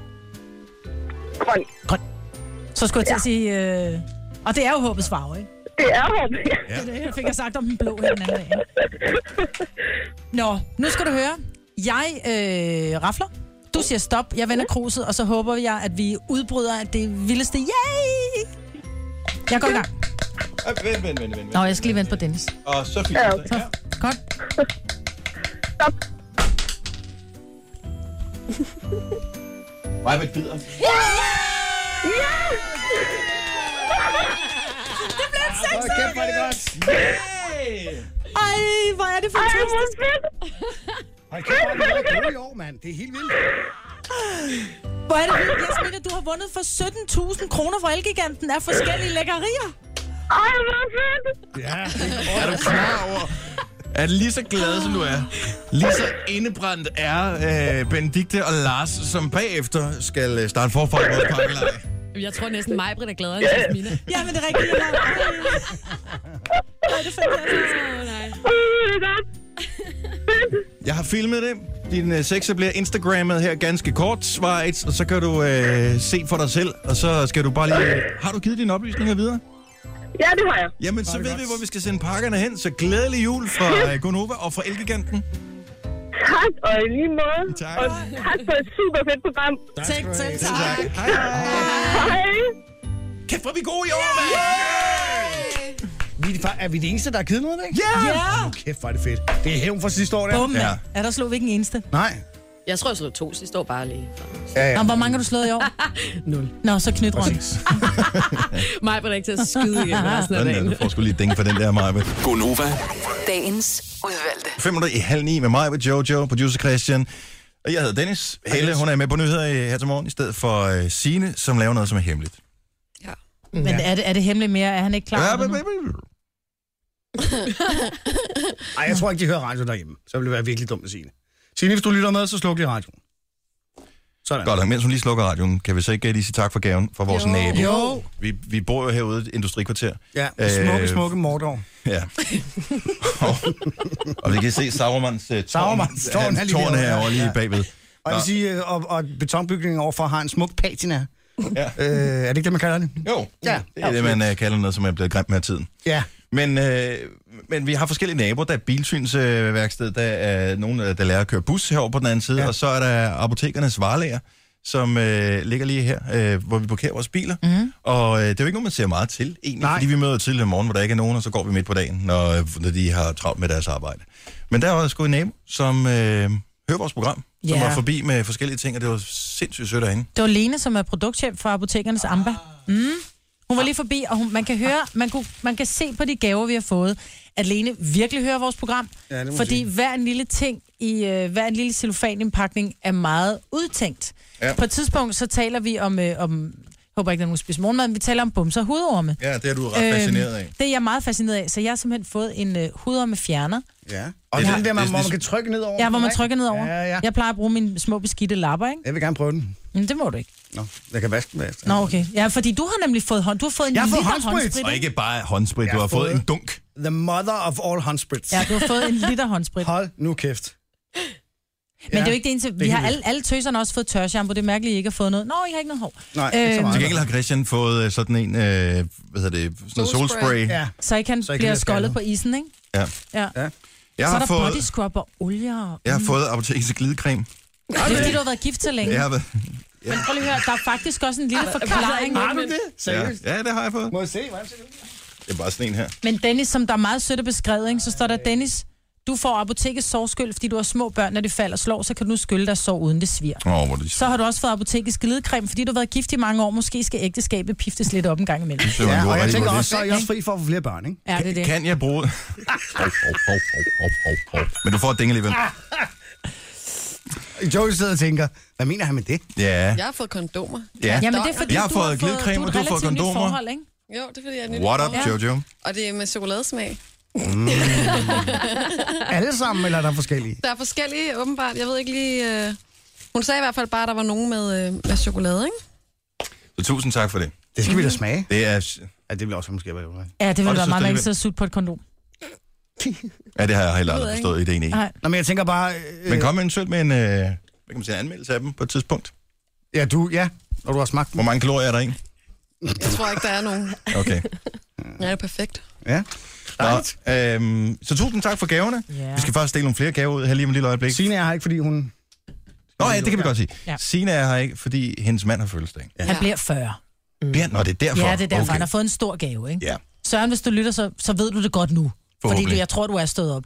Speaker 15: Grøn.
Speaker 5: Grøn. Så skulle jeg til at sige... Øh... Og det er jo håbets farve, ikke?
Speaker 15: Det er håbet,
Speaker 5: ja. Det er det, jeg fik jeg sagt om den blå her den anden dag. Nå, nu skal du høre. Jeg øh, rafler. Du siger stop. Jeg vender kruset, og så håber jeg, at vi udbryder af det vildeste. Yay! Jeg går i gang.
Speaker 1: Vent, vent, vent, vent. vent.
Speaker 5: Nå, jeg skal lige vente på Dennis.
Speaker 1: Og så fint.
Speaker 5: Så, godt.
Speaker 1: Majbrit bider.
Speaker 5: Det blev en sekser!
Speaker 2: Kæft, hvor er det godt.
Speaker 5: Ej, hvor er det fantastisk!
Speaker 2: Hold kæft, hvor er det godt gået i år, mand. Det er helt vildt.
Speaker 5: Hvor er det vildt, Jasmina, du har vundet for 17.000 kroner fra Elgiganten af forskellige lækkerier.
Speaker 15: Ej, hvor fedt!
Speaker 2: Ja.
Speaker 1: Er du klar over, at lige så glad som du er, lige så indebrændt er øh, Benedikte og Lars, som bagefter skal øh, starte forfra i vores pakkelej.
Speaker 4: Jeg tror næsten, mig, Britt, er gladere end Jasmina.
Speaker 5: Ja, men det er rigtigt. Jeg har... Ej, det er fantastisk.
Speaker 4: Åh, nej.
Speaker 1: Jeg har filmet det. Din øh, sekser bliver Instagrammet her ganske kort, Schweiz, og så kan du øh, se for dig selv, og så skal du bare lige... Øh, har du givet dine oplysninger videre?
Speaker 15: Ja, det har jeg.
Speaker 1: Jamen, så ved vi, hvor vi skal sende pakkerne hen, så glædelig jul
Speaker 15: *laughs*
Speaker 1: fra øh, Gonova og fra Elgiganten.
Speaker 15: Tak, og i lige måde.
Speaker 1: Tak.
Speaker 15: Og tak for et super fedt program.
Speaker 5: Tak, tak, tak.
Speaker 1: Hej, hej.
Speaker 15: Hej.
Speaker 1: Kæft, hvor er vi gode i år, mand!
Speaker 2: Vi er, de- er vi de eneste, der har givet noget, ikke?
Speaker 1: Ja!
Speaker 5: Ja!
Speaker 2: Åh, Kæft, hvor er det fedt. Det er hævn fra sidste år, der.
Speaker 5: Bum,
Speaker 1: Ja.
Speaker 5: ja. Er der slog vi ikke en eneste?
Speaker 2: Nej.
Speaker 4: Jeg tror, jeg slog to sidste år bare lige.
Speaker 2: Ja, ja.
Speaker 5: Nå, hvor mange har du slået i år?
Speaker 4: *laughs* Nul.
Speaker 5: Nå, så knyt rundt.
Speaker 4: *laughs* Mig, Britt, er ikke til at skyde
Speaker 5: *laughs*
Speaker 4: igen resten af
Speaker 1: Sådan,
Speaker 4: dagen.
Speaker 1: øh, du får sgu lige et dænge for den der, Maja.
Speaker 9: Gonova.
Speaker 8: Dagens udvalgte.
Speaker 1: 500 i halv ni med mig, med Jojo, producer Christian. Og jeg hedder Dennis. Helle, hun er med på nyheder øh, her til morgen, i stedet for øh, Sine, som laver noget, som er hemmeligt.
Speaker 5: Men er det, er det hemmeligt mere? Er han ikke klar?
Speaker 1: Ja,
Speaker 5: over det
Speaker 1: men-
Speaker 5: nu?
Speaker 1: men-
Speaker 4: *laughs*
Speaker 2: Ej, jeg tror ikke, de hører radio derhjemme. Så ville det være virkelig dumt at sige det. Signe, hvis du lytter med, så sluk lige radioen. Sådan.
Speaker 1: Godt, og mens hun lige slukker radioen, kan vi så ikke øh, lige sige tak for gaven for vores nabo?
Speaker 2: Jo.
Speaker 1: Vi, vi bor jo herude i et industrikvarter.
Speaker 2: Ja, smukke,
Speaker 1: Øh,
Speaker 2: smukke Mordor. *laughs*
Speaker 1: Ja. og, og vi kan se Saurmans uh, tårn,
Speaker 2: Saurmans tårn
Speaker 1: hans
Speaker 2: er lige
Speaker 1: tårn
Speaker 2: derovre,
Speaker 1: herovre
Speaker 2: ja.
Speaker 1: lige bagved.
Speaker 2: Og jeg vil sige, øh, og, og betonbygningen overfor har en smuk patina.
Speaker 1: Ja.
Speaker 2: Øh, er det ikke det, man kalder det?
Speaker 1: Jo,
Speaker 2: Ja.
Speaker 1: det er det, man øh, kalder noget, som er blevet grimt med tiden.
Speaker 2: Ja.
Speaker 1: Men, øh, men vi har forskellige naboer. Der er bilsynsværksted, øh, værksted, der er nogen, øh, der lærer at køre bus herovre på den anden side, ja. og så er der apotekernes varelager, som øh, ligger lige her, øh, hvor vi parkerer vores biler. Mm. Og øh, det er jo ikke nogen, man ser meget til, egentlig, Nej. fordi vi møder tidligt om morgenen, hvor der ikke er nogen, og så går vi midt på dagen, når, øh, når de har travlt med deres arbejde. Men der er også gået en nabo, som øh, hører vores program, som
Speaker 5: Ja.
Speaker 1: var forbi med forskellige ting, og det var sindssygt sødt derinde.
Speaker 5: Det var Lene, som er produktchef for Apotekernes
Speaker 2: Ah.
Speaker 5: Amba. Mm. Hun var lige forbi, og hun, man kan høre, man, kunne, man kan se på de gaver, vi har fået, at Lene virkelig hører vores program.
Speaker 2: Ja, det må man
Speaker 5: fordi
Speaker 2: sige.
Speaker 5: hver en lille ting i øh, hver en lille cellofanindpakning er meget udtænkt.
Speaker 1: Ja.
Speaker 5: Ja. På et tidspunkt, så taler vi om, øh, om jeg håber ikke, der er nogen der spiser morgenmad, men vi taler om bumser og hudorme.
Speaker 1: Ja, det er du ret fascineret af.
Speaker 5: Det er jeg meget fascineret af, så jeg har simpelthen fået en øh, hudorme fjerner.
Speaker 2: Ja.
Speaker 1: Det
Speaker 2: Og det
Speaker 1: er-
Speaker 2: er den der,
Speaker 1: det
Speaker 2: man,
Speaker 1: er
Speaker 2: hvor man
Speaker 1: ligesom-
Speaker 2: kan trykke ned over.
Speaker 5: Ja, hvor man
Speaker 2: ikke?
Speaker 5: trykker ned over.
Speaker 2: Ja, ja.
Speaker 5: Jeg plejer at bruge mine små beskidte lapper, ikke?
Speaker 2: Jeg vil gerne prøve den.
Speaker 5: Men det må du ikke.
Speaker 2: Nå, jeg kan vaske den bagefter.
Speaker 5: Nå, okay. Ja, fordi du har nemlig fået hånd. Du har fået en
Speaker 2: Jeg har fået
Speaker 5: liter
Speaker 2: håndsprit.
Speaker 5: håndsprit.
Speaker 1: Og
Speaker 5: ikke?
Speaker 1: ikke bare håndsprit,
Speaker 2: Jeg
Speaker 1: du
Speaker 2: har
Speaker 1: har fået
Speaker 2: fået-
Speaker 1: en dunk.
Speaker 2: The mother of all håndsprits.
Speaker 5: Ja, du har fået en liter håndsprit.
Speaker 2: Hold nu kæft.
Speaker 5: Men det er jo ikke det eneste.
Speaker 1: det
Speaker 5: Vi
Speaker 1: kan
Speaker 5: har
Speaker 1: vi.
Speaker 5: alle, alle tøserne også fået tørshampoo. Det er mærkeligt, I ikke har fået noget. Nå, I har ikke noget hår.
Speaker 1: Nej, ikke så
Speaker 5: Øhm,
Speaker 1: meget. Til gengæld har Christian fået øh, sådan en, øh, hvad hedder det, sådan noget solspray.
Speaker 5: Ja. Så ikke han
Speaker 1: Så
Speaker 5: så
Speaker 1: I kan
Speaker 5: bliver
Speaker 1: lide at
Speaker 5: skoldet
Speaker 1: skaldet.
Speaker 5: på isen, ikke?
Speaker 1: Ja.
Speaker 5: Ja.
Speaker 2: ja.
Speaker 1: Jeg
Speaker 5: så er
Speaker 1: har
Speaker 5: der
Speaker 1: fået-
Speaker 5: body scrub og olie. og-
Speaker 1: Jeg har fået apotekens glidecreme.
Speaker 5: Det er fordi, du har været gift så længe.
Speaker 1: Jeg har været...
Speaker 5: Men prøv lige at høre, der er faktisk også en lille
Speaker 2: Har-
Speaker 5: forklaring.
Speaker 2: har du det? Seriøst?
Speaker 1: Ja, ja, det har jeg fået.
Speaker 2: Må jeg se? Må jeg se?
Speaker 1: Det er bare sådan en her.
Speaker 5: Men Dennis, som der er meget sødt beskrevet, ikke? så står der, Dennis, du får apotekets sårskyld, fordi du har små børn, når de falder og slår, så kan du nu skylde dig sår uden det svir.
Speaker 1: Åh, hvor er det
Speaker 5: Så har du også fået apotekets glidecreme, fordi du har været gift i mange år. Måske skal ægteskabet piftes lidt op en gang imellem.
Speaker 1: Det var en god
Speaker 2: og jeg
Speaker 1: rigtig
Speaker 2: tænker
Speaker 1: god
Speaker 2: også,
Speaker 1: idé.
Speaker 2: så er I også fri for at få flere børn, ikke?
Speaker 5: Ja, det er det.
Speaker 1: Kan jeg bruge... Hov, hov, hov, hov, hov, hov. Men du får et ding alligevel.
Speaker 2: Ah! Joey sidder og tænker, hvad mener han med det?
Speaker 1: Ja.
Speaker 7: Jeg har fået kondomer.
Speaker 1: Ja.
Speaker 7: Der-
Speaker 1: Jamen, det er fordi, Jeg har du har fået fået- glidecreme, du er et og du har fået relativt nyt kondomer. forhold,
Speaker 5: ikke?
Speaker 7: Jo, det er fordi, jeg er nyt i
Speaker 1: What up,
Speaker 7: forhold.
Speaker 1: Jojo?
Speaker 7: Og det er med chokoladesmag.
Speaker 1: Mm.
Speaker 2: Alle sammen, eller er der forskellige?
Speaker 7: Der er forskellige, åbenbart. Jeg ved ikke lige... Øh... Hun sagde i hvert fald bare, at der var nogen med, øh, med chokolade, ikke?
Speaker 1: Så tusind tak for det.
Speaker 2: Det skal vi da smage.
Speaker 1: Det er...
Speaker 2: Ja, det vil også måske være
Speaker 5: Ja, det
Speaker 1: Og
Speaker 5: ville
Speaker 1: det
Speaker 5: være meget
Speaker 1: synes jeg
Speaker 5: mærkeligt at sutte på et kondom.
Speaker 1: Ja, det har jeg heller
Speaker 5: Det
Speaker 1: aldrig
Speaker 5: ved jeg Ah.
Speaker 1: forstået ideen i. E.
Speaker 5: Nej.
Speaker 2: Nå, men jeg tænker bare... Øh,
Speaker 1: Men kom med en sødt med en, øh, hvad kan man sige, en anmeldelse af dem på et tidspunkt.
Speaker 2: Ja, du, ja. Og du har smagt
Speaker 1: Hvor mange kalorier er der i?
Speaker 7: Jeg tror ikke, der er nogen.
Speaker 1: Okay.
Speaker 7: Ja, det er perfekt.
Speaker 2: Ja.
Speaker 1: Nå, øhm, så tusind tak for gaverne.
Speaker 7: Ja.
Speaker 1: Vi skal faktisk dele nogle flere gaver ud her lige om et lille øjeblik.
Speaker 2: Signe er her ikke, fordi hun...
Speaker 1: Nå ja, det kan vi godt sige.
Speaker 5: Ja.
Speaker 1: Signe er her ikke, fordi hendes mand har fødselsdag.
Speaker 5: Han bliver 40.
Speaker 1: Bliver- Nå, det er derfor.
Speaker 5: Mm. Ja, det er derfor. Okay.
Speaker 1: Okay.
Speaker 5: Han har fået en stor gave, ikke?
Speaker 1: Ja.
Speaker 5: Søren, hvis du lytter, så, så ved du det godt nu. Fordi du,
Speaker 1: Forhåbentlig.
Speaker 5: jeg tror, du er stået op.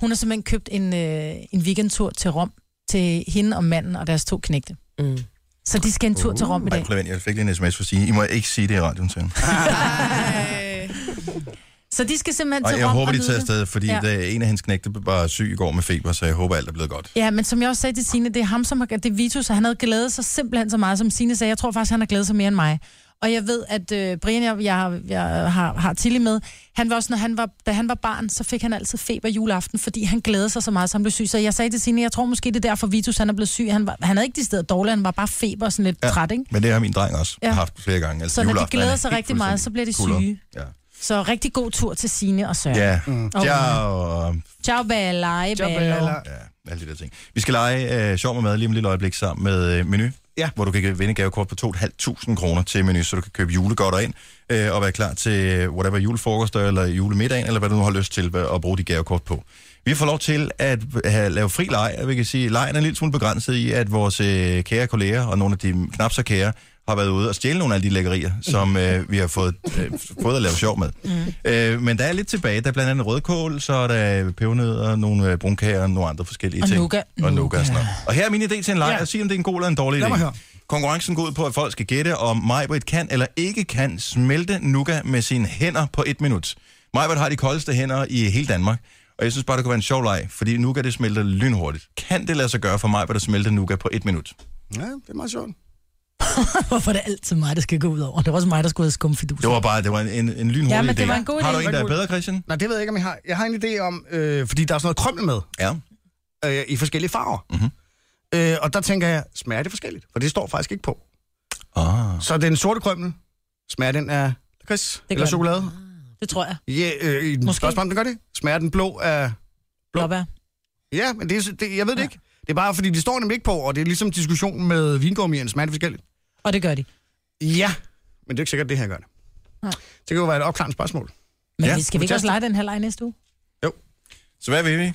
Speaker 5: Hun har simpelthen købt en, øh, en weekendtur til Rom til hende og manden og deres to knægte. Mm. Så de skal en tur til Rom i
Speaker 1: Ej,
Speaker 5: dag.
Speaker 1: prøv lige at vente, jeg fik lige en sms for at sige, I må ikke sige det i radioen
Speaker 5: *laughs*
Speaker 1: til ham.
Speaker 2: Øh.
Speaker 5: Så de skal simpelthen
Speaker 1: Og
Speaker 5: til
Speaker 1: jeg
Speaker 5: Rom
Speaker 1: håber,
Speaker 5: og
Speaker 1: de
Speaker 5: nyde
Speaker 1: tager
Speaker 5: det.
Speaker 1: afsted, fordi
Speaker 5: ja.
Speaker 1: ja. det, en af hendes knægte var syg i går med feber, så jeg håber, alt er blevet godt.
Speaker 5: Ja, men som jeg også sagde til Signe, det er ham, som har, det er Vitus, og han havde glædet sig simpelthen så meget, som Signe sagde. Jeg tror faktisk, han har glædet sig mere end mig. Og jeg ved, at øh, Brian, jeg, jeg, jeg har, har Tilly med, han var også, når han var, da han var barn, så fik han altid feber juleaften, fordi han glædede sig så meget, som blev syg. Så jeg sagde til Signe, jeg tror måske, det er derfor, Vitus han er blevet syg. Han, var, han havde ikke de steder dårlig, han var bare feber og sådan lidt ja. træt, ikke?
Speaker 1: Men det har min dreng også
Speaker 5: Ja.
Speaker 1: ja. haft flere gange. Altså,
Speaker 5: Så når de
Speaker 1: juleaften,
Speaker 5: glæder
Speaker 1: han er
Speaker 5: sig
Speaker 1: helt
Speaker 5: rigtig meget, så bliver de
Speaker 1: fuldstændig
Speaker 5: syge.
Speaker 1: kulder.
Speaker 5: Så rigtig god tur til Signe og Søren.
Speaker 1: Ja. ja. Mm.
Speaker 5: Og Rune.
Speaker 1: Ciao.
Speaker 5: Ciao, bella,
Speaker 2: Ciao,
Speaker 5: bella.
Speaker 2: bella.
Speaker 1: Alle de der ting. Vi skal lege øh, sjov med mad lige om et lille øjeblik sammen med øh, Menu, ja. hvor du kan vinde gavekort på 2.500 kroner til Menu, så du kan købe julegodter ind øh, og være klar til øh, whatever julefrokoster eller julemiddagen, eller hvad du nu har lyst til hvad- at bruge dit gavekort på. Vi får lov til at øh, have, lave fri leg, og vi kan sige, at lejen er en lille smule begrænset i, at vores øh, kære kolleger og nogle af de knap så kære har været ude og stjæle nogle af de lækkerier, som øh, vi har fået, øh, fået at lave sjov med.
Speaker 5: Mm.
Speaker 1: Øh, men der er lidt tilbage. Der er blandt andet rødkål, så er der pebernødder, nogle øh, brunkager og nogle andre forskellige
Speaker 5: Og
Speaker 1: ting.
Speaker 5: nougat.
Speaker 1: Og nougat. og sådan noget. Og her er min idé til en leg,
Speaker 5: Ja.
Speaker 1: ja. og sige, om det er en god eller en dårlig
Speaker 5: Lad mig
Speaker 1: idé.
Speaker 5: høre.
Speaker 1: Konkurrencen går ud på, at folk skal gætte, om Majbrit kan eller ikke kan smelte nougat med sine hænder på et minut. Majbrit har de koldeste hænder i hele Danmark, og jeg synes bare, det kunne være en sjov leg, fordi nougat det smelter lynhurtigt. Kan det lade sig gøre for Majbrit at smelte nougat på et minut?
Speaker 2: Ja, det er meget sjovt.
Speaker 5: *laughs* Hvorfor er det altid mig, der skal gå ud over? Det var også mig, der skulle have skumfidus.
Speaker 1: Det var bare det var en, en, en lynhurtig
Speaker 5: Ja, men
Speaker 1: idé.
Speaker 5: det var en god
Speaker 1: har
Speaker 5: idé.
Speaker 1: du en, der er bedre, Christian?
Speaker 2: Nej, det ved jeg ikke, om jeg har. Jeg har en idé om, øh, fordi der er sådan noget krømmel med.
Speaker 1: Ja.
Speaker 2: Øh, I forskellige farver.
Speaker 1: Mm-hmm.
Speaker 2: Øh, og der tænker jeg, smager det forskelligt? For det står faktisk ikke på.
Speaker 1: Ah.
Speaker 2: Så den sorte krømmel, smager den af lakrids
Speaker 5: gør
Speaker 2: eller
Speaker 5: den.
Speaker 2: chokolade?
Speaker 5: Det tror jeg.
Speaker 2: Ja, øh, i den
Speaker 5: Måske.
Speaker 2: Måske. om den gør det. Smager den blå af...
Speaker 5: Blåbær.
Speaker 2: Ja, men det, er- det, jeg ved det ja. ikke. Det er bare, fordi det står nemlig ikke på, og det er ligesom diskussionen med vingummierne, smager det forskelligt?
Speaker 5: Og det gør de.
Speaker 2: Ja, men det er ikke sikkert, det her gør det.
Speaker 5: Nej.
Speaker 2: Det kan jo være et opklarende spørgsmål.
Speaker 5: Men
Speaker 1: Ja,
Speaker 5: ja, vi skal vi ikke også
Speaker 2: fantastisk.
Speaker 5: lege den her leg næste uge?
Speaker 1: Så hvad vil vi?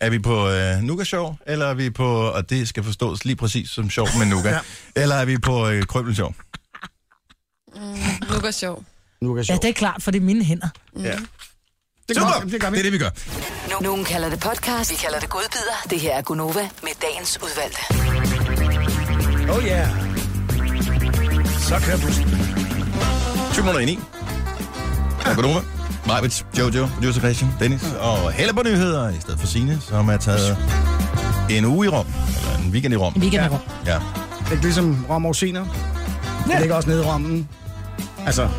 Speaker 1: Er vi på øh, nougat-sjov, eller er vi på, og det skal forstås lige præcis som sjov med nougat, ja. eller er vi på øh, krøbelsjov?
Speaker 7: Mm, nu går sjov.
Speaker 2: Nougat
Speaker 5: Ja, det er klart, for det Mm. er mine hænder.
Speaker 1: Ja.
Speaker 2: Det
Speaker 1: Super! Det, det er det, vi gør.
Speaker 8: Nu- Nogen kalder det podcast, vi kalder det godbider. Det her er Gunova med dagens udvalgte.
Speaker 2: Oh yeah. Så kører bussen.
Speaker 1: 20 minutter ind i. Tak for det, Majbets, Jojo, producer Christian, Dennis og Helle på nyheder, i stedet for Signe, som er taget en uge i Rom, eller en weekend i Rom.
Speaker 5: En weekend i Rom.
Speaker 1: Ja.
Speaker 2: Det er ikke ligesom Rom og Siner. Ja. Det ligger også nede i Rommen. Altså,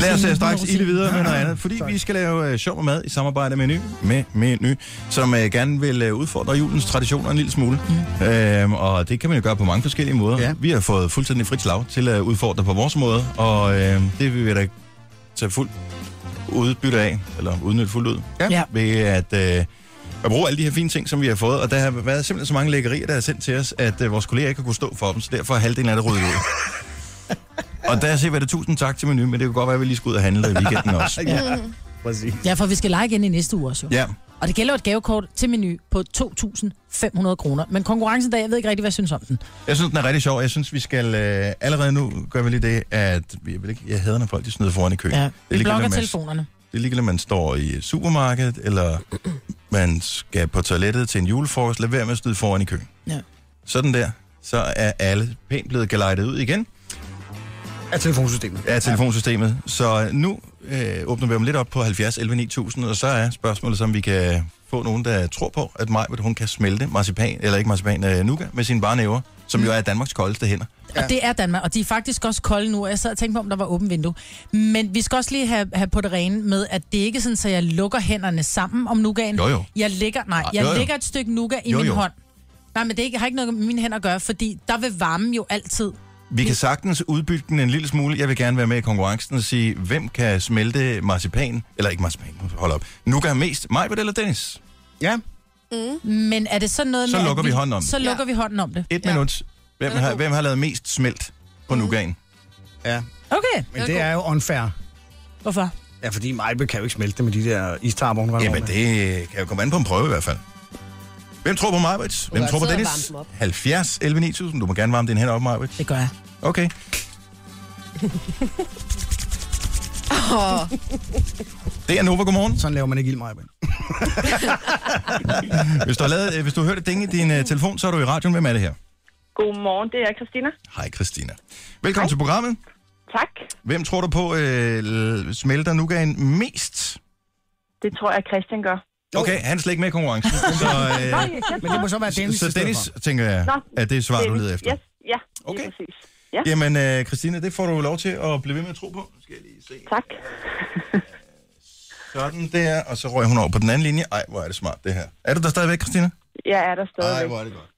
Speaker 1: Lad os øh,
Speaker 2: Signe,
Speaker 1: straks
Speaker 2: Signe.
Speaker 1: ilde videre med noget
Speaker 2: Ja,
Speaker 1: andet, fordi vi skal lave øh, sjov med mad i samarbejde med Menu, med Menu, som øh, gerne vil øh, udfordre julens traditioner en lille smule. Mm. Øhm, og det kan man jo gøre på mange forskellige måder. Ja. Vi har fået fuldstændig frit slag til at udfordre på vores måde, og øh, det vil vi da tage fuldt udbytte af, eller udnytte fuldt ud,
Speaker 2: Ja.
Speaker 1: ved at øh, at bruge alle de her fine ting, som vi har fået. Og der har været simpelthen så mange lækkerier, der er sendt til os, at øh, vores kolleger ikke har kunnet stå for dem, så derfor er halvdelen af det ryddet ud.
Speaker 2: *laughs*
Speaker 1: og der ser vi det tusind tak til menu, men det kunne godt være, at vi lige skulle ud og handle i
Speaker 2: *laughs*
Speaker 1: weekenden også.
Speaker 5: Ja,
Speaker 2: præcis.
Speaker 5: Ja, for vi skal lege igen i næste uge også jo.
Speaker 1: Ja.
Speaker 5: Og det gælder jo et gavekort til menu på 2.500 kroner. Men konkurrencen der, jeg ved ikke rigtig, hvad jeg synes om den.
Speaker 1: Jeg synes, den er rigtig sjov. Jeg synes, vi skal øh, allerede nu gør vi lige det, at jeg, vil ikke, jeg hader, når folk de snyder foran i køen.
Speaker 5: Ja,
Speaker 1: Det er
Speaker 5: vi
Speaker 1: ligegyldigt,
Speaker 5: blokker
Speaker 1: om man-
Speaker 5: telefonerne.
Speaker 1: Det er ligegyldigt, om man står i et supermarked, eller man skal på toilettet til en julefrokost. Lad være med at snyde foran i køen.
Speaker 5: Ja.
Speaker 1: Sådan der. Så er alle pænt blevet gelejtet ud igen
Speaker 2: Af telefonsystemet.
Speaker 1: af telefonsystemet. Så nu øh, åbner vi om lidt op på 70 11 9000, og så er spørgsmålet, som vi kan få nogen, der tror på, at Majbet, hun kan smelte marcipan, eller ikke marcipan, øh, nougat med sine bare næver, som jo er Danmarks koldeste hænder.
Speaker 5: Ja. Og det er Danmark, og de er faktisk også kolde nu, og jeg sad og tænkte på, om der var åbent vindue. Men vi skal også lige have, have på det rene med, at det ikke er sådan, så jeg lukker hænderne sammen om nougaen.
Speaker 14: Jo, jo.
Speaker 5: Jeg lægger, nej,
Speaker 14: Ah,
Speaker 5: jeg
Speaker 14: jo, jo.
Speaker 5: lægger et stykke nougat i
Speaker 1: Jo,
Speaker 5: min
Speaker 1: jo.
Speaker 5: hånd. Nej, men det ikke, har ikke noget med mine hænder at gøre, fordi der vil varmen jo altid.
Speaker 1: Vi kan sagtens udbygge den en lille smule. Jeg vil gerne være med i konkurrencen og sige, hvem kan smelte marcipan, eller ikke marcipan, hold op, nougat mest, Majbet eller Dennis?
Speaker 2: Ja.
Speaker 5: Mm. Men er det sådan noget
Speaker 1: Så
Speaker 5: med, at
Speaker 1: lukker vi hånden om det.
Speaker 5: Så lukker ja. vi hånden om det.
Speaker 1: Et ja. minut. Hvem har, hvem har lavet mest smelt på nougaten?
Speaker 2: Ja.
Speaker 5: Okay.
Speaker 2: Men det er jo unfair.
Speaker 5: Hvorfor?
Speaker 2: Ja, fordi Majbe kan jo ikke smelte det med de der istapper, hun render
Speaker 1: Jamen,
Speaker 2: rundt med.
Speaker 1: det kan jo komme an på en prøve i hvert fald. Hvem tror på Majbet? Hvem
Speaker 2: kan
Speaker 1: tror på
Speaker 2: sidde og varme
Speaker 1: Dennis?
Speaker 2: dem op.
Speaker 1: 70 11 9000. Du må gerne varme din hænder op, Majbet.
Speaker 5: Det gør jeg.
Speaker 1: Okay.
Speaker 7: Oh.
Speaker 1: Det er Nova. Godmorgen.
Speaker 2: Sådan laver man ikke ild, Majbe.
Speaker 1: *laughs* Hvis du har, lavet, øh, hvis du har hørt det dinge i din uh, telefon, så er du i radioen. Hvem er det her?
Speaker 15: Godmorgen, det er Christina.
Speaker 1: Hej, Christina. Velkommen Hej. til programmet.
Speaker 15: Tak.
Speaker 1: Hvem tror du på øh, l- smelter nougaten mest?
Speaker 15: Det tror jeg, Christian gør.
Speaker 1: Okay, han er slet ikke med i konkurrencen. så,
Speaker 15: *laughs* Nej, jeg tror-
Speaker 2: Men det må så være Dennis
Speaker 1: Så
Speaker 2: i stedet
Speaker 1: Dennis,
Speaker 2: for.
Speaker 1: tænker jeg,
Speaker 15: Nå,
Speaker 1: at det er svaret, du
Speaker 15: Dennis.
Speaker 1: leder efter.
Speaker 15: Yes, ja, okay. præcis. Ja.
Speaker 1: Jamen, øh, Christina, det får du lov til at blive ved med at tro på. Skal jeg lige se.
Speaker 15: Tak.
Speaker 1: Sådan der, og så røg hun over på den anden linje. Ej, hvor er det smart, det her. Er du der stadigvæk, Christina?
Speaker 15: Jeg er der stadigvæk.
Speaker 1: Ej, hvor er det godt.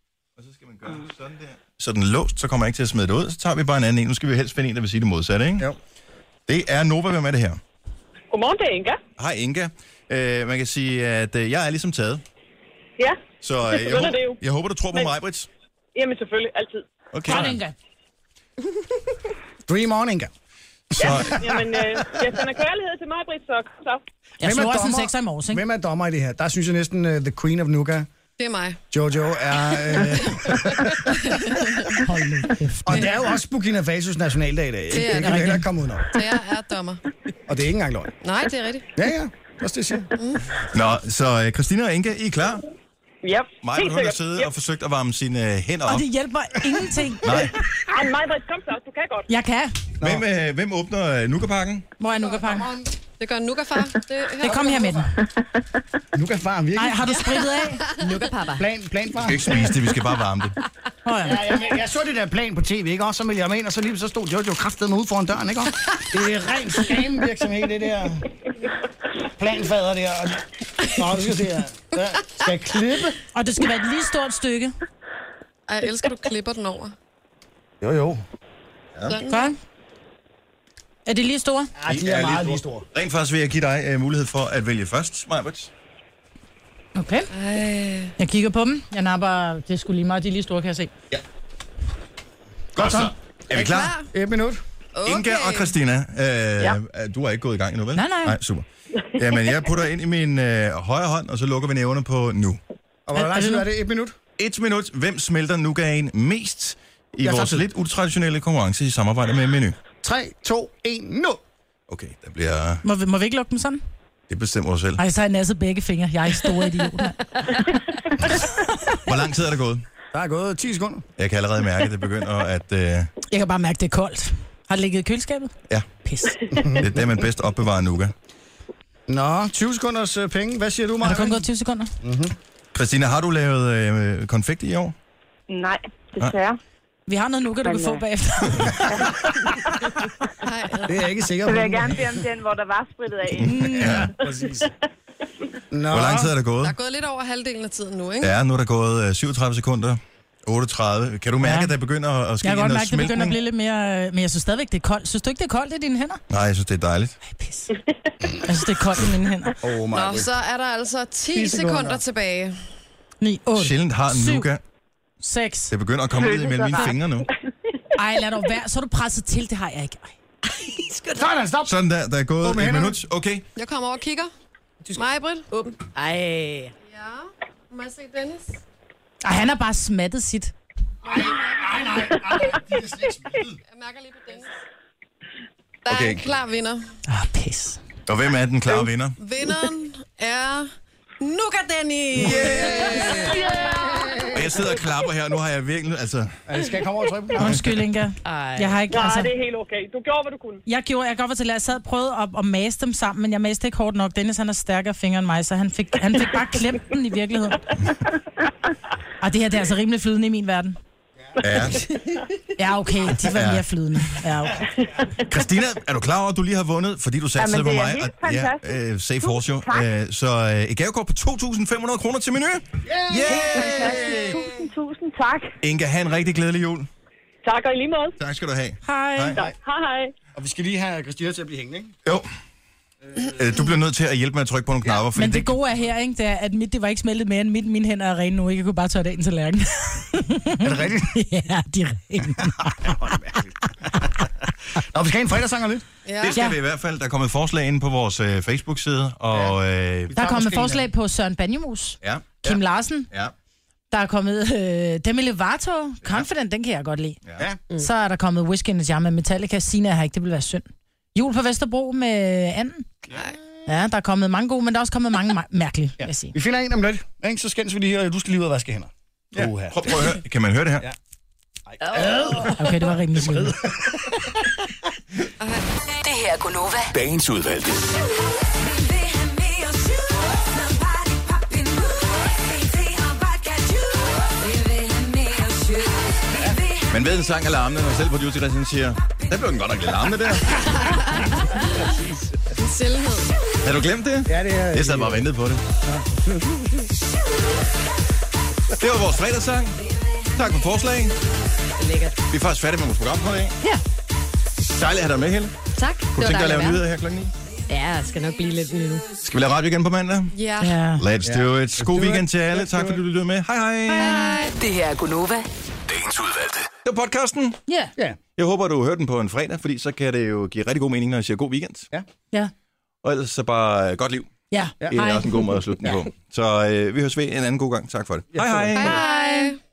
Speaker 1: Så den er låst, så kommer jeg ikke til at smide det ud. Så tager vi bare en anden en. Nu skal vi jo helst finde en, der vil sige det modsatte, ikke?
Speaker 2: Jo.
Speaker 1: Det er Nova, hvem er det her?
Speaker 15: Godmorgen, det er Inga.
Speaker 1: Hej, Inga. Øh, man kan sige, at øh, jeg er ligesom taget.
Speaker 15: Ja,
Speaker 1: Så øh,
Speaker 15: det *laughs*
Speaker 1: jeg,
Speaker 15: begynder det jo.
Speaker 1: håber, jeg håber, du tror på
Speaker 15: Men-
Speaker 1: mig, Brits.
Speaker 15: Jamen selvfølgelig, altid.
Speaker 1: Okay. Sådan,
Speaker 5: Inga.
Speaker 2: Dream on, Inga.
Speaker 1: Så,
Speaker 15: Jamen, øh, jeg sender kærlighed til mig, Britt, så kom så.
Speaker 5: i morges, ikke?
Speaker 2: Hvem er dommer i det her? Der synes jeg næsten, uh, The Queen of Nougat,
Speaker 3: Det er mig.
Speaker 2: Jojo, er...
Speaker 5: *laughs*
Speaker 2: Uh... og det er jo også Burkina Fasos nationaldag i dag.
Speaker 3: Det er
Speaker 2: det
Speaker 3: det.
Speaker 2: kan vi heller ikke komme udenom.
Speaker 3: Så jeg er dommer.
Speaker 2: Og det er ikke engang løgn.
Speaker 3: Nej, det er rigtigt.
Speaker 2: Ja, ja. Det er Også det, jeg siger.
Speaker 7: Mm.
Speaker 1: nå, så øh, Christina og Inga, I er klar?
Speaker 15: Ja,
Speaker 1: Maja, hun har siddet og forsøgt at varme sine øh, hænder op.
Speaker 5: Og det hjælper ingenting.
Speaker 1: Nej.
Speaker 15: Ej, mig, Britt, kom så, du kan godt.
Speaker 5: Jeg kan.
Speaker 1: Hvem, øh, hvem åbner øh, nukapakken?
Speaker 5: Hvor er Nukapakken?
Speaker 3: Det gør Nuka, far. Det, er
Speaker 5: Det kom her med den.
Speaker 2: Nu kan faren virkelig...
Speaker 5: Nej, har du sprittet af?
Speaker 4: *laughs* Nuka, papa.
Speaker 2: Plan, plan
Speaker 1: Vi
Speaker 2: far.
Speaker 1: skal ikke spise det, vi skal bare varme det.
Speaker 5: Oh, ja.
Speaker 2: Ja, jeg, jeg, så det der plan på tv, ikke? Og så meldte jeg mig ind, og så lige så stod Jojo kraftedeme ude foran døren, ikke? Det er ren scam-virksomhed, det der planfader der. Nå, du skal se her. Der Skal jeg klippe?
Speaker 5: Og det skal være et lige stort stykke.
Speaker 3: Ej, jeg elsker, du klipper den over.
Speaker 2: Jo, jo.
Speaker 3: Sådan.
Speaker 5: Godt. Er det lige store?
Speaker 2: Ja, de er meget lige store.
Speaker 1: Rent faktisk vil jeg give dig øh, mulighed for at vælge først, Majbert.
Speaker 5: Okay. Jeg kigger på dem. Jeg napper, det er sgu lige meget, de er lige store, kan jeg se.
Speaker 1: Godt så. Er vi klar?
Speaker 2: Et minut.
Speaker 1: Okay. Inga og Christina, øh, ja. du er ikke gået i gang endnu, vel?
Speaker 5: Nej, nej.
Speaker 1: Nej, super. Jamen, jeg putter ind i min øh, højre hånd, og så lukker vi nævnerne på nu.
Speaker 2: Og hvor lang tid er det? Et minut?
Speaker 1: Et minut. Hvem smelter nougaten mest i
Speaker 2: Jeg
Speaker 1: jeg
Speaker 2: tager
Speaker 1: vores
Speaker 2: tid.
Speaker 1: lidt utraditionelle konkurrence i samarbejde med Menu?
Speaker 2: 3, 2, 1, nu!
Speaker 1: Okay, der bliver...
Speaker 5: Må vi, må vi ikke lukke dem sådan?
Speaker 1: Det bestemmer du selv.
Speaker 5: Ej, så har jeg nasset begge fingre. Jeg er store idiot. mand.
Speaker 1: Hvor lang tid er der gået?
Speaker 2: Der er gået 10 sekunder.
Speaker 1: Jeg kan allerede mærke, at det begynder at... Øh, det
Speaker 5: Jeg kan bare mærke, det er koldt. Har det ligget i køleskabet?
Speaker 1: Ja.
Speaker 5: Pis.
Speaker 1: er der, man bedst opbevarer nougat.
Speaker 2: Nå, 20 sekunders øh, penge. Hvad siger du,
Speaker 5: Har der
Speaker 2: Maja?
Speaker 5: kun gået 20 sekunder?
Speaker 2: Mhm.
Speaker 1: Christina, har du lavet øh, konfekt i år?
Speaker 15: Nej, desværre.
Speaker 5: Vi har noget nougat, du
Speaker 15: Men,
Speaker 5: kan få
Speaker 15: øh,
Speaker 5: bagefter.
Speaker 2: Det er jeg ikke sikker
Speaker 15: Så
Speaker 2: på.
Speaker 15: vil jeg gerne bede om den, hvor der var sprittet af.
Speaker 1: Ja.
Speaker 2: Præcis. Nå.
Speaker 1: Hvor lang tid er der gået?
Speaker 3: Der er gået lidt over halvdelen af tiden nu, ikke?
Speaker 1: Ja, nu er der gået øh, 37 sekunder, 38. Kan du mærke,
Speaker 5: Ja.
Speaker 1: ja. at der begynder at- at ske
Speaker 5: Jeg kan godt
Speaker 1: noget
Speaker 5: mærke, at det begynder at
Speaker 1: smeltning?
Speaker 5: blive lidt mere... øh, Men jeg synes stadigvæk, det er koldt. Synes du ikke, det er koldt i dine hænder?
Speaker 1: Nej, jeg synes, det er dejligt.
Speaker 5: Jeg synes, det er koldt i mine hænder.
Speaker 1: Oh
Speaker 7: Nå, så er der altså 10
Speaker 5: 10 sekunder.
Speaker 7: sekunder tilbage.
Speaker 5: 9, 8,
Speaker 1: Sjældent har en nuga.
Speaker 5: 6.
Speaker 1: Det begynder at komme ud imellem mine fingre nu.
Speaker 5: *laughs* Ej, lad dog være. Så er du presset til. Det har jeg ikke. Ej.
Speaker 2: Sådan, stop.
Speaker 1: Sådan der, der er gået
Speaker 5: Åbn
Speaker 1: et
Speaker 5: hænderne.
Speaker 1: minut. Okay.
Speaker 7: Jeg kommer over og kigger. Du skal... Mig, Britt.
Speaker 4: Åben.
Speaker 5: Ej.
Speaker 3: Ja. Må jeg se Dennis?
Speaker 5: Ej, han har bare smattet sit.
Speaker 3: Jeg mærker lige på Dennis.
Speaker 7: Der er
Speaker 1: Okay.
Speaker 7: en klar vinder.
Speaker 5: Ah, pis.
Speaker 1: Og hvem er den klare vinder?
Speaker 7: Vinderen er Nuka Dennis. Yeah.
Speaker 1: Og jeg sidder og klapper her, og nu har jeg virkelig, altså...
Speaker 2: Skal jeg komme over og trykke?
Speaker 5: Undskyld, Inga. Jeg har ikke... altså-
Speaker 10: Nej, det er helt okay. Du gjorde, hvad du kunne.
Speaker 5: Jeg gjorde, jeg kan godt fortælle, at jeg sad og prøvede at, at mase dem sammen, men jeg maste ikke hårdt nok. Dennis, han er stærkere fingre end mig, så han fik, han fik bare klemt den i *laughs* virkeligheden. Og det her, det er altså rimelig flydende i min verden.
Speaker 1: Ja.
Speaker 5: *laughs* Ja, okay, de var
Speaker 1: Ja.
Speaker 5: mere flydende. Ja, okay.
Speaker 1: Christina, er du klar over, at du lige har vundet, fordi du satte
Speaker 5: Jamen,
Speaker 1: på
Speaker 5: det er
Speaker 1: mig?
Speaker 5: helt
Speaker 1: og- ja,
Speaker 5: fantastisk.
Speaker 1: øh, safe horse jo.
Speaker 15: tak.
Speaker 1: Øh, så øh, et gavekort på 2.500 kroner til menu.
Speaker 15: Fantastisk. Tusind, tusind tak.
Speaker 1: Inga, have en rigtig glædelig jul.
Speaker 15: Tak og i lige måde.
Speaker 1: Tak skal du have.
Speaker 5: Hej.
Speaker 1: Hej.
Speaker 15: Hej, hej.
Speaker 2: Og vi skal lige have Christina til at blive hængende, ikke?
Speaker 1: Jo. Øh, du bliver nødt til at hjælpe med at trykke på nogle knapper, fordi
Speaker 5: Men
Speaker 1: det,
Speaker 5: det gode er her, ikke, det er, at mit, det var ikke smeltet mere end mit, mine hænder er rene nu. Ikke? Jeg kunne bare tørre det ind til lærken.
Speaker 2: Er det rigtigt?
Speaker 5: *laughs* ja, de er rene.
Speaker 2: Nå, vi skal have en fredagssang om lidt.
Speaker 7: Ja.
Speaker 1: det skal vi i hvert fald. Der er kommet forslag ind på vores øh, Facebook-side, og... Øh,
Speaker 5: Der er kommet forslag på Søren Banjemus,
Speaker 1: Ja.
Speaker 5: Kim Larsen,
Speaker 1: Ja.
Speaker 5: der er kommet øh, Demi Lovato, Confident, den kan jeg godt lide.
Speaker 1: ja.
Speaker 5: Mm. Så er der kommet Whiskey in the Jar med Metallica. Sina har ikke, det vil være synd. Jul på Vesterbro med anden. Ja, der er kommet mange gode, men der er også kommet mange ma- mærkelige, vil jeg sige.
Speaker 2: Vi finder en om lidt, ikke? Så skændes vi lige, og du skal lige ud og vaske hænder. Ja. Uha.
Speaker 1: Prøv, prøv at høre. Kan man høre det her? Ja.
Speaker 5: Okay, det var rimelig smidt.
Speaker 8: Det her er Gunova.
Speaker 9: Dagens udvalgte.
Speaker 1: Man ved, en sang er larmende, når selv producer Christian siger, der blev den godt nok lidt larmende der.
Speaker 7: En selvhed.
Speaker 1: Har du glemt det?
Speaker 2: Ja, det er...
Speaker 1: Jeg sad bare og ventede på det. Det var vores fredagssang. Tak for forslagen.
Speaker 4: Lækkert.
Speaker 1: Vi er faktisk færdige med vores program for i dag.
Speaker 4: Ja.
Speaker 1: Dejligt at have dig med, Helle.
Speaker 4: Tak.
Speaker 1: Kunne du tænke dig at lave
Speaker 4: være
Speaker 1: nyheder her klokken 9?
Speaker 4: her? Ja, jeg skal nok blive lidt nu.
Speaker 1: Skal vi lave radio igen på mandag?
Speaker 4: Ja.
Speaker 1: Let's do it. God weekend til alle. Tak fordi du lyttede med. Hej hej.
Speaker 8: Det her er Gunova.
Speaker 9: Dagens udvalgte.
Speaker 1: Det var podcasten.
Speaker 5: Ja.
Speaker 2: Ja.
Speaker 1: Jeg håber, du har hørt den på en fredag, fordi så kan det jo give rigtig god mening, når jeg siger god weekend.
Speaker 2: Ja.
Speaker 5: Ja.
Speaker 1: Og ellers så bare øh, godt liv.
Speaker 5: Ja.
Speaker 1: Det er også en god måde at slutte den på. Så øh, vi høres ved en anden god gang. Tak for det. Hej hej.
Speaker 5: Hej.